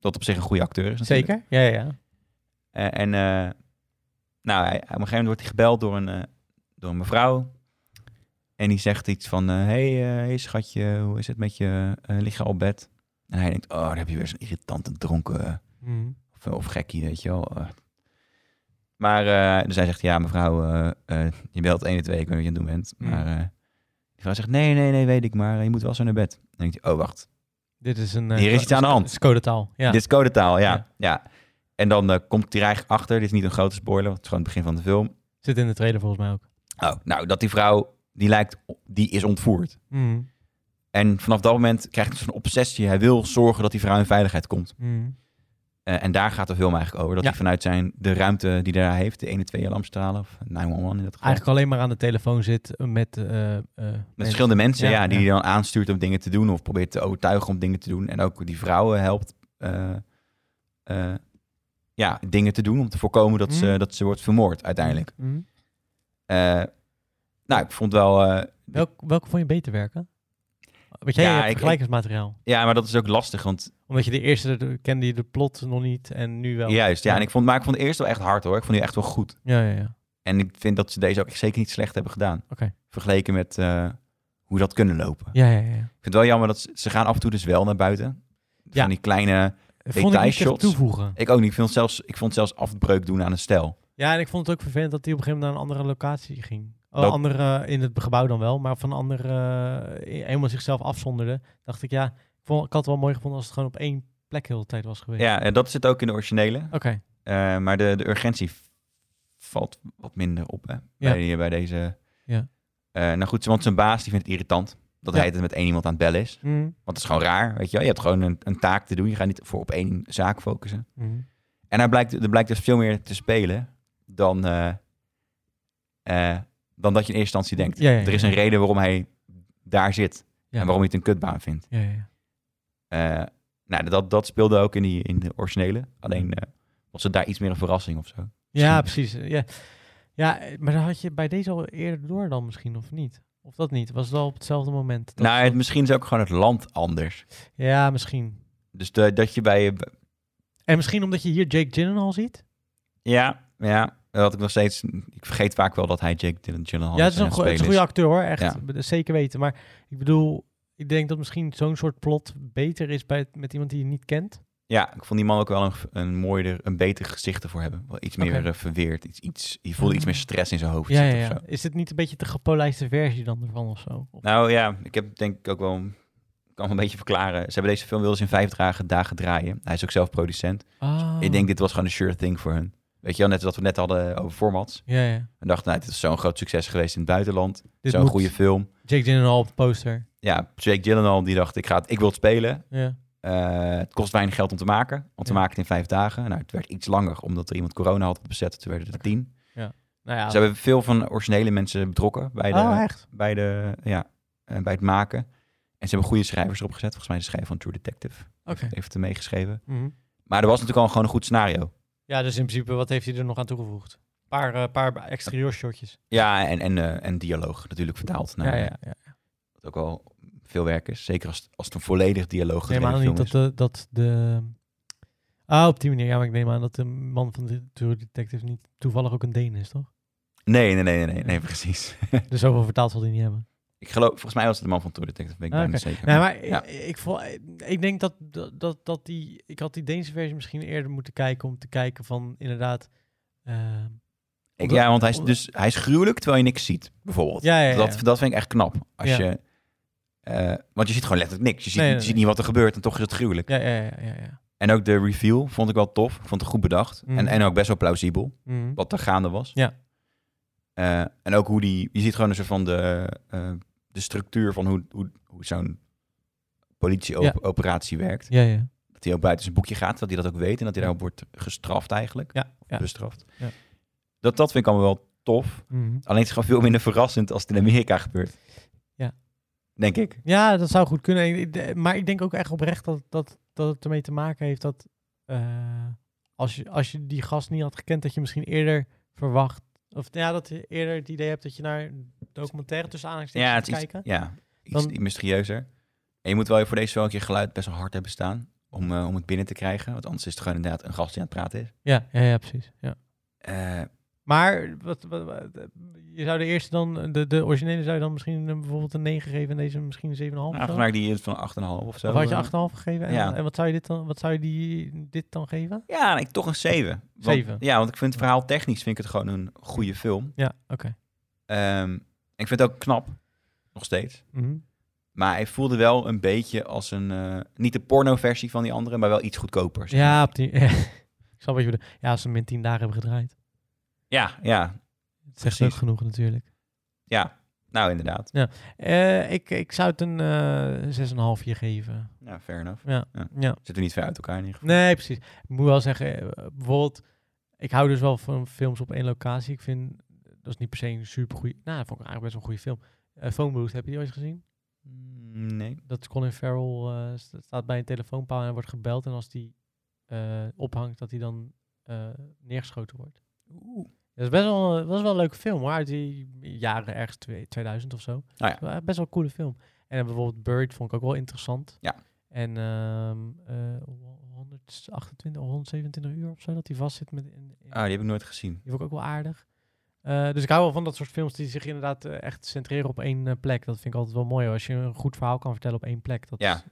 Speaker 1: dat op zich een goede acteur is natuurlijk.
Speaker 2: Zeker? Ja, ja, ja.
Speaker 1: Eh, en eh, nou, hij, op een gegeven moment wordt hij gebeld door een, eh, door een mevrouw. En die zegt iets van, hé hey, eh, hey schatje, hoe is het met je? eh lig je al op bed? En hij denkt, oh, dan heb je weer zo'n irritante dronken...
Speaker 2: Mhm.
Speaker 1: Of, of gekkie, weet je wel. eh. Maar eh, dus hij zegt, ja mevrouw, eh, eh, je belt 1 en 2, ik weet niet wat je aan het doen bent.
Speaker 2: Mm.
Speaker 1: Maar eh, die vrouw zegt, nee, nee, nee, weet ik, maar eh, je moet wel zo naar bed. Dan denkt hij, oh wacht,
Speaker 2: Dit is een... eh,
Speaker 1: Hier is iets aan de hand.
Speaker 2: Het is codetaal, ja.
Speaker 1: dit is codetaal, ja.
Speaker 2: Ja.
Speaker 1: ja. En dan eh, komt hij er eigenlijk achter, dit is niet een grote spoiler, want het is gewoon het begin van de film.
Speaker 2: Zit in de trailer volgens mij ook.
Speaker 1: Oh, nou, dat die vrouw, die lijkt, die is ontvoerd.
Speaker 2: Mhm.
Speaker 1: En vanaf dat moment krijgt hij zo'n obsessie. Hij wil zorgen dat die vrouw in veiligheid komt.
Speaker 2: Mhm.
Speaker 1: Eh, en daar gaat de film eigenlijk over. Dat
Speaker 2: Ja.
Speaker 1: hij vanuit zijn, de ruimte die hij daar heeft, de 1 2 alarmstralen, of 911 in dat geval.
Speaker 2: Eigenlijk alleen maar aan de telefoon zit met... eh, eh,
Speaker 1: Met
Speaker 2: mensen.
Speaker 1: verschillende mensen,
Speaker 2: Ja,
Speaker 1: ja, die
Speaker 2: ja.
Speaker 1: je dan aanstuurt om dingen te doen of probeert te overtuigen om dingen te doen. En ook die vrouwen helpt eh, eh, ja, dingen te doen om te voorkomen dat, ze,
Speaker 2: Mhm.
Speaker 1: dat ze wordt vermoord uiteindelijk.
Speaker 2: Mhm.
Speaker 1: Eh, nou, ik vond wel... eh,
Speaker 2: Welk, welke vond je beter werken? Want jij
Speaker 1: Ja,
Speaker 2: hebt
Speaker 1: ik-
Speaker 2: vergelijkingsmateriaal.
Speaker 1: ja, maar dat is ook lastig, want
Speaker 2: Omdat je de eerste de- kende je de plot nog niet en nu wel.
Speaker 1: juist, ja.
Speaker 2: Ja.
Speaker 1: En ik vond, maar ik vond de eerste wel echt hard hoor. Ik vond die echt wel goed.
Speaker 2: ja, ja. ja.
Speaker 1: En ik vind dat ze deze ook echt zeker niet slecht hebben gedaan.
Speaker 2: Oké.
Speaker 1: Vergeleken met eh, hoe dat kunnen lopen.
Speaker 2: ja, ja, ja.
Speaker 1: Ik vind het wel jammer dat ze, ze gaan af en toe dus wel naar buiten.
Speaker 2: Ja.
Speaker 1: Van die kleine...
Speaker 2: Vond ik niet echt
Speaker 1: Detailshots.
Speaker 2: toevoegen.
Speaker 1: Ik ook niet. Ik vond zelfs, ik vond zelfs afbreuk doen aan een stijl.
Speaker 2: Ja, en ik vond het ook vervelend dat hij op een gegeven moment naar een andere locatie ging. Oh,
Speaker 1: Dat-
Speaker 2: andere in het gebouw dan wel, maar van een andere eh, helemaal zichzelf afzonderde. Dacht ik, ja, ik, vond, ik had het wel mooi gevonden als het gewoon op één plek heel de tijd was geweest.
Speaker 1: Ja, en dat zit ook in de originele.
Speaker 2: Oké.
Speaker 1: Eh, maar de, de urgentie v- valt wat minder op hè? Bij, die- bij deze.
Speaker 2: Ja.
Speaker 1: Eh, nou goed, want zijn baas die vindt het irritant dat
Speaker 2: Ja.
Speaker 1: hij het met één iemand aan het bellen is.
Speaker 2: Mhm.
Speaker 1: Want het is gewoon raar, weet je wel. Je hebt gewoon een, een taak te doen. Je gaat niet voor op één zaak focussen. En hij blijkt, er blijkt dus veel meer te spelen dan, eh, eh, dan dat je in eerste instantie denkt.
Speaker 2: Ja, ja, ja,
Speaker 1: Er is een
Speaker 2: ja.
Speaker 1: reden waarom hij daar zit
Speaker 2: Ja.
Speaker 1: en waarom hij het een kutbaan vindt.
Speaker 2: Ja, ja, ja.
Speaker 1: Eh, nou, dat, dat speelde ook in, die, in de originele. Alleen eh, was het daar iets meer een verrassing of zo.
Speaker 2: Ja, precies. eh, Ja. ja, eh, maar dan had je bij deze al eerder door dan misschien, of niet? Of dat niet? Was het al op hetzelfde moment? Dat-
Speaker 1: nou, het, misschien is ook gewoon het land anders.
Speaker 2: Ja, misschien.
Speaker 1: Dus de- dat je bij...
Speaker 2: En misschien omdat je hier Jake Gyllenhaal ziet?
Speaker 1: Ja, ja. Dat ik nog steeds... Ik vergeet vaak wel dat hij Jake Gyllenhaal
Speaker 2: ja, het is
Speaker 1: aan
Speaker 2: een, go- het
Speaker 1: spelen
Speaker 2: is een goede acteur hoor, echt.
Speaker 1: Ja.
Speaker 2: B- Zeker weten. Maar ik bedoel, ik denk dat misschien zo'n soort plot beter is bij, het- met iemand die je niet kent.
Speaker 1: Ja, ik vond die man ook wel een, een mooier, een beter gezicht ervoor hebben. Wel iets meer
Speaker 2: Oké.
Speaker 1: eh, verweerd. Iets, iets, je voelde iets meer stress in zijn hoofd.
Speaker 2: Ja, ja,
Speaker 1: zitten of zo.
Speaker 2: ja. Is dit niet een beetje de gepolijste versie dan ervan of zo? Of-
Speaker 1: Nou ja, ik heb denk ik ook wel... Ik kan wel een beetje verklaren. Ze hebben deze film wel eens in vijf dagen, dagen draaien. Hij is ook zelf producent.
Speaker 2: Ah.
Speaker 1: Ik denk dit was gewoon een sure thing voor hun. Weet je wel, net als wat we net hadden over formats.
Speaker 2: Ja, ja.
Speaker 1: En dachten, nou, dit is zo'n groot succes geweest in het buitenland.
Speaker 2: Dit
Speaker 1: Zo'n
Speaker 2: moet
Speaker 1: goede film.
Speaker 2: Jake Gyllenhaal op het poster.
Speaker 1: Ja, Jake Gyllenhaal die dacht, ik, ga het, ik wil het spelen.
Speaker 2: Ja.
Speaker 1: Eh, het kost weinig geld om te maken. Want we
Speaker 2: Ja.
Speaker 1: maken het in vijf dagen. Nou, het werd iets langer, omdat er iemand corona had bezet. Toen werden het er tien.
Speaker 2: Nou ja.
Speaker 1: Ze hebben veel van originele mensen betrokken bij, de,
Speaker 2: Oh, echt?
Speaker 1: bij, de, ja, eh, bij het maken. En ze hebben goede schrijvers erop gezet. Volgens mij de schrijver van True Detective
Speaker 2: Oké.
Speaker 1: heeft er meegeschreven.
Speaker 2: Mhm.
Speaker 1: Maar er was natuurlijk al gewoon een goed scenario.
Speaker 2: Ja, dus in principe, wat heeft hij er nog aan toegevoegd? Een paar, eh, paar exterieur shotjes.
Speaker 1: Ja, en, en, eh, en dialoog natuurlijk vertaald. Nou, ja,
Speaker 2: ja.
Speaker 1: Wat ook wel veel werk is. Zeker als, als het een volledig dialoog
Speaker 2: Ik neem aan
Speaker 1: gedreven
Speaker 2: niet
Speaker 1: film
Speaker 2: dat
Speaker 1: is.
Speaker 2: de, dat de... Ah, op die manier. Ja, maar ik neem aan dat de man van de True Detective niet toevallig ook een Deen is, toch?
Speaker 1: Nee, nee, nee, nee, nee, nee, precies.
Speaker 2: Dus zoveel vertaald zal hij niet hebben.
Speaker 1: Ik geloof, volgens mij was het de man van True Detective. Ben ik
Speaker 2: Ah,
Speaker 1: bijna
Speaker 2: oké.
Speaker 1: zeker.
Speaker 2: Nee, maar
Speaker 1: ja.
Speaker 2: ik, ik, vo- ik denk dat, dat, dat, dat die... Ik had die Deense versie misschien eerder moeten kijken om te kijken van inderdaad... eh,
Speaker 1: Ik-
Speaker 2: Omdat-
Speaker 1: ja, want hij is,
Speaker 2: omdat-
Speaker 1: dus, hij is gruwelijk terwijl je niks ziet, bijvoorbeeld.
Speaker 2: Ja, ja, ja.
Speaker 1: Dat, dat vind ik echt knap. Als
Speaker 2: Ja.
Speaker 1: je, eh, want je ziet gewoon letterlijk niks. Je ziet,
Speaker 2: Nee, nee,
Speaker 1: je ziet
Speaker 2: nee.
Speaker 1: niet wat er gebeurt en toch is het gruwelijk.
Speaker 2: ja, ja, ja, ja. ja.
Speaker 1: En ook de reveal vond ik wel tof. Ik vond het goed bedacht.
Speaker 2: Mhm.
Speaker 1: En, en ook best wel plausibel
Speaker 2: Mhm.
Speaker 1: wat er gaande was.
Speaker 2: Ja.
Speaker 1: Eh, en ook hoe die... Je ziet gewoon een soort van de, eh, de structuur van hoe, hoe, hoe zo'n politieoperatie werkt.
Speaker 2: Ja, ja.
Speaker 1: Dat hij ook buiten zijn boekje gaat, dat hij dat ook weet. En dat hij daarop wordt gestraft eigenlijk.
Speaker 2: Ja, ja.
Speaker 1: Bestraft.
Speaker 2: Ja.
Speaker 1: Dat, dat vind ik allemaal wel tof.
Speaker 2: Mhm.
Speaker 1: Alleen het is gewoon veel minder verrassend als het in Amerika gebeurt.
Speaker 2: Ja.
Speaker 1: Denk ik.
Speaker 2: Ja, dat zou goed kunnen. Ik- ik de- Maar ik denk ook echt oprecht dat, dat, dat het ermee te maken heeft dat eh, als, je, als je die gast niet had gekend, dat je misschien eerder verwacht. Of ja, dat je eerder het idee hebt dat je naar documentaire tussen
Speaker 1: Ja,
Speaker 2: aanhalingstekens
Speaker 1: het
Speaker 2: gaat
Speaker 1: is iets,
Speaker 2: kijken.
Speaker 1: ja, iets
Speaker 2: Dan-
Speaker 1: iets mysterieuzer. En je moet wel voor deze wel een keer geluid best wel hard hebben staan om, eh, om het binnen te krijgen. Want anders is het gewoon inderdaad een gast die aan het praten is.
Speaker 2: Ja, ja, ja, precies. Ja.
Speaker 1: Eh,
Speaker 2: Maar wat, wat, wat- eh, je zou de eerste dan, de, de originele zou je dan misschien eh, bijvoorbeeld een 9 geven en deze misschien een 7,5 of zo?
Speaker 1: aangemaakt die is van 8,5 of zo.
Speaker 2: Of had
Speaker 1: eh.
Speaker 2: je 8,5 gegeven? En,
Speaker 1: Ja.
Speaker 2: en wat zou je dit dan, wat zou je die, dit dan geven?
Speaker 1: Ja, nee, toch een 7. Want,
Speaker 2: Zeven.
Speaker 1: Ja, want ik vind het verhaal technisch vind ik het gewoon een goede film.
Speaker 2: Ja, oké.
Speaker 1: Ehm, ik vind het ook knap, nog steeds.
Speaker 2: Mhm.
Speaker 1: Maar hij voelde wel een beetje als een... eh, niet de porno-versie van die andere, maar wel iets goedkoper. zeg
Speaker 2: Ja, op die, ik snap wat je bedoelt. Ja, als ze min 10 dagen hebben gedraaid.
Speaker 1: Ja, ja,
Speaker 2: Het zegt ook
Speaker 1: Precies.
Speaker 2: genoeg natuurlijk.
Speaker 1: ja. Nou, inderdaad.
Speaker 2: Eh, ik, ik zou het een eh 6,5 hier geven.
Speaker 1: Nou, fair enough.
Speaker 2: Ja.
Speaker 1: Zitten we niet ver uit elkaar in ieder geval.
Speaker 2: Nee, precies. Ik moet wel zeggen, eh, bijvoorbeeld, ik hou dus wel van films op één locatie. Ik vind, dat is niet per se een supergoeie... Nou, dat vond ik eigenlijk best wel een goede film. Eh Phone Booth, heb je die ooit gezien?
Speaker 1: Mm, Nee.
Speaker 2: Dat Colin Farrell eh, st- staat bij een telefoonpaal en hij wordt gebeld. En als die eh, ophangt, dat hij dan eh, neergeschoten wordt. Dat is best wel, eh, dat was wel een leuke film, hoor. Uit die jaren ergens twee- 2000 of zo.
Speaker 1: Oh ja.
Speaker 2: Wel, eh, Best wel een coole film. En dan bijvoorbeeld Bird vond ik ook wel interessant.
Speaker 1: Ja.
Speaker 2: En ehm eh 128 of 127 uur of zo, dat hij vastzit met... In, in-
Speaker 1: Ah, die heb ik nooit gezien.
Speaker 2: Die vond ik ook wel aardig. Eh, dus ik hou wel van dat soort films die zich inderdaad eh, echt centreren op één eh, plek. Dat vind ik altijd wel mooi. hoor. Als je een goed verhaal kan vertellen op één plek, dat
Speaker 1: Ja.
Speaker 2: is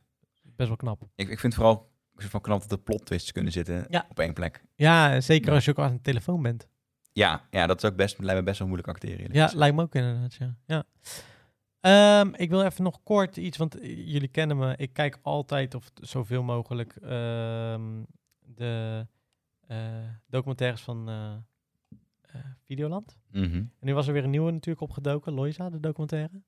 Speaker 2: best wel knap.
Speaker 1: Ik, ik vind vooral van knap dat er plot twists kunnen zitten
Speaker 2: Ja.
Speaker 1: op één plek.
Speaker 2: Ja, en zeker
Speaker 1: Ja.
Speaker 2: als je ook aan de telefoon bent.
Speaker 1: Ja, ja dat is ook best, lijkt me best wel moeilijk acteren. eerlijk
Speaker 2: Ja,
Speaker 1: gezegd.
Speaker 2: lijkt me ook inderdaad, ja. ja. Ehm, ik wil even nog kort iets, want eh, jullie kennen me. Ik kijk altijd of t- zoveel mogelijk ehm, de eh, documentaires van eh, eh, Videoland.
Speaker 1: Mhm.
Speaker 2: En nu was er weer een nieuwe natuurlijk opgedoken, Loisa, de documentaire.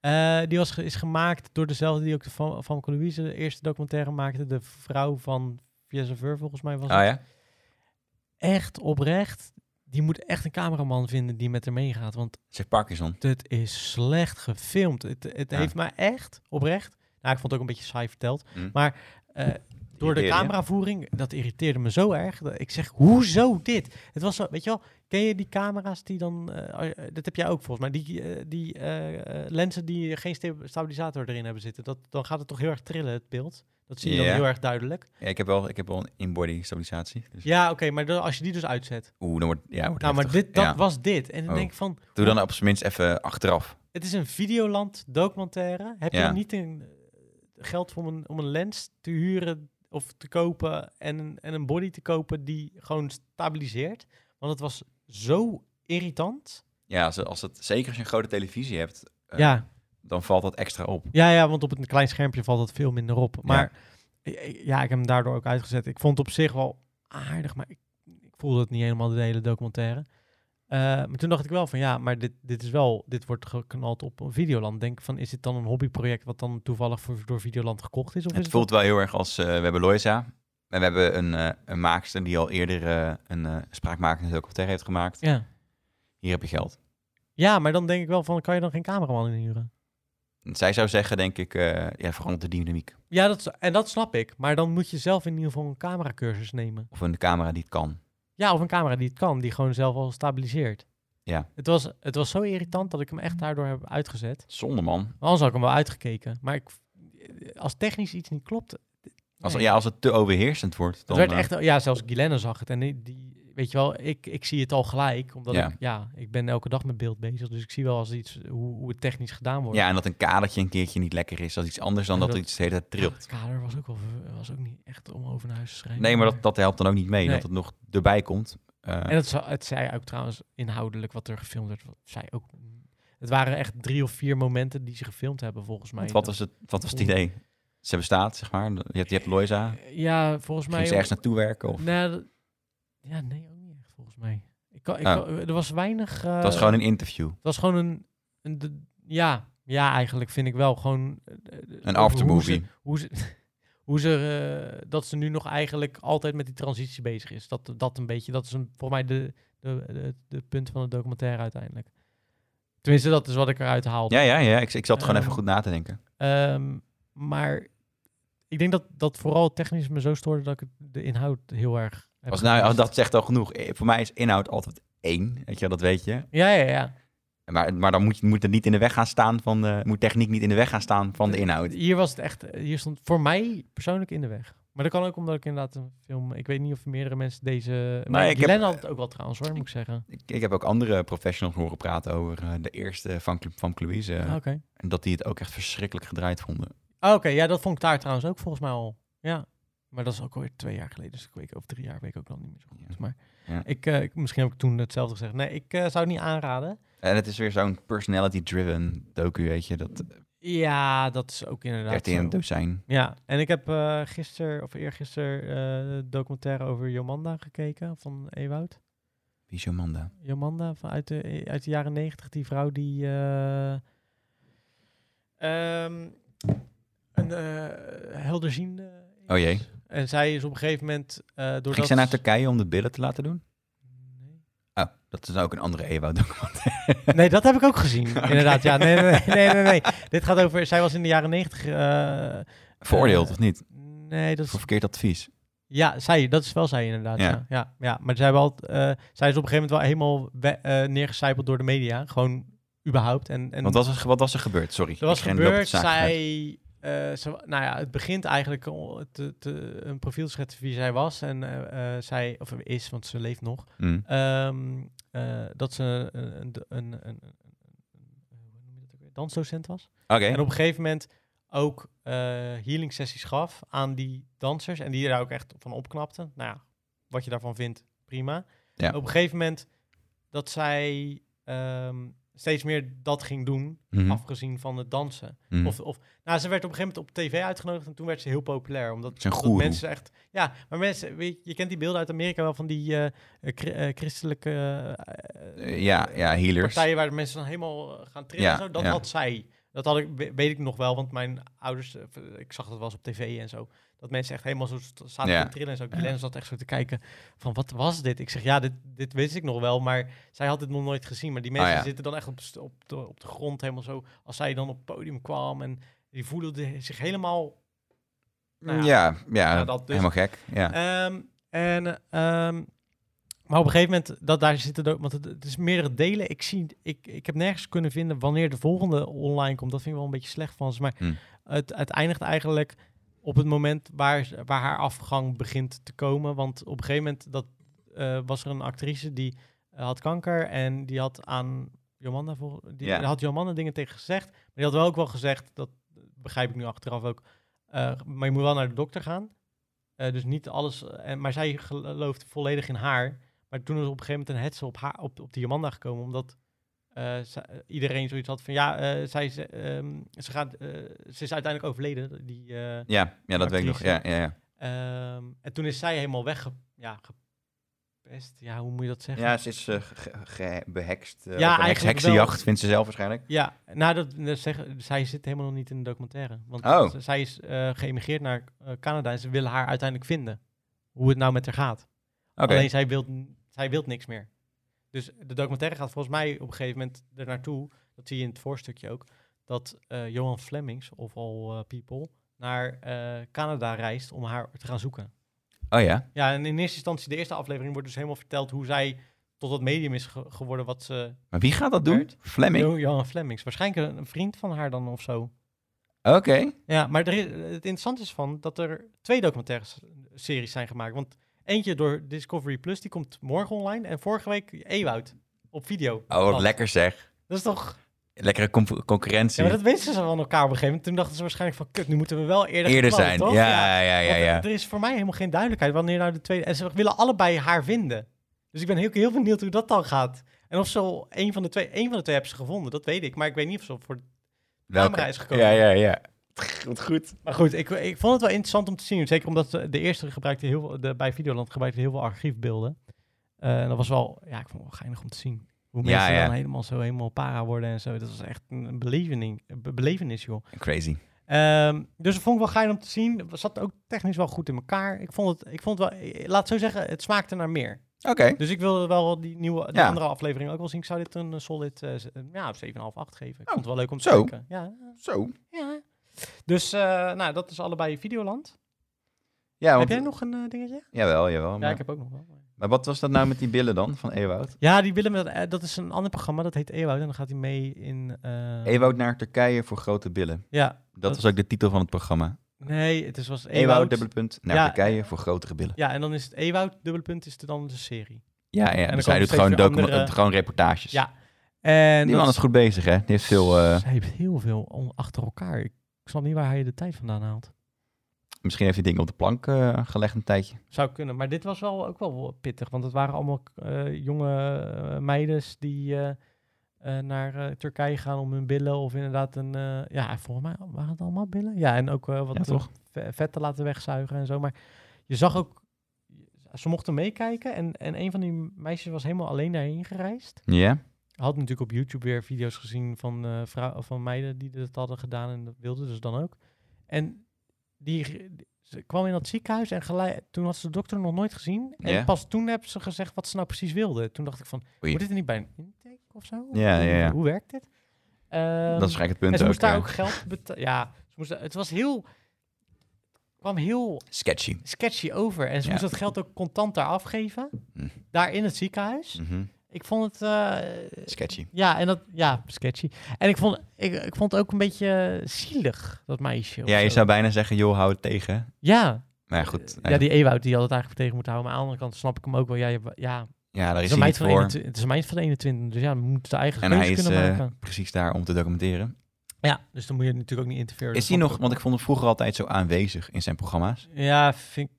Speaker 2: Eh, die was, ge- is gemaakt door dezelfde die ook de Van Famke Louise de eerste documentaire maakte. De vrouw van Via Ver, volgens mij was het
Speaker 1: Ah ja?
Speaker 2: echt oprecht. Die moet echt een cameraman vinden die met haar meegaat. Want
Speaker 1: Zegt Parkinson.
Speaker 2: het is slecht gefilmd. Het, het
Speaker 1: Ja.
Speaker 2: heeft mij echt oprecht Nou, ik vond het ook een beetje saai verteld.
Speaker 1: Mm.
Speaker 2: Maar eh, door de
Speaker 1: Irriteerde je?
Speaker 2: cameravoering, dat irriteerde me zo erg. Dat ik zeg, hoezo dit? Het was zo, weet je wel, ken je die camera's die dan... eh, eh, dat heb jij ook volgens mij. Die, eh, die eh, eh, lenzen die geen sta- stabilisator erin hebben zitten. Dat, dan gaat het toch heel erg trillen, het beeld. Dat zie je
Speaker 1: Ja.
Speaker 2: dan heel erg duidelijk.
Speaker 1: Ja, ik, heb wel, ik heb wel een inbody stabilisatie. Dus,
Speaker 2: Ja, oké, maar dan- als je die dus uitzet.
Speaker 1: Oeh, dan wordt, ja, wordt
Speaker 2: nou, maar
Speaker 1: heftig.
Speaker 2: dit, dat
Speaker 1: Ja.
Speaker 2: was dit. En dan
Speaker 1: Oh.
Speaker 2: denk ik van,
Speaker 1: Doe dan op zijn minst even achteraf.
Speaker 2: Het is een Videoland documentaire. Heb
Speaker 1: Ja.
Speaker 2: je niet een, eh, geld om een, om een lens te huren of te kopen en, een- en een body te kopen die gewoon stabiliseert? Want het was zo irritant.
Speaker 1: Ja, als, als het, zeker als je een grote televisie hebt, Eh,
Speaker 2: Ja.
Speaker 1: dan valt dat extra op.
Speaker 2: Ja, ja, want op een klein schermpje valt dat veel minder op. Maar i- i- ja, ik heb hem daardoor ook uitgezet. Ik vond het op zich wel aardig, maar ik, ik voelde het niet helemaal de hele documentaire. Eh, maar toen dacht ik wel van ja, maar dit, dit is wel, dit wordt geknald op een Videoland. Denk ik van, is dit dan een hobbyproject wat dan toevallig voor, door Videoland gekocht is? Of is
Speaker 1: Het voelt wel heel erg als, eh, we hebben Loisa. En we hebben een, eh, een maakster die al eerder eh, een eh spraakmakende documentaire heeft gemaakt.
Speaker 2: Ja.
Speaker 1: Hier heb je geld.
Speaker 2: ja, maar dan denk ik wel van, kan je dan geen cameraman inhuren?
Speaker 1: En Zij zou zeggen, denk ik, eh ja, verandert de dynamiek.
Speaker 2: Ja, dat, s- en dat snap ik. Maar dan moet je zelf in ieder geval een cameracursus nemen.
Speaker 1: Of een camera die het kan.
Speaker 2: Ja, of een camera die het kan, die gewoon zelf al stabiliseert.
Speaker 1: Ja.
Speaker 2: Het was, het was zo irritant dat ik hem echt daardoor heb uitgezet.
Speaker 1: Zonde, man.
Speaker 2: Anders had ik hem wel uitgekeken. Maar ik, eh, als technisch iets niet klopt... eh,
Speaker 1: Als,
Speaker 2: nee.
Speaker 1: Ja, als het te overheersend wordt,
Speaker 2: het
Speaker 1: dan...
Speaker 2: werd
Speaker 1: eh,
Speaker 2: echt, ja, zelfs Guilaine zag het. En die, die- weet je wel, ik, ik zie het al gelijk. Omdat
Speaker 1: Ja.
Speaker 2: ik, ja, ik ben elke dag met beeld bezig. Dus ik zie wel als iets, hoe, hoe het technisch gedaan wordt.
Speaker 1: ja, en dat een kadertje een keertje niet lekker is. Dat is iets anders dan
Speaker 2: En
Speaker 1: dat,
Speaker 2: dat-
Speaker 1: er iets de hele tijd trilt.
Speaker 2: Het kader was ook, wel, was ook niet echt om over naar huis te schrijven.
Speaker 1: Nee, maar dat, dat helpt dan ook niet mee.
Speaker 2: Nee.
Speaker 1: Dat het nog erbij komt. Eh,
Speaker 2: En het, za- het zei ook trouwens inhoudelijk wat er gefilmd werd. Wat zei ook... Het waren echt drie of vier momenten die ze gefilmd hebben, volgens mij.
Speaker 1: want wat, was het, wat was het idee? Ze bestaat, zeg maar. Je hebt, je hebt Loisa.
Speaker 2: Ja, volgens mij...
Speaker 1: Ging ze ergens naartoe werken? Of?
Speaker 2: Nou, dat- ja, nee, ook niet echt, volgens mij. Ik kan, ik
Speaker 1: Oh.
Speaker 2: kan- er was weinig... eh,
Speaker 1: Het was gewoon een interview.
Speaker 2: Het was gewoon een... een de- ja, ja, eigenlijk vind ik wel gewoon... eh, eh,
Speaker 1: Een
Speaker 2: over
Speaker 1: aftermovie.
Speaker 2: Hoe ze... Hoe ze Hoe ze, eh, dat ze nu nog eigenlijk altijd met die transitie bezig is. Dat, dat een beetje, dat is een, volgens mij de, de, de, de punt van de documentaire uiteindelijk. Tenminste, dat is wat ik eruit haal.
Speaker 1: Ja, ja, ja. Ik, ik zat gewoon
Speaker 2: Ehm,
Speaker 1: even goed na te denken.
Speaker 2: Ehm, maar ik denk dat, dat vooral technisch me zo stoorde dat ik het- de inhoud heel erg. heb
Speaker 1: Als, nou,
Speaker 2: gemist.
Speaker 1: als dat zegt al genoeg. Eh, Voor mij is inhoud altijd één. Weet je, wel, dat weet je.
Speaker 2: Ja, ja, ja.
Speaker 1: Maar, maar dan moet, je- moet het niet in de weg gaan staan van de... Moet techniek niet in de weg gaan staan van de inhoud.
Speaker 2: Hier was het echt, eh, hier stond voor mij persoonlijk in de weg. Maar dat kan ook omdat ik inderdaad een film. Ik weet niet of meerdere mensen deze. Maar
Speaker 1: ik
Speaker 2: ik
Speaker 1: heb-
Speaker 2: had het ook wel trouwens hoor, moet ik zeggen.
Speaker 1: Ik, ik heb ook andere professionals horen praten over eh, de eerste van, Clu- van Louise.
Speaker 2: Ah, Oké.
Speaker 1: En dat die het ook echt verschrikkelijk gedraaid vonden.
Speaker 2: Ah, Oké, ja, dat vond ik daar trouwens ook volgens mij al. Ja. Maar dat is ook alweer twee jaar geleden. Dus ik weet, of drie jaar weet ik ook nog niet meer zo goed. Maar
Speaker 1: Ja.
Speaker 2: ik, eh, ik, misschien heb ik toen hetzelfde gezegd. Nee, ik eh, zou het niet aanraden.
Speaker 1: En het is weer zo'n personality-driven docu, weet je. Dat
Speaker 2: Ja, dat is ook inderdaad.
Speaker 1: RTN een
Speaker 2: zo.
Speaker 1: dozijn.
Speaker 2: Ja, en ik heb eh gisteren of eergisteren eh, de documentaire over Jomanda gekeken van Ewoud.
Speaker 1: Wie is Jomanda?
Speaker 2: Jomanda van uit, de, uit de jaren negentig, die vrouw die eh, ehm, een eh, helderziende.
Speaker 1: Oh jee.
Speaker 2: is. En zij is op een gegeven moment eh doordat...
Speaker 1: Ging zij naar Turkije om de billen te laten doen?
Speaker 2: Nee.
Speaker 1: Oh, dat is ook een andere Ewout documentaire.
Speaker 2: Nee, dat heb ik ook gezien, inderdaad. Ja, nee, nee, nee, nee, nee, nee. Dit gaat over... Zij was in de jaren negentig... eh,
Speaker 1: Veroordeeld
Speaker 2: Eh,
Speaker 1: of niet?
Speaker 2: nee, dat is
Speaker 1: Voor verkeerd advies.
Speaker 2: Ja, zij, dat is wel zij inderdaad.
Speaker 1: Ja.
Speaker 2: Ja, ja, ja, Maar zij, wel, eh, zij is op een gegeven moment wel helemaal we- eh, neergecijpeld door de media. Gewoon überhaupt. En, en
Speaker 1: Want wat was, er- wat was er gebeurd? Sorry.
Speaker 2: er was
Speaker 1: ik ging- loop het
Speaker 2: gebeurd,
Speaker 1: zaakje uit.
Speaker 2: zij... eh, ze, nou ja, het begint eigenlijk al te, te, een profiel te schetsen wie zij was. En eh, eh, zij, of is, want ze leeft nog.
Speaker 1: Mm.
Speaker 2: Ehm, eh, dat ze een, een, een, een, een- hoe noem je dat ook weer? dansdocent was.
Speaker 1: Oké.
Speaker 2: En op een gegeven moment ook eh, healing sessies gaf aan die dansers. En die daar ook echt van opknapten. Nou ja, wat je daarvan vindt, prima.
Speaker 1: Ja.
Speaker 2: Op een gegeven moment dat zij ehm, steeds meer dat ging doen.
Speaker 1: Mhm,
Speaker 2: Afgezien van het dansen.
Speaker 1: mhm.
Speaker 2: Of, of, nou, ze werd op een gegeven moment op tv uitgenodigd en toen werd ze heel populair. Omdat,
Speaker 1: Ze is een
Speaker 2: omdat
Speaker 1: goeroe.
Speaker 2: mensen echt. Ja, maar mensen, weet je, je kent die beelden uit Amerika wel van die eh, eh, chri- eh, christelijke eh,
Speaker 1: Eh, ja, ja, healers.
Speaker 2: partijen waar de mensen dan helemaal eh, gaan trillen
Speaker 1: Ja,
Speaker 2: en zo. Dat
Speaker 1: ja.
Speaker 2: had zij. Dat had ik, we- weet ik nog wel, want mijn ouders, eh, v- ik zag dat wel eens op tv en zo. Dat mensen echt helemaal zo st- zaten
Speaker 1: Ja.
Speaker 2: te trillen en zo. Glenn zat echt zo te kijken van, wat was dit? Ik zeg, ja, dit, dit wist ik nog wel, maar zij had dit nog nooit gezien. Maar die mensen
Speaker 1: Ah, ja.
Speaker 2: zitten dan echt op, st- op, de, op de grond helemaal zo. Als zij dan op het podium kwam en Die voelen de- zich helemaal Nou ja.
Speaker 1: ja, ja,
Speaker 2: Ja, dat dus.
Speaker 1: helemaal gek. Ja.
Speaker 2: Ehm, en, ehm, maar op een gegeven moment, dat, daar zitten ook, want het, het is meerdere delen. Ik, zie, ik, ik heb nergens kunnen vinden wanneer de volgende online komt. Dat vind ik wel een beetje slecht van ze. Maar
Speaker 1: Hmm.
Speaker 2: het, het eindigt eigenlijk op het moment waar, ze- waar haar afgang begint te komen. Want op een gegeven moment dat, eh, was er een actrice die eh, had kanker en die had aan Jomanda, vol- die
Speaker 1: Ja.
Speaker 2: daar had Jomanda dingen tegen gezegd. Maar die had wel ook wel gezegd, dat begrijp ik nu achteraf ook, eh, maar je moet wel naar de dokter gaan. Eh, dus niet alles. eh, en, maar zij gelooft volledig in haar. Maar toen is op een gegeven moment een hetze op, haar, op, op die Amanda gekomen. Omdat eh, zij- iedereen zoiets had van... Ja, eh, zij, ze, ehm, ze, gaat, eh, ze is uiteindelijk overleden. Die, eh,
Speaker 1: Ja, ja, dat weet ik nog. Ja, ja, ja.
Speaker 2: ehm, en toen is zij helemaal wegge... Ja, gepest. Ja, hoe moet je dat zeggen?
Speaker 1: ja, ze is eh, ge- ge- behekst. eh,
Speaker 2: Ja,
Speaker 1: of een
Speaker 2: eigenlijk wel.
Speaker 1: heksenjacht, vindt ze zelf waarschijnlijk.
Speaker 2: Ja, nou, dat, dat zeggen, zij zit helemaal nog niet in de documentaire. Want
Speaker 1: Oh.
Speaker 2: z- zij is eh geëmigreerd naar eh, Canada en ze willen haar uiteindelijk vinden. Hoe het nou met haar gaat.
Speaker 1: Oké.
Speaker 2: Alleen zij wil zij wilt niks meer. Dus de documentaire gaat volgens mij op een gegeven moment er naartoe. Dat zie je in het voorstukje ook. Dat eh, Johan Flemings, of all eh, people, naar eh, Canada reist om haar te gaan zoeken.
Speaker 1: Oh ja.
Speaker 2: Ja, en in eerste instantie, de eerste aflevering wordt dus helemaal verteld hoe zij tot dat medium is ge- geworden wat ze...
Speaker 1: Maar wie gaat dat doen?
Speaker 2: Bert?
Speaker 1: Fleming.
Speaker 2: Jo- Johan Flemings. Waarschijnlijk een, een vriend van haar dan of zo.
Speaker 1: Oké.
Speaker 2: Ja, maar er is, het interessante is van dat er twee documentaire s- series zijn gemaakt. Want eentje door Discovery Plus, die komt morgen online. En vorige week Ewoud op video.
Speaker 1: Oh, wat
Speaker 2: Dat-
Speaker 1: lekker zeg.
Speaker 2: Dat is toch...
Speaker 1: Lekkere comp- concurrentie.
Speaker 2: Ja, maar dat wisten ze van elkaar op een gegeven moment. Toen dachten ze waarschijnlijk van, kut, nu moeten we wel eerder,
Speaker 1: Eerder
Speaker 2: knallen,
Speaker 1: zijn.
Speaker 2: toch?
Speaker 1: Ja, ja, ja,
Speaker 2: Want eh,
Speaker 1: ja.
Speaker 2: Er is voor mij helemaal geen duidelijkheid wanneer nou de tweede... En ze willen allebei haar vinden. Dus ik ben heel, heel benieuwd hoe dat dan gaat. En of zo een van de twee... Een van de twee hebben ze gevonden, dat weet ik. Maar ik weet niet of ze voor...
Speaker 1: Welke?
Speaker 2: camera is gekomen.
Speaker 1: Ja, ja, ja. Wat goed.
Speaker 2: Maar goed, ik, ik vond het wel interessant om te zien. Zeker omdat de de eerste gebruikte heel veel... De, bij Videoland gebruikte heel veel archiefbeelden. Eh, en dat was wel... Ja, ik vond het wel geinig om te zien. Hoe
Speaker 1: Ja,
Speaker 2: mensen
Speaker 1: ja.
Speaker 2: dan helemaal zo helemaal para worden en zo. Dat was echt een belevening, be- belevenis, joh.
Speaker 1: Crazy.
Speaker 2: Ehm, dus dat vond ik wel geinig om te zien. Het zat ook technisch wel goed in elkaar. Ik vond het, ik vond het wel, eh, laat het zo zeggen, het smaakte naar meer.
Speaker 1: Oké.
Speaker 2: Dus ik wilde wel die nieuwe, die
Speaker 1: Ja.
Speaker 2: andere aflevering ook wel zien. Ik zou dit een eh, solid eh, z- eh, ja, 7,5, 8 geven. Ik
Speaker 1: Oh,
Speaker 2: vond het wel leuk om te
Speaker 1: zo.
Speaker 2: kijken. Ja,
Speaker 1: Zo.
Speaker 2: ja. Dus, eh, nou, dat is allebei Videoland.
Speaker 1: Ja,
Speaker 2: heb
Speaker 1: want...
Speaker 2: jij nog een eh, dingetje?
Speaker 1: Jawel, jawel.
Speaker 2: Ja,
Speaker 1: Maar...
Speaker 2: ik heb ook nog wel.
Speaker 1: maar wat was dat nou met die billen dan, van Ewoud?
Speaker 2: Ja, die willen we, eh, dat is een ander programma. Dat heet Ewoud en dan gaat hij mee in... eh,
Speaker 1: Ewoud naar Turkije voor grote billen.
Speaker 2: Ja,
Speaker 1: Dat was ook de titel van het programma.
Speaker 2: nee, het is, was
Speaker 1: Ewoud,
Speaker 2: Ewoud.
Speaker 1: dubbele punt, naar
Speaker 2: Ja.
Speaker 1: Turkije voor grotere billen.
Speaker 2: ja, en dan is het Ewoud, dubbelpunt, is het dan de serie.
Speaker 1: Ja, ja. En
Speaker 2: dan
Speaker 1: zij
Speaker 2: komen
Speaker 1: doet gewoon,
Speaker 2: steeds weer
Speaker 1: docu-
Speaker 2: andere-
Speaker 1: gewoon reportages.
Speaker 2: Ja, En
Speaker 1: die
Speaker 2: dat
Speaker 1: man is goed bezig, hè? Die heeft veel... eh,
Speaker 2: Hij heeft heel veel on- achter elkaar. Ik snap niet waar hij de tijd vandaan haalt.
Speaker 1: Misschien heeft hij dingen op de plank eh, gelegd een tijdje.
Speaker 2: Zou kunnen, maar dit was wel ook wel pittig. Want het waren allemaal eh, jonge eh, meiden die eh, eh, naar eh, Turkije gaan om hun billen. Of inderdaad een... eh, ja, volgens mij waren het allemaal billen. Ja, en ook eh, wat
Speaker 1: Ja, toch?
Speaker 2: ve- vet te laten wegzuigen en zo. Maar je zag ook... Ze mochten meekijken en, en een van die meisjes was helemaal alleen daarheen gereisd.
Speaker 1: Ja?
Speaker 2: had natuurlijk op YouTube weer video's gezien van, eh vrou- van meiden die dat hadden gedaan en dat wilden dus dan ook. En die, die- ze kwam in dat ziekenhuis en gelijk, toen had ze de dokter nog nooit gezien. En
Speaker 1: Ja.
Speaker 2: pas toen heb ze gezegd wat ze nou precies wilde. Toen dacht ik van,
Speaker 1: Oei.
Speaker 2: moet dit er niet bij een intake of zo?
Speaker 1: Ja,
Speaker 2: Hoe-
Speaker 1: ja, ja.
Speaker 2: Hoe werkt dit?
Speaker 1: dat is
Speaker 2: Ehm,
Speaker 1: gelijk het
Speaker 2: en
Speaker 1: punt
Speaker 2: ze moest
Speaker 1: ook.
Speaker 2: daar
Speaker 1: eh,
Speaker 2: ook geld betalen. Ja, ze moest, het was heel, het kwam heel
Speaker 1: Sketchy.
Speaker 2: sketchy over. En ze
Speaker 1: Ja.
Speaker 2: moest dat geld ook contant daar afgeven.
Speaker 1: Hm.
Speaker 2: Daar in het ziekenhuis.
Speaker 1: Mhm.
Speaker 2: Ik vond het... eh,
Speaker 1: Sketchy.
Speaker 2: ja, en dat, ja, sketchy. En ik vond, ik, ik vond het ook een beetje eh, zielig, dat meisje. of
Speaker 1: Ja, je
Speaker 2: zo.
Speaker 1: zou bijna zeggen, joh, hou het tegen.
Speaker 2: Ja,
Speaker 1: Maar ja, goed.
Speaker 2: Eh, ja, die Ewout die had het eigenlijk tegen moeten houden. Maar aan de andere kant snap ik hem ook wel. Ja, je- ja
Speaker 1: ja daar
Speaker 2: het,
Speaker 1: is
Speaker 2: is een
Speaker 1: hij niet
Speaker 2: meid van
Speaker 1: voor.
Speaker 2: 21, het is een meid van 21, dus ja, we moeten de eigen
Speaker 1: En hij
Speaker 2: keuzes
Speaker 1: is
Speaker 2: kunnen
Speaker 1: eh,
Speaker 2: maken.
Speaker 1: precies daar om te documenteren.
Speaker 2: Ja, dus dan moet je natuurlijk ook niet interfereren.
Speaker 1: Is
Speaker 2: dat
Speaker 1: hij nog,
Speaker 2: snap
Speaker 1: want ik vond hem vroeger altijd zo aanwezig in zijn programma's.
Speaker 2: ook. Ja, vind ik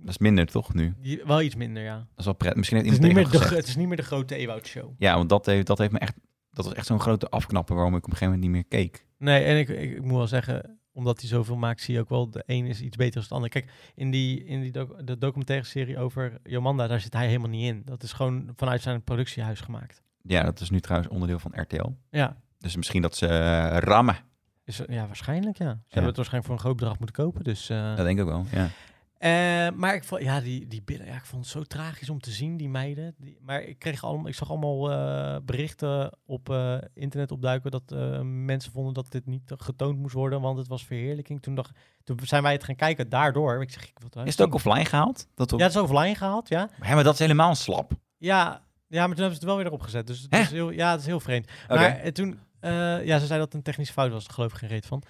Speaker 1: Dat is minder toch nu?
Speaker 2: die- wel iets minder, ja.
Speaker 1: Dat is wel pret. Misschien
Speaker 2: Het
Speaker 1: heeft
Speaker 2: is, niet
Speaker 1: iemand tegen
Speaker 2: meer de,
Speaker 1: hem
Speaker 2: gro-
Speaker 1: gezegd.
Speaker 2: het is niet meer de grote Ewout-show.
Speaker 1: Ja, want dat heeft, dat heeft me echt... Dat was echt zo'n grote afknapper waarom ik op een gegeven moment niet meer keek.
Speaker 2: Nee, en ik, ik, ik moet wel zeggen, omdat hij zoveel maakt, zie je ook wel de een is iets beter dan de ander. Kijk, in die, in die doc- de documentaire serie over Jomanda, daar zit hij helemaal niet in. Dat is gewoon vanuit zijn productiehuis gemaakt.
Speaker 1: Ja, dat is nu trouwens onderdeel van RTL.
Speaker 2: Ja,
Speaker 1: Dus misschien dat ze eh, rammen.
Speaker 2: is, ja waarschijnlijk ja. Ze hebben het waarschijnlijk voor een groot bedrag moeten kopen. Dus, eh,
Speaker 1: Dat denk ik ook wel, ja.
Speaker 2: Eh, maar ik vond, ja, die, die billen, ja, ik vond het zo tragisch om te zien, die meiden. Die, maar ik, kreeg allemaal, ik zag allemaal eh, berichten op eh, internet opduiken dat eh, mensen vonden dat dit niet getoond moest worden, want het was verheerlijking. Toen, dacht, toen zijn wij het gaan kijken daardoor. Ik zeg, ik wil
Speaker 1: Is het ook offline gehaald? Dat op...
Speaker 2: Ja, het is offline gehaald, ja.
Speaker 1: Hè, maar dat is helemaal slap.
Speaker 2: Ja, ja, maar toen hebben ze het wel weer erop gezet. Dus het
Speaker 1: Hè?
Speaker 2: is heel, ja, het is heel vreemd.
Speaker 1: Oké.
Speaker 2: Maar eh, toen, eh, ja, ze zei dat het een technische fout was. Daar geloof ik geen reet van.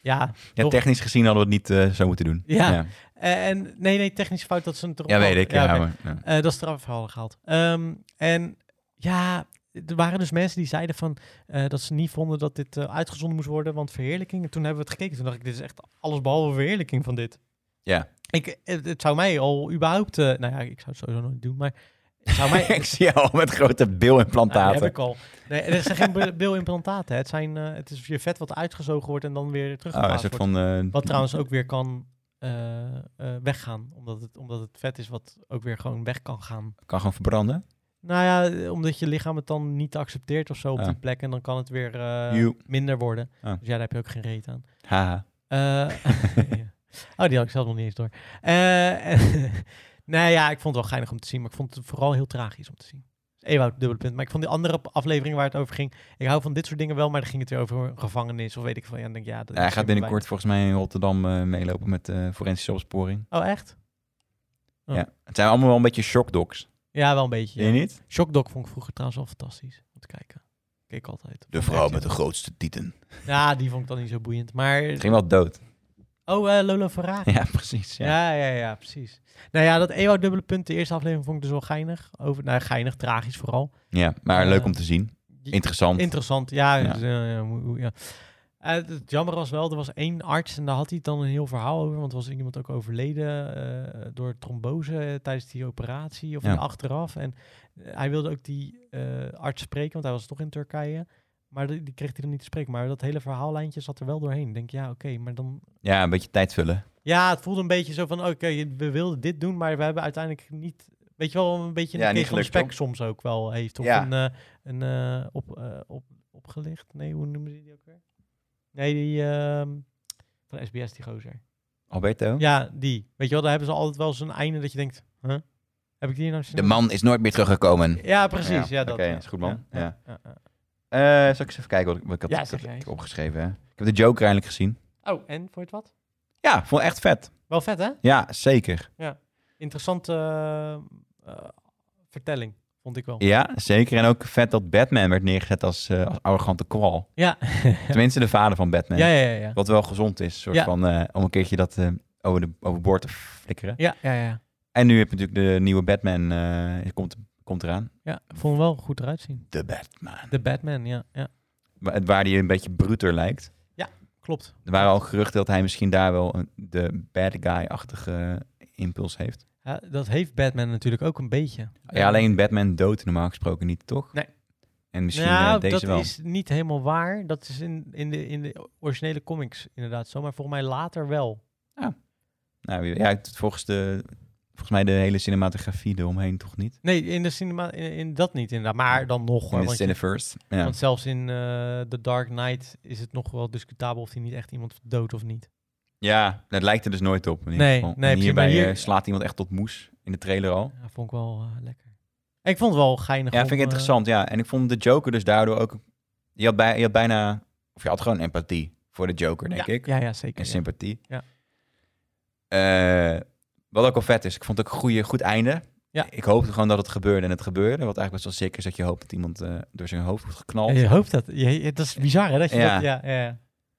Speaker 2: Ja,
Speaker 1: Ja,
Speaker 2: toch?
Speaker 1: technisch gezien hadden we het niet eh, zo moeten doen.
Speaker 2: Ja. eh, en nee, nee, technische fout dat ze het erop
Speaker 1: Ja, weet
Speaker 2: hadden.
Speaker 1: ik. Ja,
Speaker 2: oké.
Speaker 1: maar, ja.
Speaker 2: Eh, dat is eraf hadden gehaald. Ehm, en ja, er waren dus mensen die zeiden van eh, dat ze niet vonden dat dit eh, uitgezonden moest worden, want verheerlijking. En toen hebben we het gekeken. Toen dacht ik, dit is echt alles behalve verheerlijking van dit.
Speaker 1: Ja.
Speaker 2: Ik, het, het zou mij al überhaupt, eh, nou ja, ik zou het sowieso nooit doen, maar het zou mij,
Speaker 1: ik zie jou met grote
Speaker 2: Nou,
Speaker 1: bilimplantaten.
Speaker 2: die heb ik al. Nee, het zijn geen bil- bilimplantaten. hè. Het, zijn, eh, het is je vet wat uitgezogen wordt en dan weer
Speaker 1: oh, een
Speaker 2: teruggeplaatst
Speaker 1: soort
Speaker 2: wordt.
Speaker 1: van... eh,
Speaker 2: Wat trouwens ook weer kan eh, eh, weggaan. Omdat het, omdat het vet is wat ook weer gewoon weg kan gaan.
Speaker 1: Kan gewoon verbranden.
Speaker 2: Nou ja, eh, omdat je lichaam het dan niet accepteert of zo op
Speaker 1: Ja.
Speaker 2: die plek. En dan kan het weer eh,
Speaker 1: Joe.
Speaker 2: minder worden.
Speaker 1: Ah.
Speaker 2: Dus ja, daar heb je ook geen reet aan.
Speaker 1: Haha.
Speaker 2: Eh, ja. oh, die had ik zelf nog niet eens door. Eh, en- nou ja, ik vond het wel geinig om te zien, maar ik vond het vooral heel tragisch om te zien. Dus Ewout, dubbele punt. Maar ik vond die andere p- aflevering waar het over ging. Ik hou van dit soort dingen wel, maar dan ging het weer over gevangenis of weet ik veel. Ja, dan denk ik, ja, dat
Speaker 1: Ja, hij
Speaker 2: is
Speaker 1: gaat
Speaker 2: geen
Speaker 1: binnenkort volgens mij in Rotterdam eh, meelopen met eh, forensische opsporing.
Speaker 2: bewijs. Oh, echt? Oh.
Speaker 1: Ja. Het zijn allemaal wel een beetje shockdocs.
Speaker 2: Ja, wel een beetje.
Speaker 1: Zie
Speaker 2: Ja.
Speaker 1: je niet?
Speaker 2: Shockdog vond ik vroeger trouwens wel fantastisch om te kijken. Keek altijd. Vond ik echt heel-
Speaker 1: grootste tieten.
Speaker 2: Ja, die vond ik dan niet zo boeiend. Maar...
Speaker 1: Het ging wel dood.
Speaker 2: Oh, eh Lola Ferrari.
Speaker 1: Ja, precies. Ja.
Speaker 2: Ja, ja, ja, precies. Nou ja, dat EO dubbele punt, de eerste aflevering vond ik dus wel geinig. Over, nou, geinig, tragisch vooral.
Speaker 1: Ja, maar
Speaker 2: Eh,
Speaker 1: leuk om te zien. Interessant.
Speaker 2: Interessant, ja.
Speaker 1: Ja.
Speaker 2: dus, eh, hoe- hoe- ja. Eh, het- het jammer was wel, er was één arts en daar had hij het dan een heel verhaal over. Want er was iemand ook overleden eh, door trombose eh, tijdens die operatie of
Speaker 1: Ja.
Speaker 2: achteraf. En eh, hij wilde ook die eh, arts spreken, want hij was toch in Turkije. Maar die, die kreeg hij dan niet te spreken. Maar dat hele verhaallijntje zat er wel doorheen. Ik denk, ja, oké, maar dan
Speaker 1: ja, een beetje tijd vullen.
Speaker 2: Ja, het voelde een beetje zo van, oké, we wilden dit doen, maar we hebben uiteindelijk niet... Weet je wel, een beetje een
Speaker 1: Ja,
Speaker 2: keer
Speaker 1: niet
Speaker 2: van de spek
Speaker 1: gelukt,
Speaker 2: soms ook wel heeft. Of
Speaker 1: Ja.
Speaker 2: een, eh, een eh, op, eh, op, opgelicht, nee, hoe noemen ze die ook weer? Nee, die ehm, van SBS, die gozer.
Speaker 1: Alberto?
Speaker 2: Ja, die. Weet je wel, daar hebben ze altijd wel zo'n einde dat je denkt, huh? heb ik die nou
Speaker 1: De
Speaker 2: zin in?
Speaker 1: man is nooit meer teruggekomen.
Speaker 2: Ja, precies. Ja,
Speaker 1: Ja,
Speaker 2: dat.
Speaker 1: oké,
Speaker 2: ja.
Speaker 1: is goed, man.
Speaker 2: Ja,
Speaker 1: Ja.
Speaker 2: ja, ja.
Speaker 1: Eh, zal ik eens even kijken wat ik, wat ik had
Speaker 2: Ja,
Speaker 1: wat
Speaker 2: zeg
Speaker 1: ik
Speaker 2: jij
Speaker 1: heb
Speaker 2: eens.
Speaker 1: opgeschreven. Hè? Ik heb de Joker eindelijk gezien.
Speaker 2: Oh, en vond je het wat?
Speaker 1: Ja, vond ik echt vet.
Speaker 2: Wel vet, hè?
Speaker 1: Ja, zeker.
Speaker 2: Interessante eh, eh, vertelling, vond ik wel.
Speaker 1: Ja, zeker. En ook vet dat Batman werd neergezet als, eh, als arrogante kwal.
Speaker 2: Ja,
Speaker 1: Tenminste, de vader van Batman.
Speaker 2: ja, ja, ja. ja.
Speaker 1: Wat wel gezond is, soort
Speaker 2: Ja.
Speaker 1: van, eh, om een keertje dat eh, over de, overboord te flikkeren.
Speaker 2: Ja, ja, ja.
Speaker 1: En nu heb je natuurlijk de nieuwe Batman, eh, die komt, komt eraan.
Speaker 2: Ja, ik vond hem wel goed eruit zien.
Speaker 1: De Batman.
Speaker 2: De Batman, ja. ja.
Speaker 1: Wa- Waar die een beetje bruter lijkt.
Speaker 2: Klopt.
Speaker 1: Er waren al geruchten dat hij misschien daar wel een, de bad guy-achtige impuls heeft.
Speaker 2: Ja, dat heeft Batman natuurlijk ook een beetje.
Speaker 1: Ja, alleen Batman doodt normaal gesproken niet, toch?
Speaker 2: Nee.
Speaker 1: En misschien
Speaker 2: nou,
Speaker 1: eh, deze
Speaker 2: dat
Speaker 1: wel.
Speaker 2: is niet helemaal waar. Dat is in, in, de, in de originele comics inderdaad zo, maar volgens mij later wel.
Speaker 1: Nou, wie- ja, het- volgens, de, volgens mij de hele cinematografie eromheen toch niet?
Speaker 2: Nee, in de cinema, in, in dat niet inderdaad, maar dan nog. hoor,
Speaker 1: In de
Speaker 2: want, je-
Speaker 1: Cineverse. Ja.
Speaker 2: want zelfs in eh, The Dark Knight is het nog wel discutabel of hij niet echt iemand doodt of niet.
Speaker 1: ja, dat lijkt er dus nooit op. In ieder
Speaker 2: Nee,
Speaker 1: geval.
Speaker 2: nee,
Speaker 1: En
Speaker 2: precies, maar
Speaker 1: hierbij
Speaker 2: hier-
Speaker 1: eh, slaat iemand echt tot moes in de trailer al.
Speaker 2: Ja, vond ik wel eh, lekker. Ik vond het wel geinig.
Speaker 1: Ja,
Speaker 2: om,
Speaker 1: vind ik
Speaker 2: eh,
Speaker 1: interessant, ja. En ik vond de Joker dus daardoor ook... Je had, bij, je had bijna... Of je had gewoon empathie voor de Joker, denk
Speaker 2: ja,
Speaker 1: ik.
Speaker 2: eh, Ja, ja, zeker.
Speaker 1: En
Speaker 2: ja.
Speaker 1: sympathie.
Speaker 2: Ja.
Speaker 1: Eh, wat ook al vet is. Ik vond het ook een goede, goed einde.
Speaker 2: Ja.
Speaker 1: Ik hoopte gewoon dat het gebeurde en het gebeurde. Wat eigenlijk best wel sick is dat je hoopt dat iemand eh, door zijn hoofd wordt geknald.
Speaker 2: En Je hoopt dat. Je, je- dat is bizar, hè? Dat je
Speaker 1: Ja.
Speaker 2: Dat, ja, ja, ja.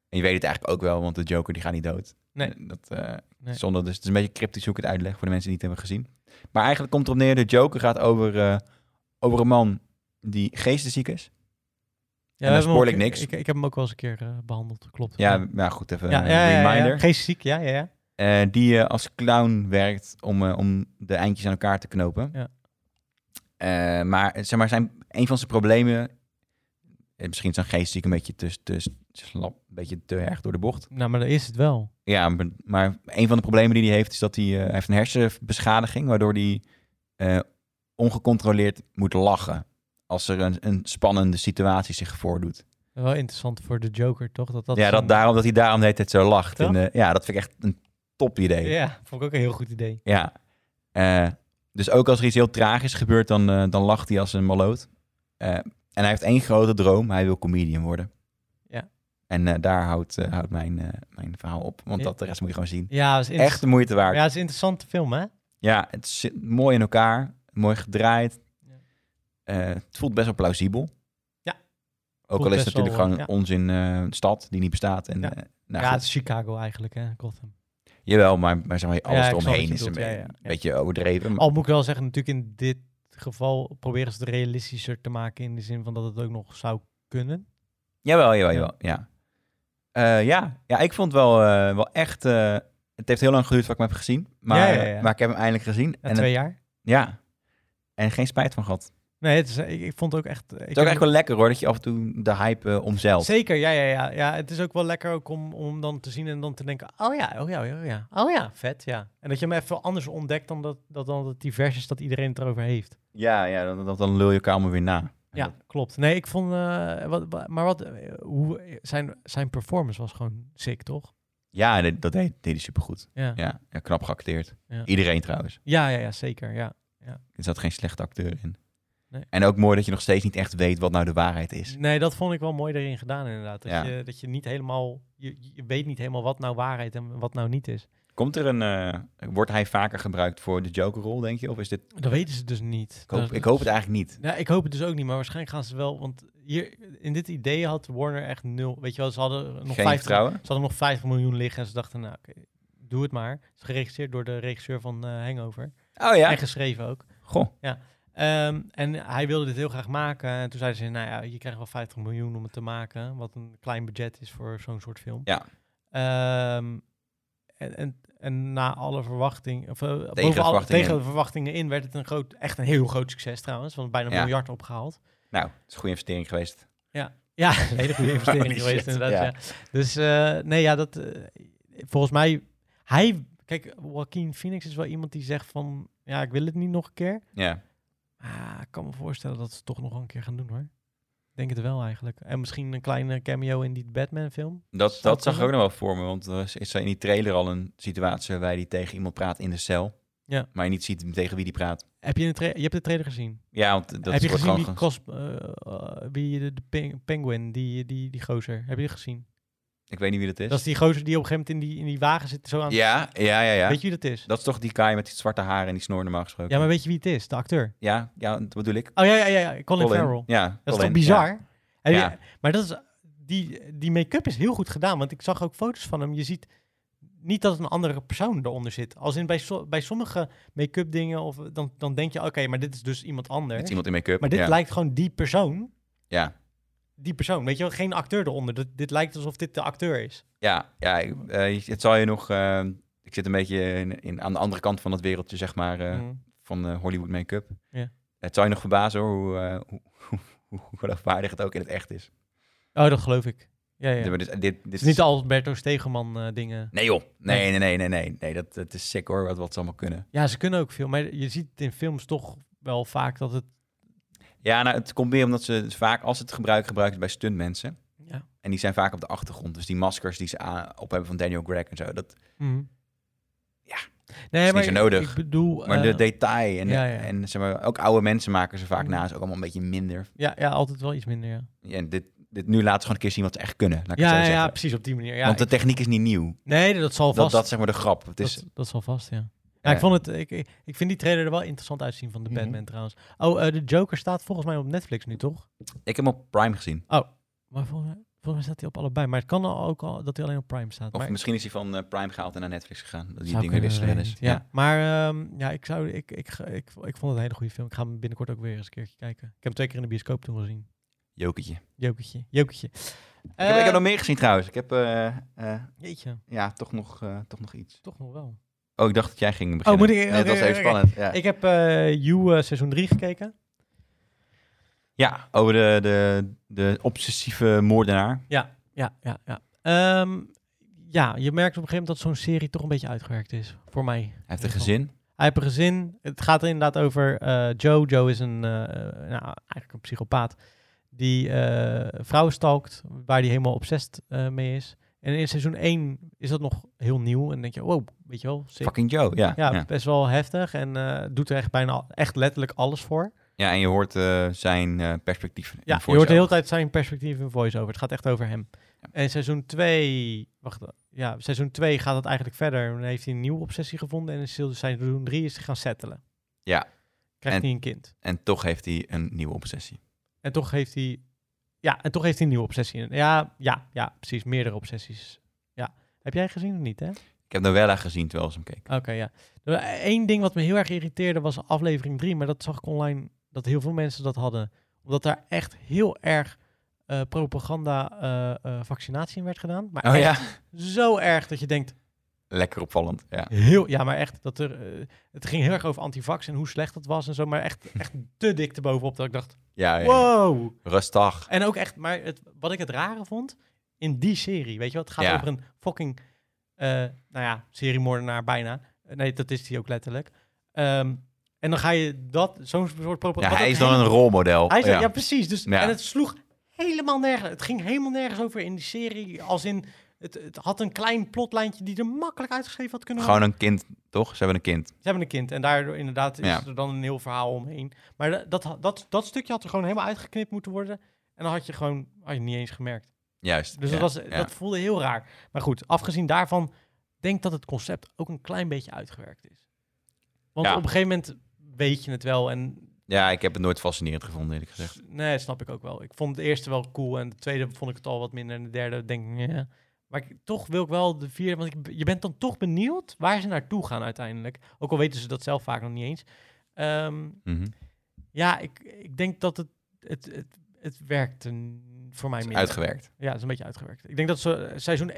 Speaker 1: En je weet het eigenlijk ook wel, want de Joker die gaat niet dood.
Speaker 2: Nee.
Speaker 1: Eh, Dat, eh,
Speaker 2: Nee.
Speaker 1: Zonder, dus het is een beetje cryptisch hoe ik het uitleg voor de mensen die het hebben gezien. Maar eigenlijk komt erop neer, de Joker gaat over, eh, over een man die geestesziek is.
Speaker 2: Ja,
Speaker 1: En
Speaker 2: we
Speaker 1: dan
Speaker 2: hebben hem
Speaker 1: spoor
Speaker 2: ook-
Speaker 1: ik niks.
Speaker 2: Ik, ik heb hem ook wel eens een keer eh, behandeld, klopt.
Speaker 1: Ja, nou goed, even
Speaker 2: ja,
Speaker 1: een
Speaker 2: ja, ja, ja.
Speaker 1: reminder.
Speaker 2: Geest ziek, ja, ja, ja.
Speaker 1: Eh, die eh, als clown werkt om, eh, om de eindjes aan elkaar te knopen.
Speaker 2: Ja.
Speaker 1: Eh, maar zeg maar, zijn, een van zijn problemen. eh, misschien zijn geest die ik een beetje te, te slap, een beetje te erg door de bocht.
Speaker 2: Nou, maar dat is het wel.
Speaker 1: Ja, maar, maar een van de problemen die hij heeft is dat hij, eh, hij heeft een hersenbeschadiging, waardoor hij eh, ongecontroleerd moet lachen. Als er een, een spannende situatie zich voordoet.
Speaker 2: Wel interessant voor de Joker, toch? Dat, dat
Speaker 1: ja,
Speaker 2: is
Speaker 1: dat,
Speaker 2: een-
Speaker 1: daarom, dat hij daarom de hele tijd zo lacht.
Speaker 2: Ja?
Speaker 1: En, eh, ja, dat vind ik echt een top idee.
Speaker 2: Ja, vond ik ook een heel goed idee.
Speaker 1: Ja. Eh, dus ook als er iets heel tragisch gebeurt, dan, eh, dan lacht hij als een maloot. Eh, en hij heeft één grote droom. Hij wil comedian worden.
Speaker 2: Ja.
Speaker 1: En eh, daar houdt, eh, houdt mijn, eh, mijn verhaal op. Want
Speaker 2: Ja.
Speaker 1: dat de rest moet je gewoon zien.
Speaker 2: Ja, het is,
Speaker 1: Echt Nou, de moeite waard.
Speaker 2: ja,
Speaker 1: Ja,
Speaker 2: het is een interessante film, hè?
Speaker 1: het zit mooi in elkaar. Mooi gedraaid.
Speaker 2: Ja.
Speaker 1: Eh, het voelt best wel plausibel.
Speaker 2: Ja.
Speaker 1: Ook
Speaker 2: Voelt
Speaker 1: al is
Speaker 2: best
Speaker 1: het natuurlijk
Speaker 2: wel,
Speaker 1: gewoon
Speaker 2: ja.
Speaker 1: een onzin eh, stad die niet bestaat. En,
Speaker 2: Ja.
Speaker 1: eh, nou
Speaker 2: ja,
Speaker 1: goed.
Speaker 2: het is Chicago eigenlijk, hè, Gotham.
Speaker 1: Jawel, maar, maar zeg maar, alles
Speaker 2: Ja, ik snap wat
Speaker 1: eromheen
Speaker 2: je
Speaker 1: is een
Speaker 2: bedoelt. Ja,
Speaker 1: be-
Speaker 2: ja, ja.
Speaker 1: beetje overdreven. maar-
Speaker 2: Al moet ik wel zeggen, natuurlijk in dit geval proberen ze het realistischer te maken in de zin van dat het ook nog zou kunnen.
Speaker 1: Jawel, jawel, jawel. Ja, Eh, ja. ja ik vond het wel, eh, wel echt... eh, het heeft heel lang geduurd wat ik hem heb gezien. Maar,
Speaker 2: Ja, ja, ja.
Speaker 1: maar ik heb hem eindelijk gezien.
Speaker 2: Na
Speaker 1: en het-
Speaker 2: twee jaar.
Speaker 1: ja. En geen spijt van gehad. Het
Speaker 2: Nee, het is, ik, ik vond het ook echt... Ik
Speaker 1: is ook
Speaker 2: heb-
Speaker 1: echt wel lekker hoor, dat je af en toe de hype eh, omzeilt.
Speaker 2: Zeker, ja, ja, ja, ja. Het is ook wel lekker ook om, om hem dan te zien en dan te denken... Oh ja, oh ja, oh ja, oh ja, vet, ja. En dat je hem even anders ontdekt dan dat, dat, dan dat die vers is dat iedereen het erover heeft.
Speaker 1: Ja, ja dan, dan, dan lul je elkaar allemaal weer na. En
Speaker 2: Ja,
Speaker 1: dat-
Speaker 2: klopt. Nee, ik vond... eh, wat, wa- maar wat, eh, hoe, zijn, zijn performance was gewoon sick, toch?
Speaker 1: ja dat, dat deed, deed hij supergoed.
Speaker 2: Ja, ja,
Speaker 1: Ja, ja, knap geacteerd.
Speaker 2: Ja.
Speaker 1: Iedereen trouwens.
Speaker 2: ja, ja, zeker, ja.
Speaker 1: Er zat geen slechte acteur in.
Speaker 2: Nee.
Speaker 1: En ook mooi dat je nog steeds niet echt weet wat nou de waarheid is.
Speaker 2: Nee, dat vond ik wel mooi erin gedaan, inderdaad. Dat,
Speaker 1: Ja.
Speaker 2: je, dat je niet helemaal... Je, je weet niet helemaal wat nou waarheid en wat nou niet is.
Speaker 1: Komt er een, eh, wordt hij vaker gebruikt voor de Joker-rol, denk je? Of is dit...
Speaker 2: Dat weten ze dus niet.
Speaker 1: Ik hoop,
Speaker 2: Dat-
Speaker 1: ik hoop het eigenlijk niet.
Speaker 2: Nou, ik hoop het dus ook niet, maar waarschijnlijk gaan ze wel... Want hier, in dit idee had Warner echt nul... Weet je wel, ze hadden nog,
Speaker 1: Geen
Speaker 2: 50, ze
Speaker 1: vertrouwen?
Speaker 2: hadden nog 50 miljoen liggen en ze dachten, nou, oké, doe het maar. Het is geregisseerd door de regisseur van eh, Hangover.
Speaker 1: Oh ja?
Speaker 2: En geschreven ook.
Speaker 1: Goh.
Speaker 2: Ehm, en hij wilde dit heel graag maken. En toen zeiden ze, nou ja, je krijgt wel 50 miljoen om het te maken. Wat een klein budget is voor zo'n soort film.
Speaker 1: Ja.
Speaker 2: Ehm, en, en, en na alle verwachtingen... Of, eh, boven alle-
Speaker 1: verwachtingen
Speaker 2: tegen
Speaker 1: in.
Speaker 2: de verwachtingen in werd het een groot, echt een heel groot succes trouwens. Want bijna een
Speaker 1: Ja.
Speaker 2: miljard opgehaald.
Speaker 1: Nou, het is een goede investering geweest.
Speaker 2: Ja, een hele goede investering
Speaker 1: Holy
Speaker 2: geweest
Speaker 1: shit,
Speaker 2: inderdaad.
Speaker 1: ja.
Speaker 2: Ja. Dus eh, nee, ja, dat... eh, volgens mij... Hij... Kijk, Joaquin Phoenix is wel iemand die zegt van... Ja, ik wil het niet nog een keer.
Speaker 1: Ja.
Speaker 2: Ah, ik kan me voorstellen dat ze het toch nog wel een keer gaan doen hoor. Ik Denk het wel eigenlijk. En misschien een kleine cameo in die Batman film.
Speaker 1: Dat,
Speaker 2: Zou
Speaker 1: dat zag ik ook
Speaker 2: kunnen.
Speaker 1: nog wel voor me, want er is- is in die trailer al een situatie waarbij hij tegen iemand praat in de cel.
Speaker 2: Ja.
Speaker 1: Maar je niet ziet tegen wie die praat.
Speaker 2: Heb je, een tra- je hebt de trailer gezien.
Speaker 1: Ja, want dat
Speaker 2: heb je
Speaker 1: wordt
Speaker 2: gezien
Speaker 1: gewoon...
Speaker 2: die,
Speaker 1: ge-
Speaker 2: cos- eh, eh, wie de, de peng- penguin, die, die, die gozer? Heb je die gezien?
Speaker 1: Ik weet niet wie dat is.
Speaker 2: Dat is die gozer die op een gegeven moment in die, in die wagen zit. Zo aan
Speaker 1: Ja, ja, ja, ja.
Speaker 2: Weet je wie dat is?
Speaker 1: Dat is toch die guy met die zwarte haren en die snor normaal gesproken?
Speaker 2: Ja, maar weet je wie het is? De acteur.
Speaker 1: Ja, ja, dat bedoel ik.
Speaker 2: Oh ja, ja, ja. ja. Colin, Farrell.
Speaker 1: Ja,
Speaker 2: Dat is toch
Speaker 1: Colin,
Speaker 2: bizar?
Speaker 1: ja.
Speaker 2: Heb je-
Speaker 1: Ja.
Speaker 2: maar dat is, die, die make-up is heel goed gedaan, want ik zag ook foto's van hem. Je ziet niet dat een andere persoon eronder zit. Als in bij, so- bij sommige make-up dingen, of, dan, dan denk je, oké, maar dit is dus iemand
Speaker 1: Het is
Speaker 2: anders.
Speaker 1: iemand in make-up.
Speaker 2: Maar dit
Speaker 1: ja.
Speaker 2: lijkt gewoon die persoon,
Speaker 1: Ja.
Speaker 2: die persoon. Weet je wel, geen acteur eronder. Dit, dit lijkt alsof dit de acteur is.
Speaker 1: Ja, ja ik- eh, het zal je nog. eh, ik zit een beetje in, in- aan de andere kant van dat wereldje, zeg maar, eh,
Speaker 2: Mm.
Speaker 1: van eh, Hollywood make-up.
Speaker 2: Ja.
Speaker 1: Het zal je nog verbazen hoor, hoe, eh, hoe, hoe, hoe geloofwaardig het ook in het echt is.
Speaker 2: Oh, dat geloof ik. Ja, ja.
Speaker 1: Maar dus, eh, dit, dit
Speaker 2: Het is niet Alberto Stegeman eh, dingen.
Speaker 1: Nee joh, nee, nee, nee, nee, nee. nee dat, dat is sick hoor, wat, wat ze allemaal kunnen.
Speaker 2: Ja, ze kunnen ook veel. Maar je ziet het in films toch wel vaak dat het...
Speaker 1: Ja, nou, het komt meer omdat ze vaak, als ze het gebruiken, gebruiken ze het bij stuntmensen.
Speaker 2: Ja.
Speaker 1: En die zijn vaak op de achtergrond. Dus die maskers die ze aan, op hebben van Daniel Greg en zo. Dat, Ja,
Speaker 2: Mhm. nee,
Speaker 1: niet
Speaker 2: maar
Speaker 1: zo
Speaker 2: ik-
Speaker 1: nodig.
Speaker 2: Ik bedoel,
Speaker 1: maar
Speaker 2: eh,
Speaker 1: de detail en,
Speaker 2: ja, ja.
Speaker 1: en zeg maar, ook oude mensen maken ze vaak
Speaker 2: Mm.
Speaker 1: na. Is ook allemaal een beetje minder.
Speaker 2: Ja, ja, altijd wel iets minder, ja.
Speaker 1: Ja, dit, dit, nu laten ze gewoon een keer zien wat ze echt kunnen. Laat ik het
Speaker 2: Ja,
Speaker 1: zo
Speaker 2: ja,
Speaker 1: zeggen.
Speaker 2: precies op die manier. Ja,
Speaker 1: Want de
Speaker 2: ik-
Speaker 1: techniek is niet nieuw.
Speaker 2: nee, dat zal
Speaker 1: Dat,
Speaker 2: vast.
Speaker 1: dat is zeg maar de grap. Het is,
Speaker 2: dat, dat zal vast, ja.
Speaker 1: Ja.
Speaker 2: Ja, ik, vond het, ik, ik ik vind die trailer er wel interessant uitzien van de
Speaker 1: Mhm.
Speaker 2: Batman trouwens. Oh, eh, de Joker staat volgens mij op Netflix nu, toch?
Speaker 1: Ik heb hem op Prime gezien.
Speaker 2: Maar volgens mij, volgens mij staat hij op allebei. Maar het kan al- ook al dat hij alleen op Prime staat.
Speaker 1: Of
Speaker 2: maar
Speaker 1: misschien is hij van eh, Prime gehaald en naar Netflix gegaan. Dat die
Speaker 2: zou
Speaker 1: dingen
Speaker 2: kunnen,
Speaker 1: wisselen Dus, wel
Speaker 2: weet ik
Speaker 1: eens.
Speaker 2: niet. Ja. Maar ehm, ja, ik, zou, ik, ik, ga- ik, ik vond het een hele goede film. Ik ga hem binnenkort ook weer eens een keertje kijken. Ik heb hem twee keer in de bioscoop toen gezien.
Speaker 1: Jokertje. Ik,
Speaker 2: Jokertje, Jokertje.
Speaker 1: heb, ik
Speaker 2: Eh,
Speaker 1: heb nog meer gezien trouwens. Ik heb eh, eh,
Speaker 2: Jeetje,
Speaker 1: ja, toch, nog, eh, toch nog iets.
Speaker 2: toch nog wel.
Speaker 1: Oh, ik dacht dat jij ging beginnen.
Speaker 2: moet ik-
Speaker 1: Nee, dat
Speaker 2: oké,
Speaker 1: was even
Speaker 2: oké.
Speaker 1: spannend. Ja,
Speaker 2: Ik heb eh You eh, seizoen 3 gekeken.
Speaker 1: ja over de, de, de obsessieve moordenaar.
Speaker 2: Ja, ja, ja. Ehm, ja, je merkt op een gegeven moment dat zo'n serie toch een beetje uitgewerkt is. Voor mij.
Speaker 1: Hij heeft een gezin.
Speaker 2: Hij heeft een gezin. Het gaat er inderdaad over eh, Joe. Joe is een, eh, eh, nou, eigenlijk een psychopaat die eh, vrouwen stalkt, waar hij helemaal obsessed eh, mee is. En En in seizoen 1 is dat nog heel nieuw. En denk je, wow, weet je wel, sick.
Speaker 1: Fucking Joe, ja.
Speaker 2: Ja,
Speaker 1: ja.
Speaker 2: best wel heftig. En eh, doet er echt bijna al- echt letterlijk alles voor.
Speaker 1: Ja, en je hoort eh, zijn eh, perspectief. in
Speaker 2: Ja, je
Speaker 1: voice-over.
Speaker 2: hoort de hele tijd zijn perspectief in voice-over. Het gaat echt over hem. En seizoen 2... Wacht, ja, seizoen 2 gaat het eigenlijk verder. Dan heeft hij een nieuwe obsessie gevonden. En in seizoen 3 is hij gaan settelen.
Speaker 1: Ja.
Speaker 2: Krijgt
Speaker 1: En-
Speaker 2: hij een kind.
Speaker 1: En toch heeft hij een nieuwe obsessie.
Speaker 2: En toch heeft hij... Ja, en toch heeft hij een nieuwe obsessie. Ja, ja, ja, precies. Meerdere obsessies. Ja. Heb jij gezien of niet, hè?
Speaker 1: Ik heb Noella gezien terwijl ze hem keek.
Speaker 2: Oké, ja. Eén ding wat me heel erg irriteerde was aflevering 3, maar dat zag ik online dat heel veel mensen dat hadden. Omdat daar echt heel erg eh, propaganda eh, eh, vaccinatie in werd gedaan. Maar
Speaker 1: Oh
Speaker 2: echt
Speaker 1: ja,
Speaker 2: zo erg dat je denkt,
Speaker 1: lekker opvallend. Ja.
Speaker 2: heel, ja, maar echt, dat er, eh, het ging heel erg over antivax en hoe slecht dat was en zo, maar echt, echt te dik te bovenop dat ik dacht,
Speaker 1: Ja, ja.
Speaker 2: wow.
Speaker 1: Rustig.
Speaker 2: En ook echt, maar het, wat ik het rare vond, in die serie, weet je wel, het gaat
Speaker 1: Ja.
Speaker 2: over een fucking, eh, nou ja, seriemoordenaar bijna. Eh, Nee, dat is die ook letterlijk. Ehm, en dan ga je dat, zo'n soort
Speaker 1: Ja,
Speaker 2: propaganda.
Speaker 1: hij is dan een rolmodel.
Speaker 2: Hij is dan-
Speaker 1: ja.
Speaker 2: ja. precies. Dus,
Speaker 1: Ja.
Speaker 2: En het sloeg helemaal nergens. Het ging helemaal nergens over in die serie, als in, het, het had een klein plotlijntje die er makkelijk uitgeschreven had kunnen
Speaker 1: Gewoon een kind, toch? Ze hebben een kind.
Speaker 2: ze hebben een kind en daardoor inderdaad is
Speaker 1: Ja.
Speaker 2: er dan een heel verhaal omheen. Maar da- dat, ha- dat, dat stukje had er gewoon helemaal uitgeknipt moeten worden. En dan had je gewoon had je niet eens gemerkt.
Speaker 1: Juist.
Speaker 2: Dus
Speaker 1: ja,
Speaker 2: dat, was,
Speaker 1: ja.
Speaker 2: dat voelde heel raar. Maar goed, afgezien daarvan denk ik dat het concept ook een klein beetje uitgewerkt is. Want
Speaker 1: Ja.
Speaker 2: op een gegeven moment weet je het wel. En
Speaker 1: ja, ik heb het nooit fascinerend gevonden, eerlijk gezegd.
Speaker 2: s- nee, snap ik ook wel. Ik vond het eerste wel cool en de tweede vond ik het al wat minder. En de derde denk ik, ja. Maar ik, toch wil ik wel de vierde, want ik, b- je bent dan toch benieuwd waar ze naartoe gaan uiteindelijk. Ook al weten ze dat zelf vaak nog niet eens. Ehm,
Speaker 1: Mhm.
Speaker 2: ja, ik, ik denk dat het, het, het, het werkt een- voor mij
Speaker 1: Het is
Speaker 2: minder.
Speaker 1: Uitgewerkt.
Speaker 2: Ja, het is een beetje uitgewerkt. Ik denk dat ze eh, seizoen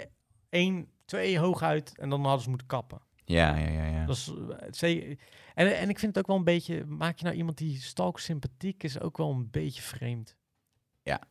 Speaker 2: 1, 2 hooguit en dan hadden ze moeten kappen.
Speaker 1: Ja, ja, ja. ja.
Speaker 2: Dat is, eh, het ze- en, en ik vind het ook wel een beetje, maak je nou iemand die stalk sympathiek is, ook wel een beetje vreemd.
Speaker 1: Ja,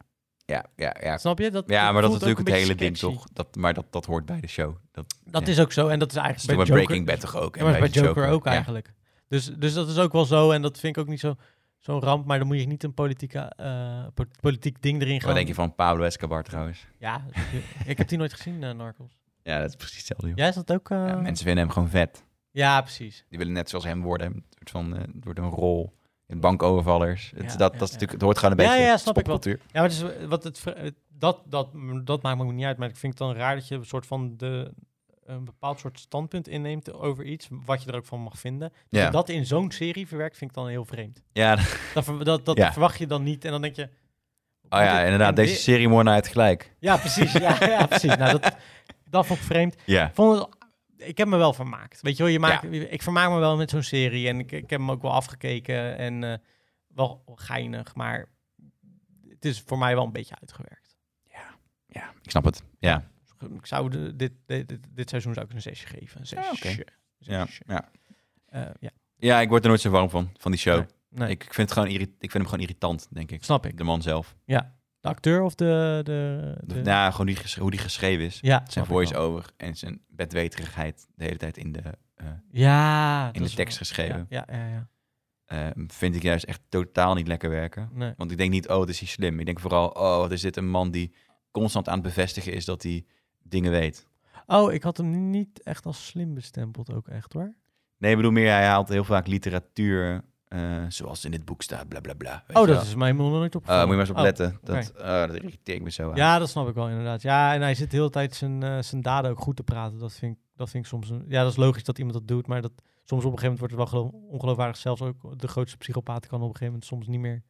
Speaker 1: ja, ja.
Speaker 2: Snap je? Dat,
Speaker 1: Ja, maar dat is
Speaker 2: voelt
Speaker 1: natuurlijk
Speaker 2: ook een
Speaker 1: het hele
Speaker 2: beetje
Speaker 1: ding,
Speaker 2: sketchy.
Speaker 1: toch? Dat, maar dat, dat hoort bij de show. Dat,
Speaker 2: Dat
Speaker 1: Ja.
Speaker 2: is ook zo en dat is
Speaker 1: is
Speaker 2: eigenlijk
Speaker 1: natuurlijk
Speaker 2: bij
Speaker 1: bij
Speaker 2: Joker,
Speaker 1: Breaking Bad toch ook?
Speaker 2: Ja, maar
Speaker 1: bij
Speaker 2: bij
Speaker 1: de
Speaker 2: Joker, ook
Speaker 1: ja.
Speaker 2: eigenlijk. Dus, dus dat is ook wel zo en dat vind ik ook niet zo- zo'n ramp, maar dan moet je niet een politieke, eh, po- politiek ding erin gaan.
Speaker 1: Wat denk je van Pablo Escobar trouwens?
Speaker 2: Ja, ik heb die nooit gezien, eh, Narcos.
Speaker 1: Ja, dat is precies hetzelfde. joh.
Speaker 2: Jij is dat ook? eh?
Speaker 1: Ja, mensen vinden hem gewoon vet.
Speaker 2: Ja, precies.
Speaker 1: Die willen net zoals hem worden. Een soort van, eh, het wordt een rol. In bankovervallers. Het,
Speaker 2: Ja,
Speaker 1: dat,
Speaker 2: ja,
Speaker 1: dat is
Speaker 2: ja.
Speaker 1: natuurlijk, het hoort gewoon een
Speaker 2: Ja,
Speaker 1: beetje
Speaker 2: ja, snap ik wel.
Speaker 1: popcultuur.
Speaker 2: Ja, maar het is, eh, wat het, ver- het- dat, dat, dat maakt me ook niet uit, maar ik vind het dan raar dat je een soort van de, een bepaald soort standpunt inneemt over iets, wat je er ook van mag vinden. Dat
Speaker 1: Ja.
Speaker 2: je dat in zo'n serie verwerkt, vind ik dan heel vreemd.
Speaker 1: Ja,
Speaker 2: Dat, ver- dat, dat
Speaker 1: Ja.
Speaker 2: verwacht je dan niet en dan denk je...
Speaker 1: oh ja, inderdaad. Deze serie moordenaar het gelijk.
Speaker 2: Ja, precies. Ja, ja, precies. Nou, dat, dat vond ik vreemd.
Speaker 1: Ja.
Speaker 2: Ik vond het- ik heb me wel vermaakt. Weet je wel, je maakt, ik vermaak me wel met zo'n serie. En ik, ik heb hem ook wel afgekeken. En eh, wel geinig, maar het is voor mij wel een beetje uitgewerkt. Dus
Speaker 1: Ja, ik snap het. Ja.
Speaker 2: Ik zou de, dit, dit, dit, dit seizoen zou ik een zesje geven. Een zesje.
Speaker 1: Ah, Ja,
Speaker 2: Zesje.
Speaker 1: ja.
Speaker 2: Eh, ja.
Speaker 1: ja, ik word er nooit zo warm van, van die show.
Speaker 2: Nee,
Speaker 1: Ik, vind het gewoon irri- ik vind hem gewoon irritant, denk ik.
Speaker 2: snap ik.
Speaker 1: De man zelf.
Speaker 2: De acteur of de... de,
Speaker 1: De,
Speaker 2: de-
Speaker 1: nou, gewoon die ges- hoe die geschreven is.
Speaker 2: ja,
Speaker 1: Zijn
Speaker 2: snap ik wel.
Speaker 1: voice-over en zijn bedweterigheid de hele tijd in de, eh,
Speaker 2: Ja. dat
Speaker 1: in de
Speaker 2: is
Speaker 1: tekst
Speaker 2: wel-
Speaker 1: geschreven.
Speaker 2: Ja, ja, ja. ja.
Speaker 1: Eh, vind ik juist echt totaal niet lekker werken.
Speaker 2: Nee.
Speaker 1: Want ik denk niet, oh, wat is hij slim. Ik denk vooral, oh, wat is dit een man die constant aan het bevestigen is dat hij dingen weet.
Speaker 2: Oh, ik had hem niet echt als slim bestempeld ook echt hoor.
Speaker 1: Nee, ik bedoel meer, hij haalt heel vaak literatuur eh, zoals in dit boek staat, bla bla bla. weet
Speaker 2: Oh,
Speaker 1: je
Speaker 2: dat
Speaker 1: wel.
Speaker 2: is mij helemaal nooit
Speaker 1: Eh,
Speaker 2: opgevallen.
Speaker 1: moet je maar eens op
Speaker 2: Oh,
Speaker 1: letten.
Speaker 2: oké.
Speaker 1: Dat, eh, dat irriteert me zo aan.
Speaker 2: Ja, dat snap ik wel inderdaad. Ja, en hij zit de hele tijd zijn, eh, zijn daden ook goed te praten. Dat vind, ik, dat vind ik soms... Een, ja, dat is logisch dat iemand dat doet, maar dat, soms op een gegeven moment wordt het wel gelo- ongeloofwaardig. Zelfs ook de grootste psychopaat kan op een gegeven moment soms niet meer...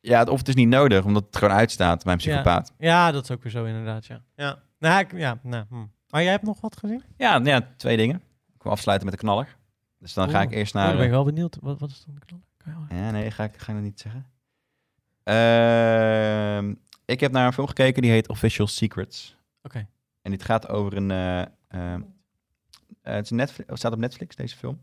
Speaker 1: Ja, het- of het is niet nodig, omdat het gewoon uitstaat bij een
Speaker 2: Ja.
Speaker 1: psychopaat.
Speaker 2: Ja, dat is ook weer zo inderdaad, ja. Ja, nou, ik- ja, nou, hm. Maar jij hebt nog wat gezien?
Speaker 1: Ja, nou ja, twee dingen. Ik wil afsluiten met de knaller. Dus dan ga
Speaker 2: Oeh.
Speaker 1: ik eerst
Speaker 2: oh,
Speaker 1: naar...
Speaker 2: dan ben ik wel benieuwd. Wat, wat is dan de knal? Kan je wel-
Speaker 1: Ja, nee, ga ik, ga ik dat niet zeggen. Ehm, ik heb naar een film gekeken die heet Official Secrets.
Speaker 2: Oké.
Speaker 1: En dit gaat over een. eh, ehm, eh, het is een Netflix, het staat op Netflix, deze film.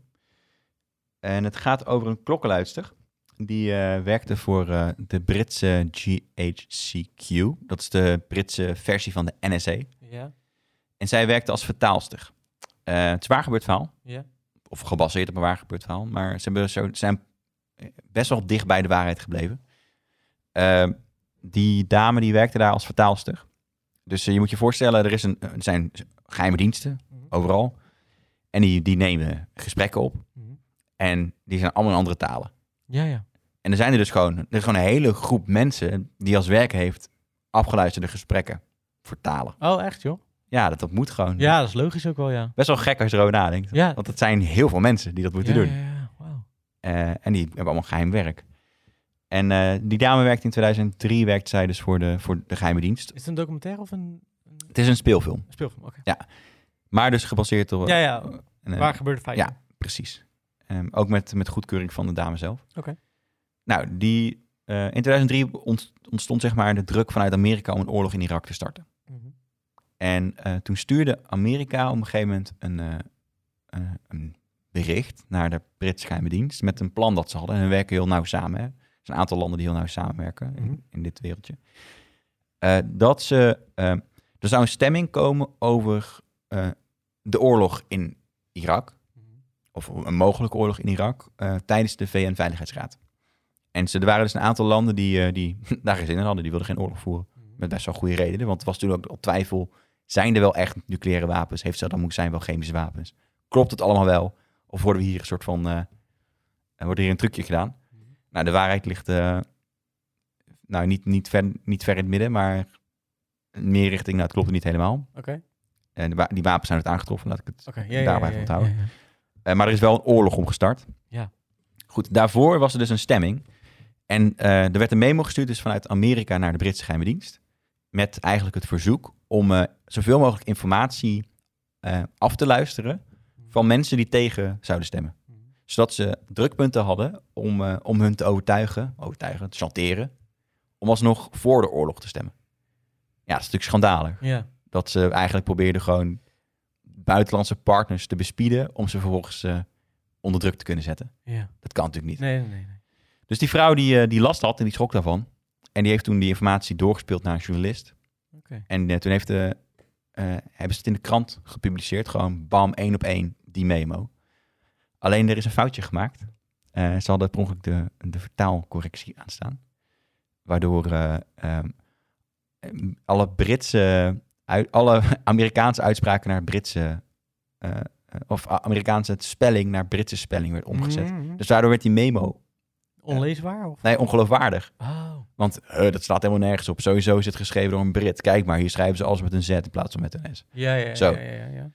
Speaker 1: En het gaat over een klokkenluidster. Die eh, werkte voor eh, de Britse GHCQ. Dat is de Britse versie van de NSA.
Speaker 2: Ja,
Speaker 1: En zij werkte als vertaalster. Eh het is een waar gebeurd verhaal
Speaker 2: ja.
Speaker 1: of gebaseerd op een waar gebeurd verhaal. Maar ze hebben zo, zijn best wel dicht bij de waarheid gebleven. Ehm, die dame die werkte daar als vertaalster. Dus eh, je moet je voorstellen, er, is een, er zijn geheime diensten
Speaker 2: Mhm.
Speaker 1: overal. En die, die nemen gesprekken op.
Speaker 2: Mhm.
Speaker 1: En die zijn allemaal in andere talen.
Speaker 2: Ja, ja.
Speaker 1: En er zijn er dus gewoon, er is gewoon een hele groep mensen die als werk heeft afgeluisterde gesprekken voor talen.
Speaker 2: Oh, echt joh?
Speaker 1: Ja, dat, dat moet gewoon.
Speaker 2: Ja, dat is logisch ook wel, ja.
Speaker 1: Best wel gek als je erover nadenkt.
Speaker 2: Ja.
Speaker 1: Want het zijn heel veel mensen die dat moeten
Speaker 2: ja,
Speaker 1: doen.
Speaker 2: Ja, ja. Wauw.
Speaker 1: Eh, en die hebben allemaal geheim werk. En eh, die dame werkte in 2003, werkte zij dus voor de, voor de geheime dienst.
Speaker 2: Is het een documentaire of een
Speaker 1: Het is een speelfilm,
Speaker 2: speelfilm? Oké.
Speaker 1: maar dus gebaseerd op...
Speaker 2: Ja, ja.
Speaker 1: en, eh,
Speaker 2: Waar gebeurt het feitje?
Speaker 1: ja. Precies. Ehm, ook met, met goedkeuring van de dame zelf.
Speaker 2: Oké.
Speaker 1: Nou, die, eh, in 2003 ont- ontstond zeg maar de druk vanuit Amerika om een oorlog in Irak te starten.
Speaker 2: Mhm.
Speaker 1: En eh, toen stuurde Amerika op een gegeven moment een, eh, eh, een bericht naar de Britse geheime dienst met een plan dat ze hadden. En hun werken heel nauw samen. Hè. Er zijn een aantal landen die heel nauw samenwerken in,
Speaker 2: Mhm.
Speaker 1: in dit wereldje. Eh, dat ze, eh, er zou een stemming komen over eh, de oorlog in Irak.
Speaker 2: Mhm.
Speaker 1: Of een mogelijke oorlog in Irak eh, tijdens de VN-veiligheidsraad. En ze, er waren dus een aantal landen die, eh, die daar geen zin in hadden. Die wilden geen oorlog voeren. Met best wel goede redenen. Want het was toen ook al twijfel zijn er wel echt nucleaire wapens? Heeft Saddam Hussein wel chemische wapens? Klopt het allemaal wel? Of worden we hier een soort van... eh, eh, wordt hier een trucje gedaan? Nou, de waarheid ligt... eh, nou, niet, niet, ver, niet ver in het midden, maar... Meer richting, nou, het klopt niet helemaal.
Speaker 2: Oké.
Speaker 1: En de wa- die wapens zijn het aangetroffen, laat ik het...
Speaker 2: Oké, ja, ja,
Speaker 1: Daarbij van
Speaker 2: ja,
Speaker 1: het
Speaker 2: ja,
Speaker 1: houden.
Speaker 2: ja, ja.
Speaker 1: Eh, maar er is wel een oorlog omgestart.
Speaker 2: Ja.
Speaker 1: Goed, daarvoor was er dus een stemming. En eh, er werd een memo gestuurd, dus vanuit Amerika naar de Britse geheime dienst. Met eigenlijk het verzoek om eh, zoveel mogelijk informatie eh, af te luisteren van mensen die tegen zouden stemmen. Zodat ze drukpunten hadden om, eh, om hun te overtuigen, overtuigen, te chanteren, om alsnog voor de oorlog te stemmen. Ja, dat is natuurlijk schandalig.
Speaker 2: Ja.
Speaker 1: Dat ze eigenlijk probeerden gewoon buitenlandse partners te bespieden om ze vervolgens eh, onder druk te kunnen zetten.
Speaker 2: ja.
Speaker 1: Dat kan natuurlijk niet.
Speaker 2: Nee, nee, nee. nee.
Speaker 1: Dus die vrouw die, eh, die last had en die schrok daarvan. En die heeft toen die informatie doorgespeeld naar een journalist.
Speaker 2: Oké.
Speaker 1: En eh, toen heeft de, eh, hebben ze het in de krant gepubliceerd. Gewoon bam, één op één, die memo. Alleen er is een foutje gemaakt. Eh, ze hadden per ongeluk de, de vertaalcorrectie aanstaan. Waardoor eh, ehm, em, alle Britse, ui- alle Amerikaanse uitspraken naar Britse... eh, eh, of A- Amerikaanse spelling naar Britse spelling werd omgezet.
Speaker 2: Mhm.
Speaker 1: Dus daardoor werd die memo
Speaker 2: Onleesbaar? Of?
Speaker 1: Nee, ongeloofwaardig.
Speaker 2: Oh.
Speaker 1: Want eh, dat slaat helemaal nergens op. Sowieso is het geschreven door een Brit. Kijk maar, hier schrijven ze alles met een Z in plaats van met een S.
Speaker 2: Ja, ja, ja.
Speaker 1: Zo.
Speaker 2: ja, ja, ja.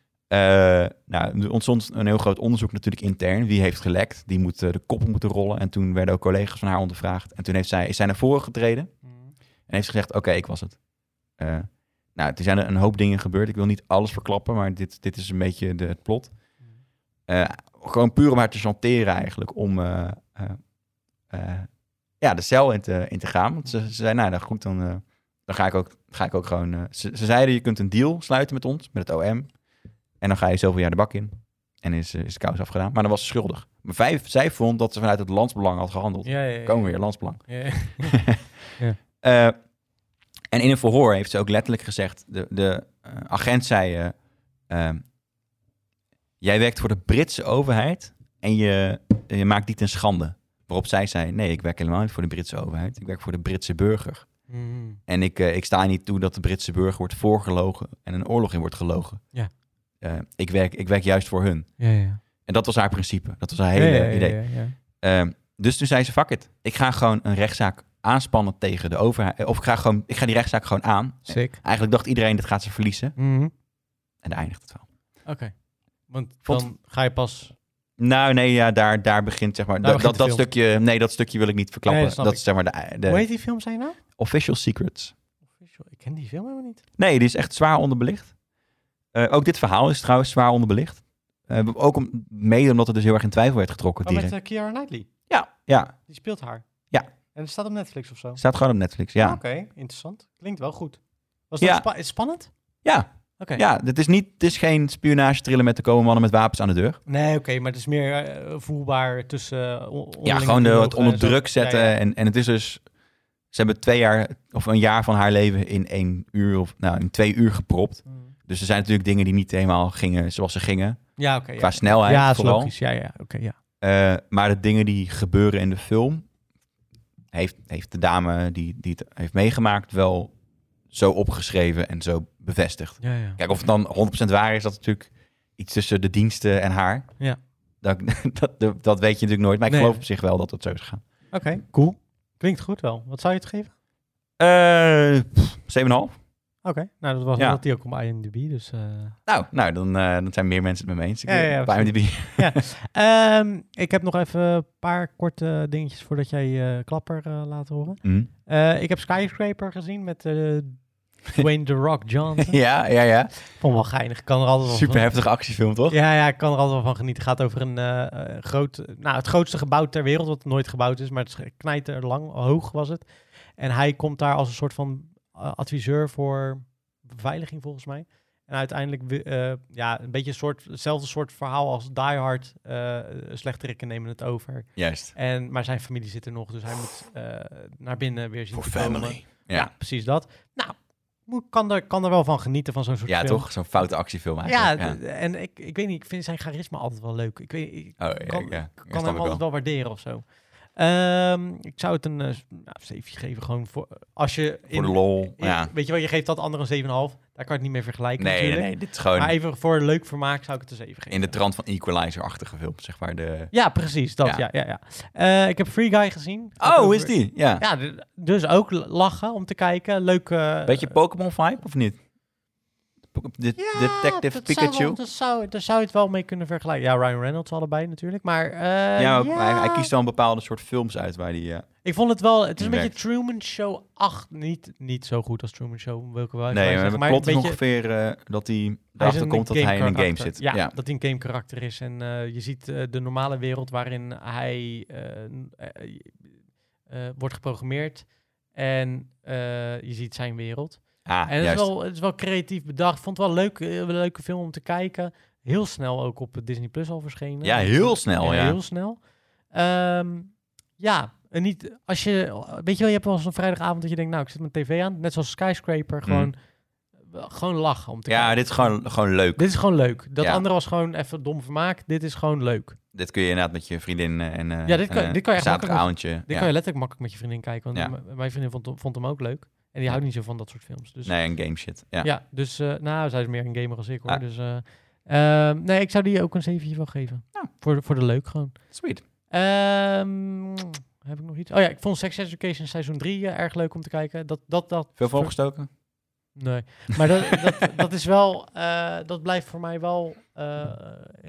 Speaker 1: Eh, nou, er ontstond een heel groot onderzoek natuurlijk intern. Wie heeft gelekt? Die moet eh, de koppen moeten rollen. En toen werden ook collega's van haar ondervraagd. En toen heeft zij, is zij naar voren getreden en heeft ze gezegd: Oké, ik was het. Eh, nou, er zijn er een hoop dingen gebeurd. Ik wil niet alles verklappen, maar dit, dit is een beetje de, het plot. Eh, gewoon puur om haar te chanteren eigenlijk. Om eh, eh, eh, ja, de cel in te, in te gaan. Want ze, ze zei, nou dan goed, dan, eh, dan ga, ik ook, ga ik ook gewoon... eh, ze, ze zeiden, je kunt een deal sluiten met ons, met het OM. En dan ga je zoveel jaar de bak in. En is, eh, is de kous afgedaan. Maar dan was ze schuldig. Maar vijf, zij vond dat ze vanuit het landsbelang had gehandeld.
Speaker 2: Ja, ja, ja.
Speaker 1: Komen we weer, landsbelang.
Speaker 2: Ja, ja.
Speaker 1: Eh, en in een verhoor heeft ze ook letterlijk gezegd: de, de eh, agent zei: eh, ehm, Jij werkt voor de Britse overheid en je, je maakt die ten schande. Waarop zij zei: Nee, ik werk helemaal niet voor de Britse overheid. Ik werk voor de Britse burger.
Speaker 2: Mhm.
Speaker 1: En ik, eh, ik sta er niet toe dat de Britse burger wordt voorgelogen en een oorlog in wordt gelogen.
Speaker 2: Ja.
Speaker 1: Eh, ik, werk, ik werk juist voor hun.
Speaker 2: ja, ja.
Speaker 1: En dat was haar principe. Dat was haar hele
Speaker 2: ja, ja,
Speaker 1: idee.
Speaker 2: Ja, ja, ja.
Speaker 1: Ehm, dus toen zei ze, fuck it. Ik ga gewoon een rechtszaak aanspannen tegen de overheid. Eh, Of ik ga, gewoon, ik ga die rechtszaak gewoon aan.
Speaker 2: Sick.
Speaker 1: Eigenlijk dacht iedereen, dat gaat ze verliezen.
Speaker 2: Mhm.
Speaker 1: En daar eindigt het wel.
Speaker 2: Oké. Want
Speaker 1: Vond-
Speaker 2: dan ga je pas...
Speaker 1: Nou, nee, ja, daar, daar begint zeg maar...
Speaker 2: Daar
Speaker 1: dat, dat,
Speaker 2: begint de
Speaker 1: dat stukje, nee, dat stukje wil ik niet verklappen.
Speaker 2: Nee, dat
Speaker 1: dat
Speaker 2: snap ik.
Speaker 1: is zeg maar de,
Speaker 2: Hoe
Speaker 1: de
Speaker 2: heet die film, zijn nou?
Speaker 1: official secrets.
Speaker 2: Official. Ik ken die film helemaal niet.
Speaker 1: Nee, die is echt zwaar onderbelicht. Eh, ook dit verhaal is trouwens zwaar onderbelicht. Eh, ook om, mede omdat er dus heel erg in twijfel werd getrokken.
Speaker 2: Oh, met
Speaker 1: direct.
Speaker 2: eh, Keira Knightley.
Speaker 1: Ja, ja.
Speaker 2: Die speelt haar.
Speaker 1: Ja.
Speaker 2: En het staat op Netflix of zo.
Speaker 1: Staat gewoon op Netflix, ja.
Speaker 2: Oké, interessant. Klinkt wel goed. Was dat
Speaker 1: Ja.
Speaker 2: spa- spannend?
Speaker 1: Ja,
Speaker 2: Oké.
Speaker 1: ja het, is niet, het is geen spionagetrillen met de komen mannen met wapens aan de deur.
Speaker 2: Nee, oké, maar het is meer eh, voelbaar tussen... eh, on-
Speaker 1: Ja,
Speaker 2: onderlinge
Speaker 1: gewoon de,
Speaker 2: dialogen
Speaker 1: het onder
Speaker 2: en zo.
Speaker 1: druk zetten.
Speaker 2: eh, Ja, ja.
Speaker 1: En, en het is dus. Ze hebben twee jaar of een jaar van haar leven in één uur of nou in twee uur gepropt.
Speaker 2: Mhm.
Speaker 1: Dus er zijn natuurlijk dingen die niet helemaal gingen zoals ze gingen.
Speaker 2: Ja, oké.
Speaker 1: Qua
Speaker 2: ja.
Speaker 1: snelheid
Speaker 2: ja, dat is
Speaker 1: vooral.
Speaker 2: logisch. Ja, ja, oké, ja.
Speaker 1: Eh, maar de dingen die gebeuren in de film, heeft, heeft de dame die, die het heeft meegemaakt wel zo opgeschreven en zo bevestigd.
Speaker 2: Ja, ja.
Speaker 1: Kijk, of het dan 100% waar is, dat is natuurlijk iets tussen de diensten en haar.
Speaker 2: Ja.
Speaker 1: Dat, dat, dat weet je natuurlijk nooit, maar ik
Speaker 2: Nee.
Speaker 1: geloof op zich wel dat het zo is gegaan.
Speaker 2: Oké, cool. Klinkt goed wel. Wat zou je het geven?
Speaker 1: Eh, pff, 7,5.
Speaker 2: Oké, nou dat was
Speaker 1: Ja.
Speaker 2: dat die ook op IMDb, dus... eh.
Speaker 1: Nou, nou dan, eh, dan zijn meer mensen het mee eens. Ik,
Speaker 2: Ja, ja, ja,
Speaker 1: op IMDb.
Speaker 2: Ehm, ik heb nog even een paar korte dingetjes voordat jij eh, Klapper eh, laat horen.
Speaker 1: Hm.
Speaker 2: Eh, ik heb Skyscraper gezien met eh Dwayne The Rock Johnson.
Speaker 1: Ja, ja, ja.
Speaker 2: Vond wel geinig. Kan er altijd wel
Speaker 1: Super
Speaker 2: van.
Speaker 1: heftige actiefilm, toch?
Speaker 2: Ja, ja, ik kan er altijd wel van genieten. Het gaat over een eh, eh, groot, nou, het grootste gebouw ter wereld, wat nooit gebouwd is, maar het is knijter lang, hoog was het. En hij komt daar als een soort van eh, adviseur voor beveiliging, volgens mij. En uiteindelijk, wi- eh, ja, een beetje een soort, hetzelfde soort verhaal als Die Hard. eh slechterikken nemen het over.
Speaker 1: Juist.
Speaker 2: En, maar zijn familie zit er nog, dus hij moet eh, naar binnen weer zien te komen. Ja.
Speaker 1: Ja,
Speaker 2: precies dat. Nou, moet- kan er, kan er wel van genieten van zo'n soort
Speaker 1: ja
Speaker 2: film.
Speaker 1: toch? Zo'n foute actiefilm
Speaker 2: Ja,
Speaker 1: eigenlijk.
Speaker 2: d- en ik, ik weet niet, ik vind zijn charisma altijd wel leuk. Ik, weet, ik
Speaker 1: Oh, ja,
Speaker 2: kan,
Speaker 1: ja, ja,
Speaker 2: kan
Speaker 1: snap
Speaker 2: hem
Speaker 1: ik
Speaker 2: altijd
Speaker 1: wel.
Speaker 2: wel waarderen of zo. Ehm, ik zou het een eh, s- nou, 7 geven, gewoon voor eh, als je.
Speaker 1: Voor de lol.
Speaker 2: in-
Speaker 1: ja.
Speaker 2: Weet je wel, je geeft dat andere een 7,5. Daar kan je het niet meer vergelijken.
Speaker 1: Nee, nee,
Speaker 2: natuurlijk.
Speaker 1: nee, dit is gewoon
Speaker 2: Maar even voor leuk vermaak zou ik het een 7 geven.
Speaker 1: in de trant van Equalizer-achtige film, zeg maar. De...
Speaker 2: Ja, precies. Dat,
Speaker 1: Ja.
Speaker 2: ja. Ja, ja, Eh, ik heb Free Guy gezien.
Speaker 1: Oh, hoe is
Speaker 2: Over-
Speaker 1: die? Ja.
Speaker 2: Ja, d- dus ook l- lachen om te kijken. Leuk. eh,
Speaker 1: Beetje Pokémon-vibe, of niet? Po- De,
Speaker 2: Ja,
Speaker 1: Detective
Speaker 2: dat zou
Speaker 1: Pikachu?
Speaker 2: wel- dat zou, daar zou je het wel mee kunnen vergelijken. Ja, Ryan Reynolds allebei natuurlijk. Maar, eh,
Speaker 1: ja,
Speaker 2: ja,
Speaker 1: maar Hij, hij kiest dan bepaalde soort films uit waar hij... eh,
Speaker 2: Ik vond het wel... Het is een
Speaker 1: Werkt.
Speaker 2: beetje Truman Show 8. Niet, niet zo goed als Truman Show, wil ik wel even
Speaker 1: nee, maar
Speaker 2: zeggen.
Speaker 1: het
Speaker 2: Maar
Speaker 1: plot is
Speaker 2: een beetje-
Speaker 1: ongeveer eh, dat hij
Speaker 2: hij is
Speaker 1: erachter
Speaker 2: een
Speaker 1: komt dat hij in een game
Speaker 2: gamekarakter.
Speaker 1: zit.
Speaker 2: Ja,
Speaker 1: Ja.
Speaker 2: dat hij een game karakter is. En eh, je ziet eh, de normale wereld waarin hij eh, n- eh, eh, wordt geprogrammeerd. En eh, je ziet zijn wereld.
Speaker 1: Ah,
Speaker 2: En het is,
Speaker 1: juist.
Speaker 2: wel, het is wel creatief bedacht. Vond het wel leuk, eh, een leuke film om te kijken. Heel snel ook op Disney Plus al verschenen.
Speaker 1: Ja, heel snel, ja.
Speaker 2: Heel snel. Ehm, ja, en niet als je... Weet je wel, je hebt wel eens een vrijdagavond dat je denkt... Nou, ik zet mijn tv aan. Net zoals Skyscraper. Gewoon, gewoon lachen om te
Speaker 1: Mm. Ja,
Speaker 2: kijken.
Speaker 1: dit is gewoon, gewoon leuk.
Speaker 2: Dit is gewoon leuk. Dat
Speaker 1: Ja.
Speaker 2: andere was gewoon even dom vermaak. Dit is gewoon leuk.
Speaker 1: Dit kun je inderdaad met je vriendin eh, en eh
Speaker 2: Ja, dit kan-
Speaker 1: en, eh,
Speaker 2: dit kan je echt
Speaker 1: zaterdagavondje.
Speaker 2: Dit
Speaker 1: ja.
Speaker 2: kan je letterlijk makkelijk met je vriendin kijken. Want
Speaker 1: Ja.
Speaker 2: m- mijn vriendin vond, hem- vond hem ook leuk. En die houdt niet zo van dat soort films. Dus
Speaker 1: Nee, en game shit. Ja.
Speaker 2: Ja, dus eh, nou, zij is meer een gamer als ik hoor.
Speaker 1: Ah.
Speaker 2: Dus, eh, ehm, nee, ik zou die ook een 7 wel geven.
Speaker 1: Ja.
Speaker 2: Voor, de, voor de leuk gewoon.
Speaker 1: Sweet.
Speaker 2: Ehm, heb ik nog iets? Oh ja, ik vond Sex Education seizoen 3 eh, erg leuk om te kijken. Dat, dat, dat,
Speaker 1: Veel voor opgestoken?
Speaker 2: Nee, maar dat, dat, dat is wel, eh, dat blijft voor mij wel eh,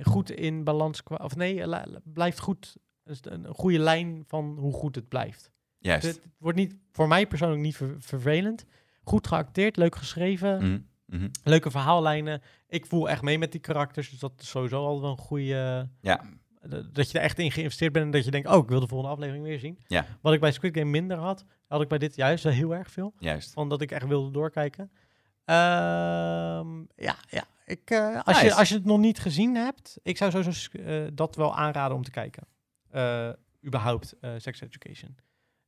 Speaker 2: goed in balans. Qua, of nee, la- la- blijft goed, is een een goede lijn van hoe goed het blijft. Het,
Speaker 1: Juist.
Speaker 2: het wordt niet, voor mij persoonlijk niet ver- vervelend. Goed geacteerd, leuk geschreven.
Speaker 1: Mhm, mhm.
Speaker 2: Leuke verhaallijnen. Ik voel echt mee met die karakters. Dus dat is sowieso al wel een goede...
Speaker 1: Ja.
Speaker 2: d- Dat je er echt in geïnvesteerd bent en dat je denkt... oh, ik wil de volgende aflevering weer zien.
Speaker 1: Ja.
Speaker 2: Wat ik bij Squid Game minder had... had ik bij dit juist wel heel erg veel.
Speaker 1: Juist.
Speaker 2: Van dat ik echt wilde doorkijken. Ehm, ja, ja. Ik, eh, als, je,
Speaker 1: Nice.
Speaker 2: als je het nog niet gezien hebt... ik zou sowieso s- eh, dat wel aanraden om te kijken. Eh, überhaupt, eh, Sex Education.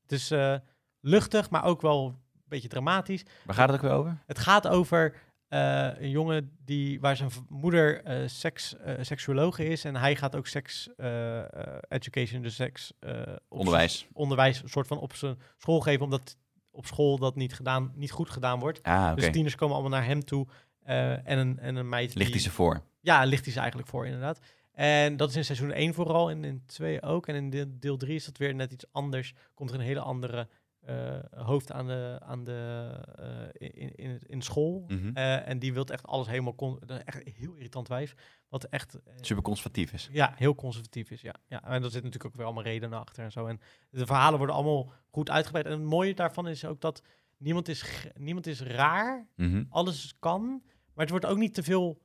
Speaker 2: Het is eh, luchtig, maar ook wel een beetje dramatisch.
Speaker 1: Waar gaat het ook weer over?
Speaker 2: Het gaat over eh, een jongen die, waar zijn v- moeder eh seks, eh, seksuologe is. En hij gaat ook seks eh, eh, education, dus seks eh, op z'n-
Speaker 1: Onderwijs.
Speaker 2: onderwijs, een soort van op zijn school geven. Omdat op school dat niet, gedaan, niet goed gedaan wordt.
Speaker 1: Ah, oké.
Speaker 2: Dus tieners komen allemaal naar hem toe. eh, en, een, en een meid.
Speaker 1: Ligt hij
Speaker 2: die-
Speaker 1: ze voor?
Speaker 2: ja, ligt hij ze eigenlijk voor, inderdaad. En dat is in seizoen 1 vooral en in 2 ook. En in de- deel 3 is dat weer net iets anders. Komt er een hele andere eh, hoofd aan de, aan de, eh, in, in, in school.
Speaker 1: Mhm.
Speaker 2: Eh, en die wil echt alles helemaal... Con- dat is echt een heel irritant wijf. Wat echt... eh,
Speaker 1: Super conservatief is.
Speaker 2: ja, heel conservatief is, ja. ja. En daar zit natuurlijk ook weer allemaal redenen achter en zo. En de verhalen worden allemaal goed uitgebreid. En het mooie daarvan is ook dat niemand is, g- niemand is raar
Speaker 1: Mhm.
Speaker 2: alles kan, maar het wordt ook niet te veel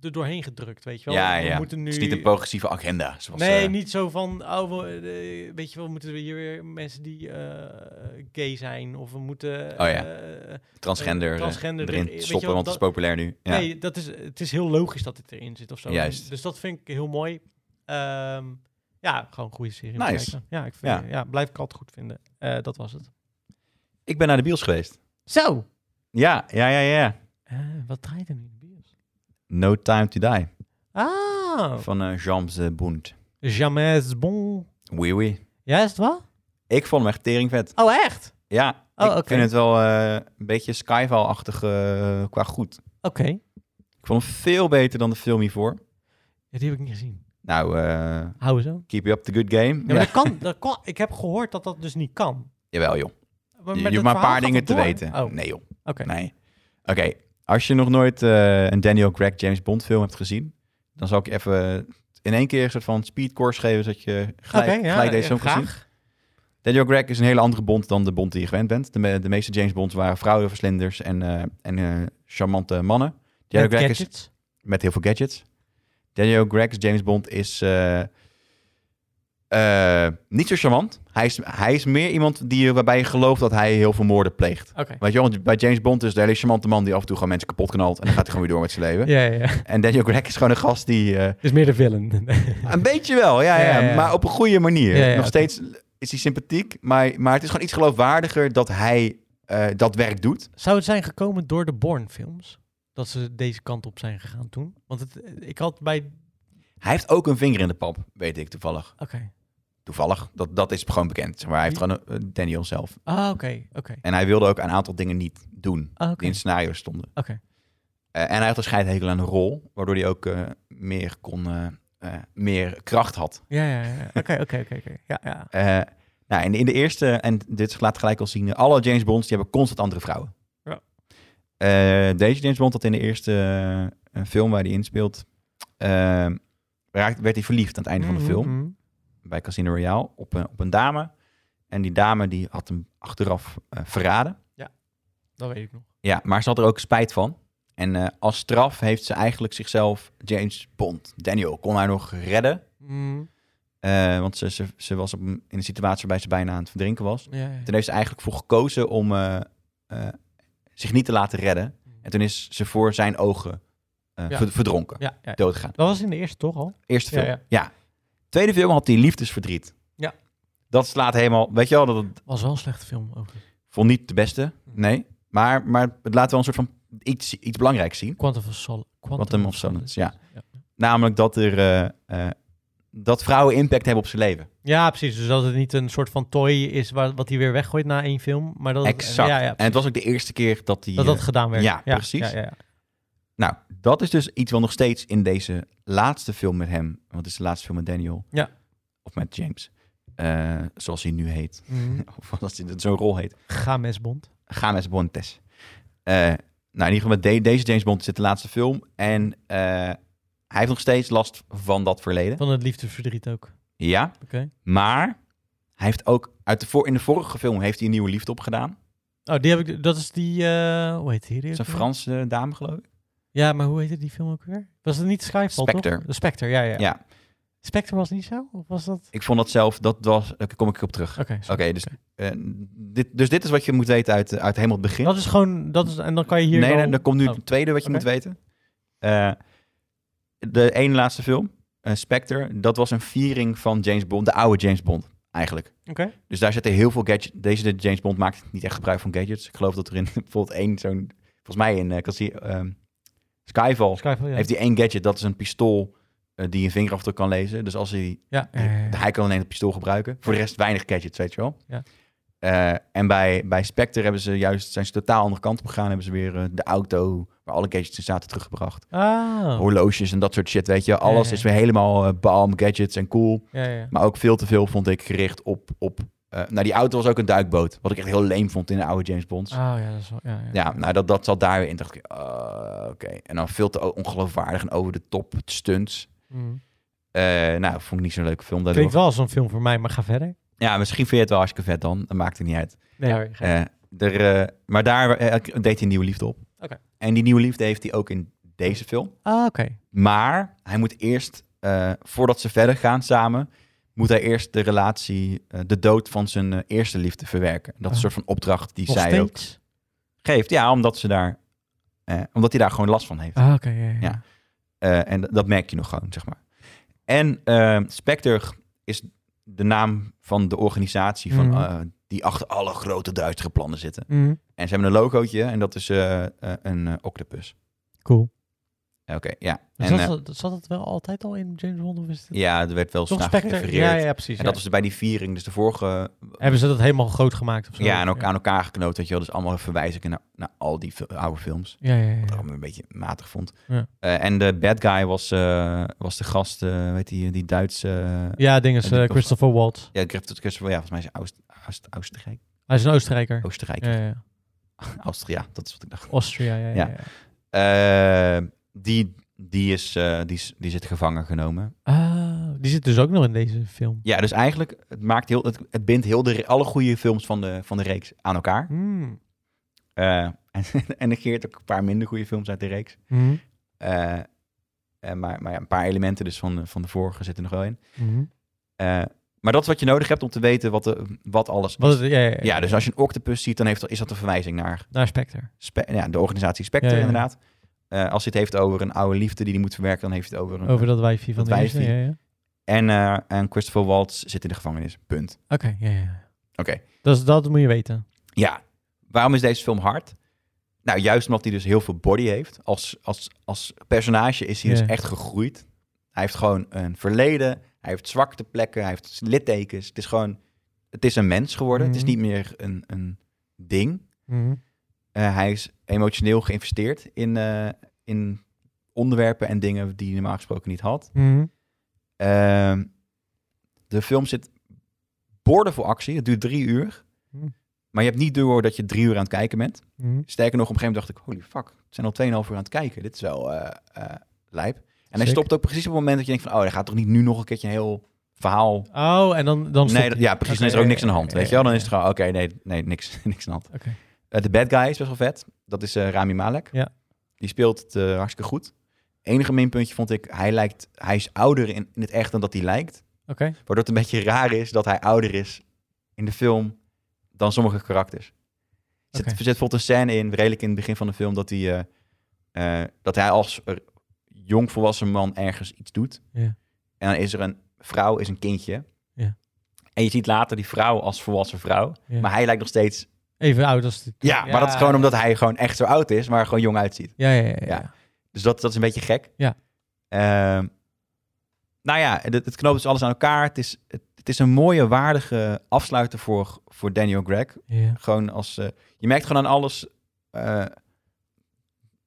Speaker 2: er doorheen gedrukt, weet je wel?
Speaker 1: Ja,
Speaker 2: we
Speaker 1: ja.
Speaker 2: moeten nu...
Speaker 1: Het is niet een progressieve agenda. Zoals,
Speaker 2: nee,
Speaker 1: eh,
Speaker 2: niet zo van, oh, we, eh, weet je wel, we moeten hier weer mensen die eh, gay zijn, of we moeten...
Speaker 1: Oh ja.
Speaker 2: eh,
Speaker 1: transgender,
Speaker 2: eh,
Speaker 1: eh,
Speaker 2: transgender erin,
Speaker 1: erin
Speaker 2: weet je
Speaker 1: stoppen,
Speaker 2: wel,
Speaker 1: want het is populair nu. Ja.
Speaker 2: Nee, dat is, het is heel logisch dat het erin zit of zo.
Speaker 1: Juist.
Speaker 2: Dus dat vind ik heel mooi. Ehm, ja, gewoon een goede serie. om te
Speaker 1: Nice.
Speaker 2: kijken. Ja, ik vind,
Speaker 1: Ja.
Speaker 2: ja. blijf ik altijd goed vinden. Eh, dat was het.
Speaker 1: Ik ben naar de bios geweest.
Speaker 2: Zo!
Speaker 1: Ja, ja, ja, ja.
Speaker 2: Eh, wat draait er nu in de bios?
Speaker 1: No Time to Die
Speaker 2: Ah!
Speaker 1: van eh, James eh, Bond.
Speaker 2: Jamais bon.
Speaker 1: Oui, oui.
Speaker 2: Ja, is het wel?
Speaker 1: Ik vond hem echt teringvet.
Speaker 2: Oh, echt?
Speaker 1: Ja,
Speaker 2: Oh,
Speaker 1: ik
Speaker 2: oké.
Speaker 1: vind het wel eh, een beetje Skyfall-achtig eh, qua goed.
Speaker 2: Oké.
Speaker 1: Ik vond hem veel beter dan de film hiervoor.
Speaker 2: Ja, die heb ik niet gezien.
Speaker 1: Nou, eh,
Speaker 2: Houden zo.
Speaker 1: keep you up the good game.
Speaker 2: Ja,
Speaker 1: Ja,
Speaker 2: maar Dat kan, dat kan, ik heb gehoord dat dat dus niet kan.
Speaker 1: Jawel joh,
Speaker 2: Maar
Speaker 1: je,
Speaker 2: met
Speaker 1: je
Speaker 2: het
Speaker 1: hoeft maar een
Speaker 2: verhaal
Speaker 1: paar dingen
Speaker 2: gaat
Speaker 1: te
Speaker 2: het door.
Speaker 1: weten.
Speaker 2: Oh,
Speaker 1: Nee joh,
Speaker 2: oké.
Speaker 1: nee. Oké, als je nog nooit eh, een Daniel Craig James Bond film hebt gezien, dan zal ik je even eh, in één keer een soort van speedcourse geven, zodat je gelijk,
Speaker 2: Oké, ja,
Speaker 1: gelijk deze
Speaker 2: eh,
Speaker 1: film gaat zien.
Speaker 2: graag.
Speaker 1: Daniel Craig is een hele andere bond dan de bond die je gewend bent. De, me- de meeste James Bonds waren vrouwenverslinders en, eh, en eh, charmante mannen. Daniel
Speaker 2: Met
Speaker 1: Craig is
Speaker 2: gadgets.
Speaker 1: met heel veel gadgets. Daniel Craig's James Bond is eh, eh, niet zo charmant. Hij is, hij is meer iemand die, je- waarbij je gelooft dat hij heel veel moorden pleegt.
Speaker 2: Oké.
Speaker 1: Weet je, wel, want bij James Bond is de hele charmante man die af en toe gewoon mensen kapot knalt. En dan gaat hij gewoon weer door met zijn leven.
Speaker 2: Ja, ja, ja.
Speaker 1: En Daniel Craig is gewoon een gast die... eh,
Speaker 2: Is meer de villain.
Speaker 1: een beetje wel, ja, ja,
Speaker 2: Ja, ja, ja.
Speaker 1: Maar op een goede manier.
Speaker 2: Ja, ja,
Speaker 1: Nog
Speaker 2: oké.
Speaker 1: steeds is hij sympathiek. Maar, maar het is gewoon iets geloofwaardiger dat hij eh, dat werk doet.
Speaker 2: Zou het zijn gekomen door de Bourne-films? Dat ze deze kant op zijn gegaan toen? Want het, ik had bij... Oké.
Speaker 1: Hij heeft ook een vinger in de pap, weet ik toevallig. Toevallig, dat, dat is gewoon bekend. Maar hij heeft gewoon een- een Daniel zelf.
Speaker 2: Ah, oké. Oké.
Speaker 1: En hij wilde ook een aantal dingen niet doen
Speaker 2: Ah, oké.
Speaker 1: die in het scenario stonden.
Speaker 2: Oké.
Speaker 1: Eh, en hij had een scheidhekel aan een rol, waardoor hij ook eh, meer, kon, eh, eh, meer kracht had.
Speaker 2: Ja, ja, ja. Oké, oké, oké. oké. Ja, ja.
Speaker 1: Eh, nou, en in de eerste, en dit laat gelijk al zien, alle James Bonds die hebben constant andere vrouwen.
Speaker 2: Ja.
Speaker 1: Eh, deze James Bond had in de eerste eh, film waar hij inspeelt, eh, raakt, werd hij verliefd aan het einde van de film
Speaker 2: Mhm.
Speaker 1: bij Casino Royale op een, op een dame. En die dame die had hem achteraf eh, verraden.
Speaker 2: Dat weet ik nog.
Speaker 1: Ja, maar ze had er ook spijt van. En eh, als straf heeft ze eigenlijk zichzelf, James Bond, Daniel, kon haar nog redden.
Speaker 2: Mm,
Speaker 1: Eh, want ze, ze, ze was op, een- in een situatie waarbij ze bijna aan het verdrinken was.
Speaker 2: ja, ja.
Speaker 1: Toen heeft ze eigenlijk voor gekozen om eh, eh, zich niet te laten redden. En toen is ze voor zijn ogen eh,
Speaker 2: Ja.
Speaker 1: verd- verdronken,
Speaker 2: ja, ja.
Speaker 1: doodgegaan.
Speaker 2: Dat was in de eerste toch al?
Speaker 1: Eerste film.
Speaker 2: Ja,
Speaker 1: Ja,
Speaker 2: ja.
Speaker 1: Tweede film had hij liefdesverdriet.
Speaker 2: Ja.
Speaker 1: Dat slaat helemaal, weet je wel, dat, dat,
Speaker 2: Was wel een slechte film overigens.
Speaker 1: Vond niet de beste,
Speaker 2: Mm.
Speaker 1: nee. Maar, maar het laat wel een soort van iets, iets belangrijks zien.
Speaker 2: Quantum of Sol Quantum,
Speaker 1: Quantum of Solace, ja.
Speaker 2: ja.
Speaker 1: Namelijk dat, er, eh, eh, dat vrouwen impact hebben op zijn leven.
Speaker 2: Ja, precies. Dus dat het niet een soort van toy is waar, wat hij weer weggooit na één film. Maar dat het-
Speaker 1: exact.
Speaker 2: Ja, ja,
Speaker 1: en het was ook de eerste keer dat die...
Speaker 2: dat dat
Speaker 1: eh,
Speaker 2: gedaan werd.
Speaker 1: ja, precies.
Speaker 2: Ja, ja, ja.
Speaker 1: nou, dat is dus iets wat nog steeds in deze laatste film met hem... Want het is de laatste film met Daniel.
Speaker 2: Ja.
Speaker 1: Of met James. eh, zoals hij nu heet.
Speaker 2: Mhm.
Speaker 1: Of als hij dat zo'n rol heet.
Speaker 2: Games Bond.
Speaker 1: Games Bontes. Eh nou, in ieder geval met de- deze James Bond zit de laatste film. En eh, hij heeft nog steeds last van dat verleden.
Speaker 2: Van het liefdesverdriet ook. Oké.
Speaker 1: Ja, maar hij heeft ook... Uit de voor, in de vorige film heeft hij een nieuwe liefde opgedaan.
Speaker 2: Oh, die heb ik. Dat is die. eh, hoe heet die?
Speaker 1: Dat is een
Speaker 2: Frans.
Speaker 1: Franse dame, geloof ik.
Speaker 2: Ja, maar hoe heette die film ook weer? Was het niet Skyfall?
Speaker 1: Spectre.
Speaker 2: Toch? De Spectre, ja, ja.
Speaker 1: Ja.
Speaker 2: Spectre was niet zo? Of was dat.
Speaker 1: ik vond dat zelf... Dat was... Daar kom ik op terug.
Speaker 2: Oké.
Speaker 1: Oké, dus, eh, dit, dus dit is wat je moet weten uit, eh, uit helemaal het begin.
Speaker 2: Dat is gewoon. Dat is, en dan kan je hier.
Speaker 1: nee,
Speaker 2: wel-
Speaker 1: nee, er komt nu
Speaker 2: Oh.
Speaker 1: het tweede wat je
Speaker 2: Oké.
Speaker 1: moet weten. Eh, de ene laatste film, eh, Spectre, dat was een viering van James Bond, de oude James Bond eigenlijk.
Speaker 2: Oké.
Speaker 1: Dus daar zitten heel veel gadgets. Deze de James Bond maakt niet echt gebruik van gadgets. Ik geloof dat er in bijvoorbeeld één zo'n, volgens mij in eh, Casi- ehm, Skyfall,
Speaker 2: Skyfall, ja.
Speaker 1: heeft hij één gadget. Dat is een pistool eh, die een vingerafdruk kan lezen. Dus als hij
Speaker 2: Ja, ja, ja, ja.
Speaker 1: hij kan alleen het pistool gebruiken. Voor de rest weinig gadgets, weet je wel.
Speaker 2: Eh. Ja.
Speaker 1: Eh, en bij, bij Spectre hebben ze juist, zijn ze totaal andere kant op gegaan. Hebben ze weer eh, de auto waar alle gadgets in zaten teruggebracht.
Speaker 2: Ah.
Speaker 1: Horloges en dat soort shit, weet je. Alles
Speaker 2: ja,
Speaker 1: is weer helemaal eh, balm, gadgets en cool.
Speaker 2: Oh, Ja, ja, ja.
Speaker 1: Maar ook veel te veel vond ik gericht op... op eh, nou, die auto was ook een duikboot. Wat ik echt heel leem vond in de oude James Bonds.
Speaker 2: Oh ja, dat is wel. Ja, ja.
Speaker 1: Ja, nou, dat, dat zat daar weer in. dacht ik, ah, oké. En dan veel te ongeloofwaardig en over de top stunts.
Speaker 2: Mm.
Speaker 1: Eh, nou, vond ik niet zo'n leuke film. daardoor.
Speaker 2: Klinkt wel als een film voor mij, maar ga verder.
Speaker 1: Ja, misschien vind je het wel hartstikke vet dan. Dat maakt het niet uit.
Speaker 2: Nee,
Speaker 1: Eh, er, eh, maar daar eh, deed hij een nieuwe liefde op.
Speaker 2: Oké.
Speaker 1: En die nieuwe liefde heeft hij ook in deze film.
Speaker 2: Ah, oké.
Speaker 1: Maar hij moet eerst, eh, voordat ze verder gaan samen, moet hij eerst de relatie, eh, de dood van zijn eh, eerste liefde verwerken. Dat is een
Speaker 2: Ah.
Speaker 1: soort van opdracht die
Speaker 2: Nog
Speaker 1: zij ook
Speaker 2: steeds.
Speaker 1: geeft. Ja, omdat, ze daar, eh, omdat hij daar gewoon last van heeft.
Speaker 2: Ah, oké. ja, ja.
Speaker 1: Ja. Eh, en d- dat merk je nog gewoon, zeg maar. En eh, Spectre is de naam van de organisatie van,
Speaker 2: Mhm.
Speaker 1: eh, die achter alle grote duistere plannen zitten.
Speaker 2: Mm,
Speaker 1: En ze hebben een logootje en dat is eh, eh, een eh, octopus.
Speaker 2: cool.
Speaker 1: Oké, ja.
Speaker 2: Maar
Speaker 1: En,
Speaker 2: zat,
Speaker 1: eh,
Speaker 2: dat- zat het wel altijd al in James Bond? Of is het
Speaker 1: ja, er werd wel
Speaker 2: toch
Speaker 1: snel
Speaker 2: Spectre?
Speaker 1: gerefereerd.
Speaker 2: Ja, ja, precies.
Speaker 1: En
Speaker 2: ja.
Speaker 1: dat was bij die viering, dus de vorige...
Speaker 2: Hebben ze dat helemaal groot gemaakt of zo?
Speaker 1: ja, en ook aan elkaar geknoopt, weet je wel. Dus allemaal verwijzingen naar, naar al die fi- oude films.
Speaker 2: Ja, ja, ja.
Speaker 1: Wat ik
Speaker 2: ja.
Speaker 1: allemaal een beetje matig vond.
Speaker 2: Ja.
Speaker 1: Eh, en de bad guy was, eh, was de gast, eh, weet die, die Duitse... ja,
Speaker 2: Ja, ding is
Speaker 1: En die
Speaker 2: eh,
Speaker 1: toch-
Speaker 2: Christopher Waltz.
Speaker 1: ja, Griffith Christopher, ja, volgens mij is hij Oost- Oost- Oostenrijk.
Speaker 2: Hij is een Oostenrijker.
Speaker 1: Oostenrijk.
Speaker 2: Ja, ja.
Speaker 1: Austria, dat is wat ik dacht.
Speaker 2: Austria, ja, ja,
Speaker 1: Ja.
Speaker 2: ja.
Speaker 1: Eh, die, die, is, eh, die, is- die zit gevangen genomen.
Speaker 2: Ah, die zit dus ook nog in deze film.
Speaker 1: Ja, dus eigenlijk, het, maakt heel, het, het bindt heel de, re- alle goede films van de, van de reeks aan elkaar.
Speaker 2: Hmm.
Speaker 1: Eh, en, en negeert ook een paar minder goede films uit de reeks.
Speaker 2: Mhm.
Speaker 1: Eh, eh, maar maar ja, een paar elementen dus van de, van de vorige zitten er nog wel in.
Speaker 2: Mhm.
Speaker 1: Eh, maar dat is wat je nodig hebt om te weten wat, de, wat alles is.
Speaker 2: Wat, het- ja, ja, ja.
Speaker 1: Ja, dus als je een octopus ziet, dan heeft, is dat een verwijzing naar
Speaker 2: Naar Spectre.
Speaker 1: spe- ja, de organisatie Spectre
Speaker 2: Ja, ja, ja.
Speaker 1: inderdaad. Eh, als je het heeft over een oude liefde die die moet verwerken, dan heeft het over een...
Speaker 2: Over dat wijfje van
Speaker 1: Dat
Speaker 2: de eerste,
Speaker 1: wijfje.
Speaker 2: Ja, ja.
Speaker 1: En, eh, en Christopher Waltz zit in de gevangenis. Punt.
Speaker 2: Oké, ja, ja, ja.
Speaker 1: Oké.
Speaker 2: Dat, is- dat moet je weten.
Speaker 1: Ja. Waarom is deze film hard? Nou, juist omdat hij dus heel veel body heeft. Als, als, als personage is hij
Speaker 2: Ja.
Speaker 1: dus echt gegroeid. Hij heeft gewoon een verleden. Hij heeft zwakte plekken. Hij heeft littekens. Het is gewoon... Het is een mens geworden. Het
Speaker 2: Mhm.
Speaker 1: is niet meer een, een ding.
Speaker 2: Mhm.
Speaker 1: Eh, hij is emotioneel geïnvesteerd in, eh, in onderwerpen en dingen die hij normaal gesproken niet had.
Speaker 2: Mhm.
Speaker 1: Ehm, de film zit boordevol actie. Het duurt drie uur.
Speaker 2: Hm.
Speaker 1: Maar je hebt niet door dat je drie uur aan het kijken bent.
Speaker 2: Mhm.
Speaker 1: Sterker nog, op een gegeven moment dacht ik... holy fuck, het zijn al tweeënhalf uur aan het kijken. Dit is wel eh, eh, lijp. En hij
Speaker 2: Zeker.
Speaker 1: stopt ook precies op het moment dat je denkt van... oh, hij gaat toch niet nu nog een keertje een heel verhaal...
Speaker 2: Oh, en dan,
Speaker 1: nee,
Speaker 2: dan stopt
Speaker 1: dat-
Speaker 2: hij.
Speaker 1: ja, precies.
Speaker 2: Oké,
Speaker 1: dan is er ook niks aan de hand,
Speaker 2: ja,
Speaker 1: weet
Speaker 2: ja,
Speaker 1: je wel? Dan
Speaker 2: ja,
Speaker 1: is het gewoon, oké, nee, nee, niks, niks aan de hand.
Speaker 2: ja. Oké.
Speaker 1: Eh, De bad guy is best wel vet. Dat is eh, Rami Malek.
Speaker 2: Ja.
Speaker 1: Die speelt het eh, hartstikke goed. Enige minpuntje vond ik, hij, lijkt, hij is ouder in, in het echt dan dat hij lijkt.
Speaker 2: Oké.
Speaker 1: Waardoor het een beetje raar is dat hij ouder is in de film dan sommige karakters. Er zit,
Speaker 2: Oké.
Speaker 1: er zit bijvoorbeeld een scène in, redelijk in het begin van de film, dat hij, eh, eh, dat hij als er- jong volwassen man ergens iets doet.
Speaker 2: Ja.
Speaker 1: En dan is er een vrouw, is een kindje.
Speaker 2: Ja.
Speaker 1: En je ziet later die vrouw als volwassen vrouw.
Speaker 2: Ja.
Speaker 1: Maar hij lijkt nog steeds
Speaker 2: Even oud als het.
Speaker 1: ja, maar dat is gewoon omdat hij gewoon echt zo oud is, maar er gewoon jong uitziet.
Speaker 2: Ja, ja, ja. ja.
Speaker 1: Ja. Dus dat, dat is een beetje gek.
Speaker 2: Ja.
Speaker 1: Ehm, nou ja, het, het knoopt dus alles aan elkaar. Het is, het, het is een mooie, waardige afsluiter voor, voor Daniel Gregg.
Speaker 2: Ja.
Speaker 1: Gewoon als, eh, je merkt gewoon aan alles eh,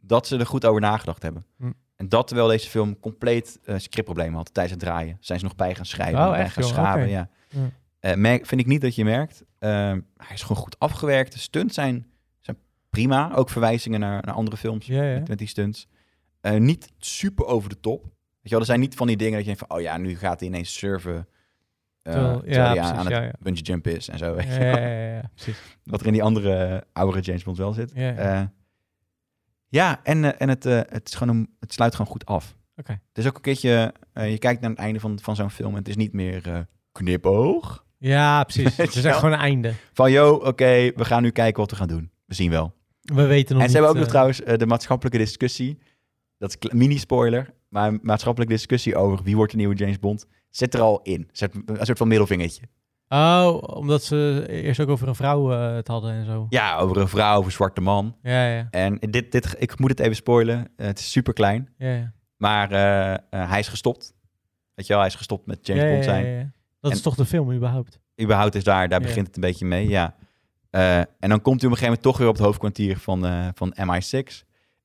Speaker 1: dat ze er goed over nagedacht hebben.
Speaker 2: Hm.
Speaker 1: En dat terwijl deze film compleet eh scriptproblemen had tijdens het draaien. Zijn ze nog bij gaan schrijven,
Speaker 2: Oh,
Speaker 1: en bij
Speaker 2: echt,
Speaker 1: gaan
Speaker 2: joh?
Speaker 1: schaven.
Speaker 2: Oké. Hm.
Speaker 1: Ja.
Speaker 2: Ja.
Speaker 1: Eh, merk, vind ik niet dat je merkt. Ehm, hij is gewoon goed afgewerkt. De stunts zijn, zijn prima. Ook verwijzingen naar, naar andere films
Speaker 2: Ja, ja.
Speaker 1: met, met die stunts. Eh, niet super over de top. Weet je wel, er zijn niet van die dingen dat je denkt van... oh ja, nu gaat hij ineens surfen. eh,
Speaker 2: Terwijl-
Speaker 1: terwijl hij
Speaker 2: ja,
Speaker 1: aan,
Speaker 2: precies,
Speaker 1: aan het
Speaker 2: ja, ja.
Speaker 1: bungee jump is en zo. Weet
Speaker 2: Ja,
Speaker 1: je
Speaker 2: ja,
Speaker 1: wel.
Speaker 2: ja, ja, precies.
Speaker 1: Wat er in die andere eh, oudere James Bond wel zit.
Speaker 2: Ja, ja.
Speaker 1: Eh, ja, en, eh, en het, eh, het, is gewoon een, het sluit gewoon goed af.
Speaker 2: Oké.
Speaker 1: Het is ook een keertje... eh, je kijkt naar het einde van, van zo'n film... en het is niet meer eh, knipoog.
Speaker 2: Ja, precies. Het is
Speaker 1: Ja.
Speaker 2: echt gewoon een einde.
Speaker 1: Van, yo, oké, we gaan nu kijken wat we gaan doen. We zien wel.
Speaker 2: We weten nog
Speaker 1: en ze hebben ook nog
Speaker 2: eh,
Speaker 1: trouwens eh, de maatschappelijke discussie. Dat is een mini-spoiler. Maar een maatschappelijke discussie over wie wordt de nieuwe James Bond. Zit er al in. Zet een soort van middelvingertje.
Speaker 2: Oh, omdat ze eerst ook over een vrouw eh, het hadden en zo.
Speaker 1: Ja, over een vrouw, over een zwarte man.
Speaker 2: Ja, ja,
Speaker 1: En dit, dit, ik moet het even spoilen. Eh, het is super klein.
Speaker 2: ja. ja.
Speaker 1: Maar eh, eh, hij is gestopt. Weet je wel, hij is gestopt met James
Speaker 2: Ja, ja,
Speaker 1: Bond zijn.
Speaker 2: ja, ja, ja. Dat is
Speaker 1: En-
Speaker 2: toch de film überhaupt?
Speaker 1: überhaupt is daar, daar
Speaker 2: Ja.
Speaker 1: begint het een beetje mee, ja. Eh, en dan komt hij op een gegeven moment toch weer op het hoofdkwartier van, eh, van MI6.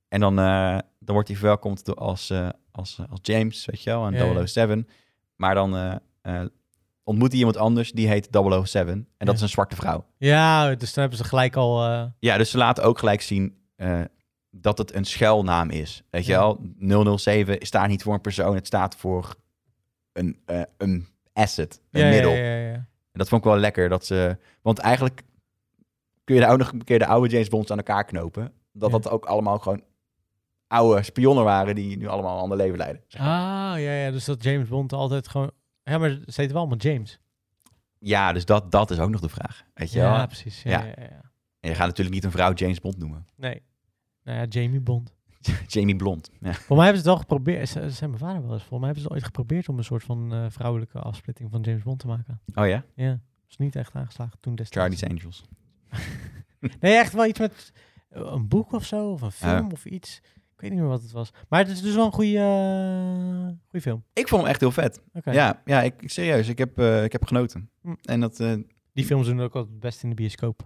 Speaker 1: En dan, eh, dan wordt hij verwelkomd door als, eh, als, als James, weet je wel, en
Speaker 2: Ja, ja.
Speaker 1: 007. Maar dan eh, eh, ontmoet hij iemand anders, die heet 007. En dat
Speaker 2: Ja.
Speaker 1: is een zwarte vrouw.
Speaker 2: Ja, dus dan hebben ze gelijk al... eh,
Speaker 1: Ja, dus ze laten ook gelijk zien eh, dat het een schuilnaam is. Weet je
Speaker 2: Ja.
Speaker 1: wel, 007 staat niet voor een persoon, het staat voor een, eh, een asset, een
Speaker 2: ja,
Speaker 1: middel.
Speaker 2: ja, ja, ja, ja.
Speaker 1: En dat vond ik wel lekker. Dat ze, want eigenlijk kun je daar ook nog een keer de oude James Bonds aan elkaar knopen. Dat
Speaker 2: Ja.
Speaker 1: dat ook allemaal gewoon oude spionnen waren die nu allemaal een ander leven leiden. zeg maar.
Speaker 2: Ah, ja, ja. Dus dat James Bond altijd gewoon... Ja, maar ze heten wel allemaal James.
Speaker 1: Ja, dus dat, dat is ook nog de vraag. Weet je
Speaker 2: Ja,
Speaker 1: wel?
Speaker 2: precies. Ja,
Speaker 1: Ja.
Speaker 2: ja. Ja, ja.
Speaker 1: En je gaat natuurlijk niet een vrouw James Bond noemen.
Speaker 2: Nee. Nou ja, Jamie Bond.
Speaker 1: Jamie Blond. Ja.
Speaker 2: Voor mij hebben ze het wel geprobeerd. Ze zijn mijn vader wel eens. Voor mij hebben ze het ooit geprobeerd om een soort van eh, vrouwelijke afsplitting van James Bond te maken.
Speaker 1: Oh ja?
Speaker 2: Ja. Dat is niet echt aangeslagen toen destijds.
Speaker 1: Charlie's Angels.
Speaker 2: Nee, echt wel iets met eh, een boek of zo, of een film of iets. Ik weet niet meer wat het was. Maar het is dus wel een goede, eh, goede film.
Speaker 1: Ik vond hem echt heel vet.
Speaker 2: Oké.
Speaker 1: Ja, ja ik, ik- serieus. Ik heb, eh, ik heb genoten.
Speaker 2: Hm.
Speaker 1: En dat, eh,
Speaker 2: Die films doen ook altijd het best in de bioscoop.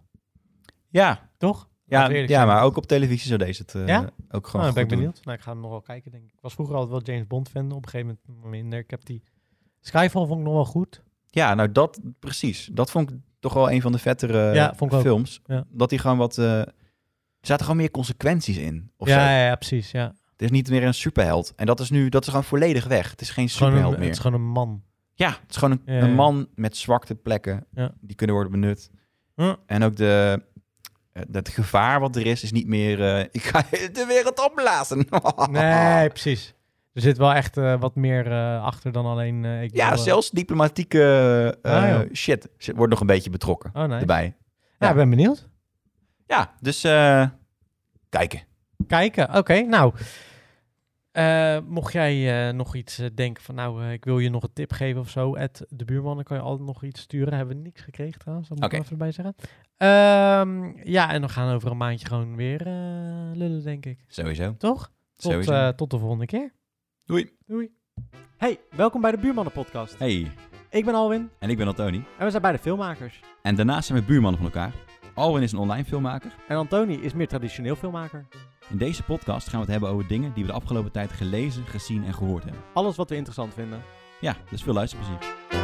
Speaker 1: ja,
Speaker 2: Toch?
Speaker 1: ja,
Speaker 2: Laten we eerlijk
Speaker 1: ja
Speaker 2: zijn.
Speaker 1: maar ook op televisie zou deze het eh,
Speaker 2: Ja?
Speaker 1: ook
Speaker 2: Nou,
Speaker 1: gewoon
Speaker 2: dan ben ik
Speaker 1: goed doen.
Speaker 2: benieuwd. Nou, ik ga hem nog wel kijken, denk ik. Ik was vroeger altijd wel James Bond fan. Op een gegeven moment minder. Ik heb die... Skyfall vond ik nog wel goed.
Speaker 1: Ja, nou dat precies. Dat vond ik toch wel een van de vettere
Speaker 2: Ja, vond ik ook.
Speaker 1: films.
Speaker 2: Ja.
Speaker 1: Dat die gewoon wat... eh, er zaten gewoon meer consequenties in. Of zo.
Speaker 2: Ja, ja, ja, precies. Ja.
Speaker 1: Het is niet meer een superheld. En dat is nu, dat is gewoon volledig weg. Het is geen
Speaker 2: Gewoon
Speaker 1: superheld
Speaker 2: een, het
Speaker 1: meer.
Speaker 2: is gewoon een man.
Speaker 1: Ja, het is gewoon een,
Speaker 2: Ja, ja.
Speaker 1: een man met zwakte plekken.
Speaker 2: Ja.
Speaker 1: Die kunnen worden benut.
Speaker 2: Ja.
Speaker 1: En ook de, eh, het gevaar wat er is, is niet meer... eh, ik ga de wereld opblazen.
Speaker 2: Nee, precies. Er zit wel echt eh, wat meer eh, achter dan alleen... eh, ik wil,
Speaker 1: Ja,
Speaker 2: eh,
Speaker 1: zelfs diplomatieke eh,
Speaker 2: Ah, joh.
Speaker 1: shit zit- wordt nog een beetje betrokken
Speaker 2: Oh, nee.
Speaker 1: erbij.
Speaker 2: Ja, ik ben benieuwd.
Speaker 1: Ja, dus eh, kijken.
Speaker 2: Kijken, oké. nou, eh, mocht jij eh, nog iets eh, denken van... Nou, eh, ik wil je nog een tip geven of zo. Ed, de buurman, dan kan je altijd nog iets sturen. Hebben we niks gekregen trouwens, dat moet
Speaker 1: Oké.
Speaker 2: ik er even bij zeggen. Ehm, ja, en dan gaan we over een maandje gewoon weer eh, lullen, denk ik.
Speaker 1: Sowieso.
Speaker 2: Toch? Tot,
Speaker 1: Sowieso.
Speaker 2: eh, tot de volgende keer.
Speaker 1: Doei.
Speaker 3: Hey, welkom bij de Buurmannen Podcast.
Speaker 1: Hey,
Speaker 3: Ik ben Alwin
Speaker 1: en ik ben Antoni.
Speaker 3: en we zijn beide filmmakers.
Speaker 1: En daarnaast zijn we buurmannen van elkaar. Alwin is een online filmmaker.
Speaker 3: En Antoni is meer traditioneel filmmaker.
Speaker 1: In deze podcast gaan we het hebben over dingen die we de afgelopen tijd gelezen, gezien en gehoord hebben.
Speaker 3: Alles wat we interessant vinden.
Speaker 1: Ja, dus veel luisterplezier.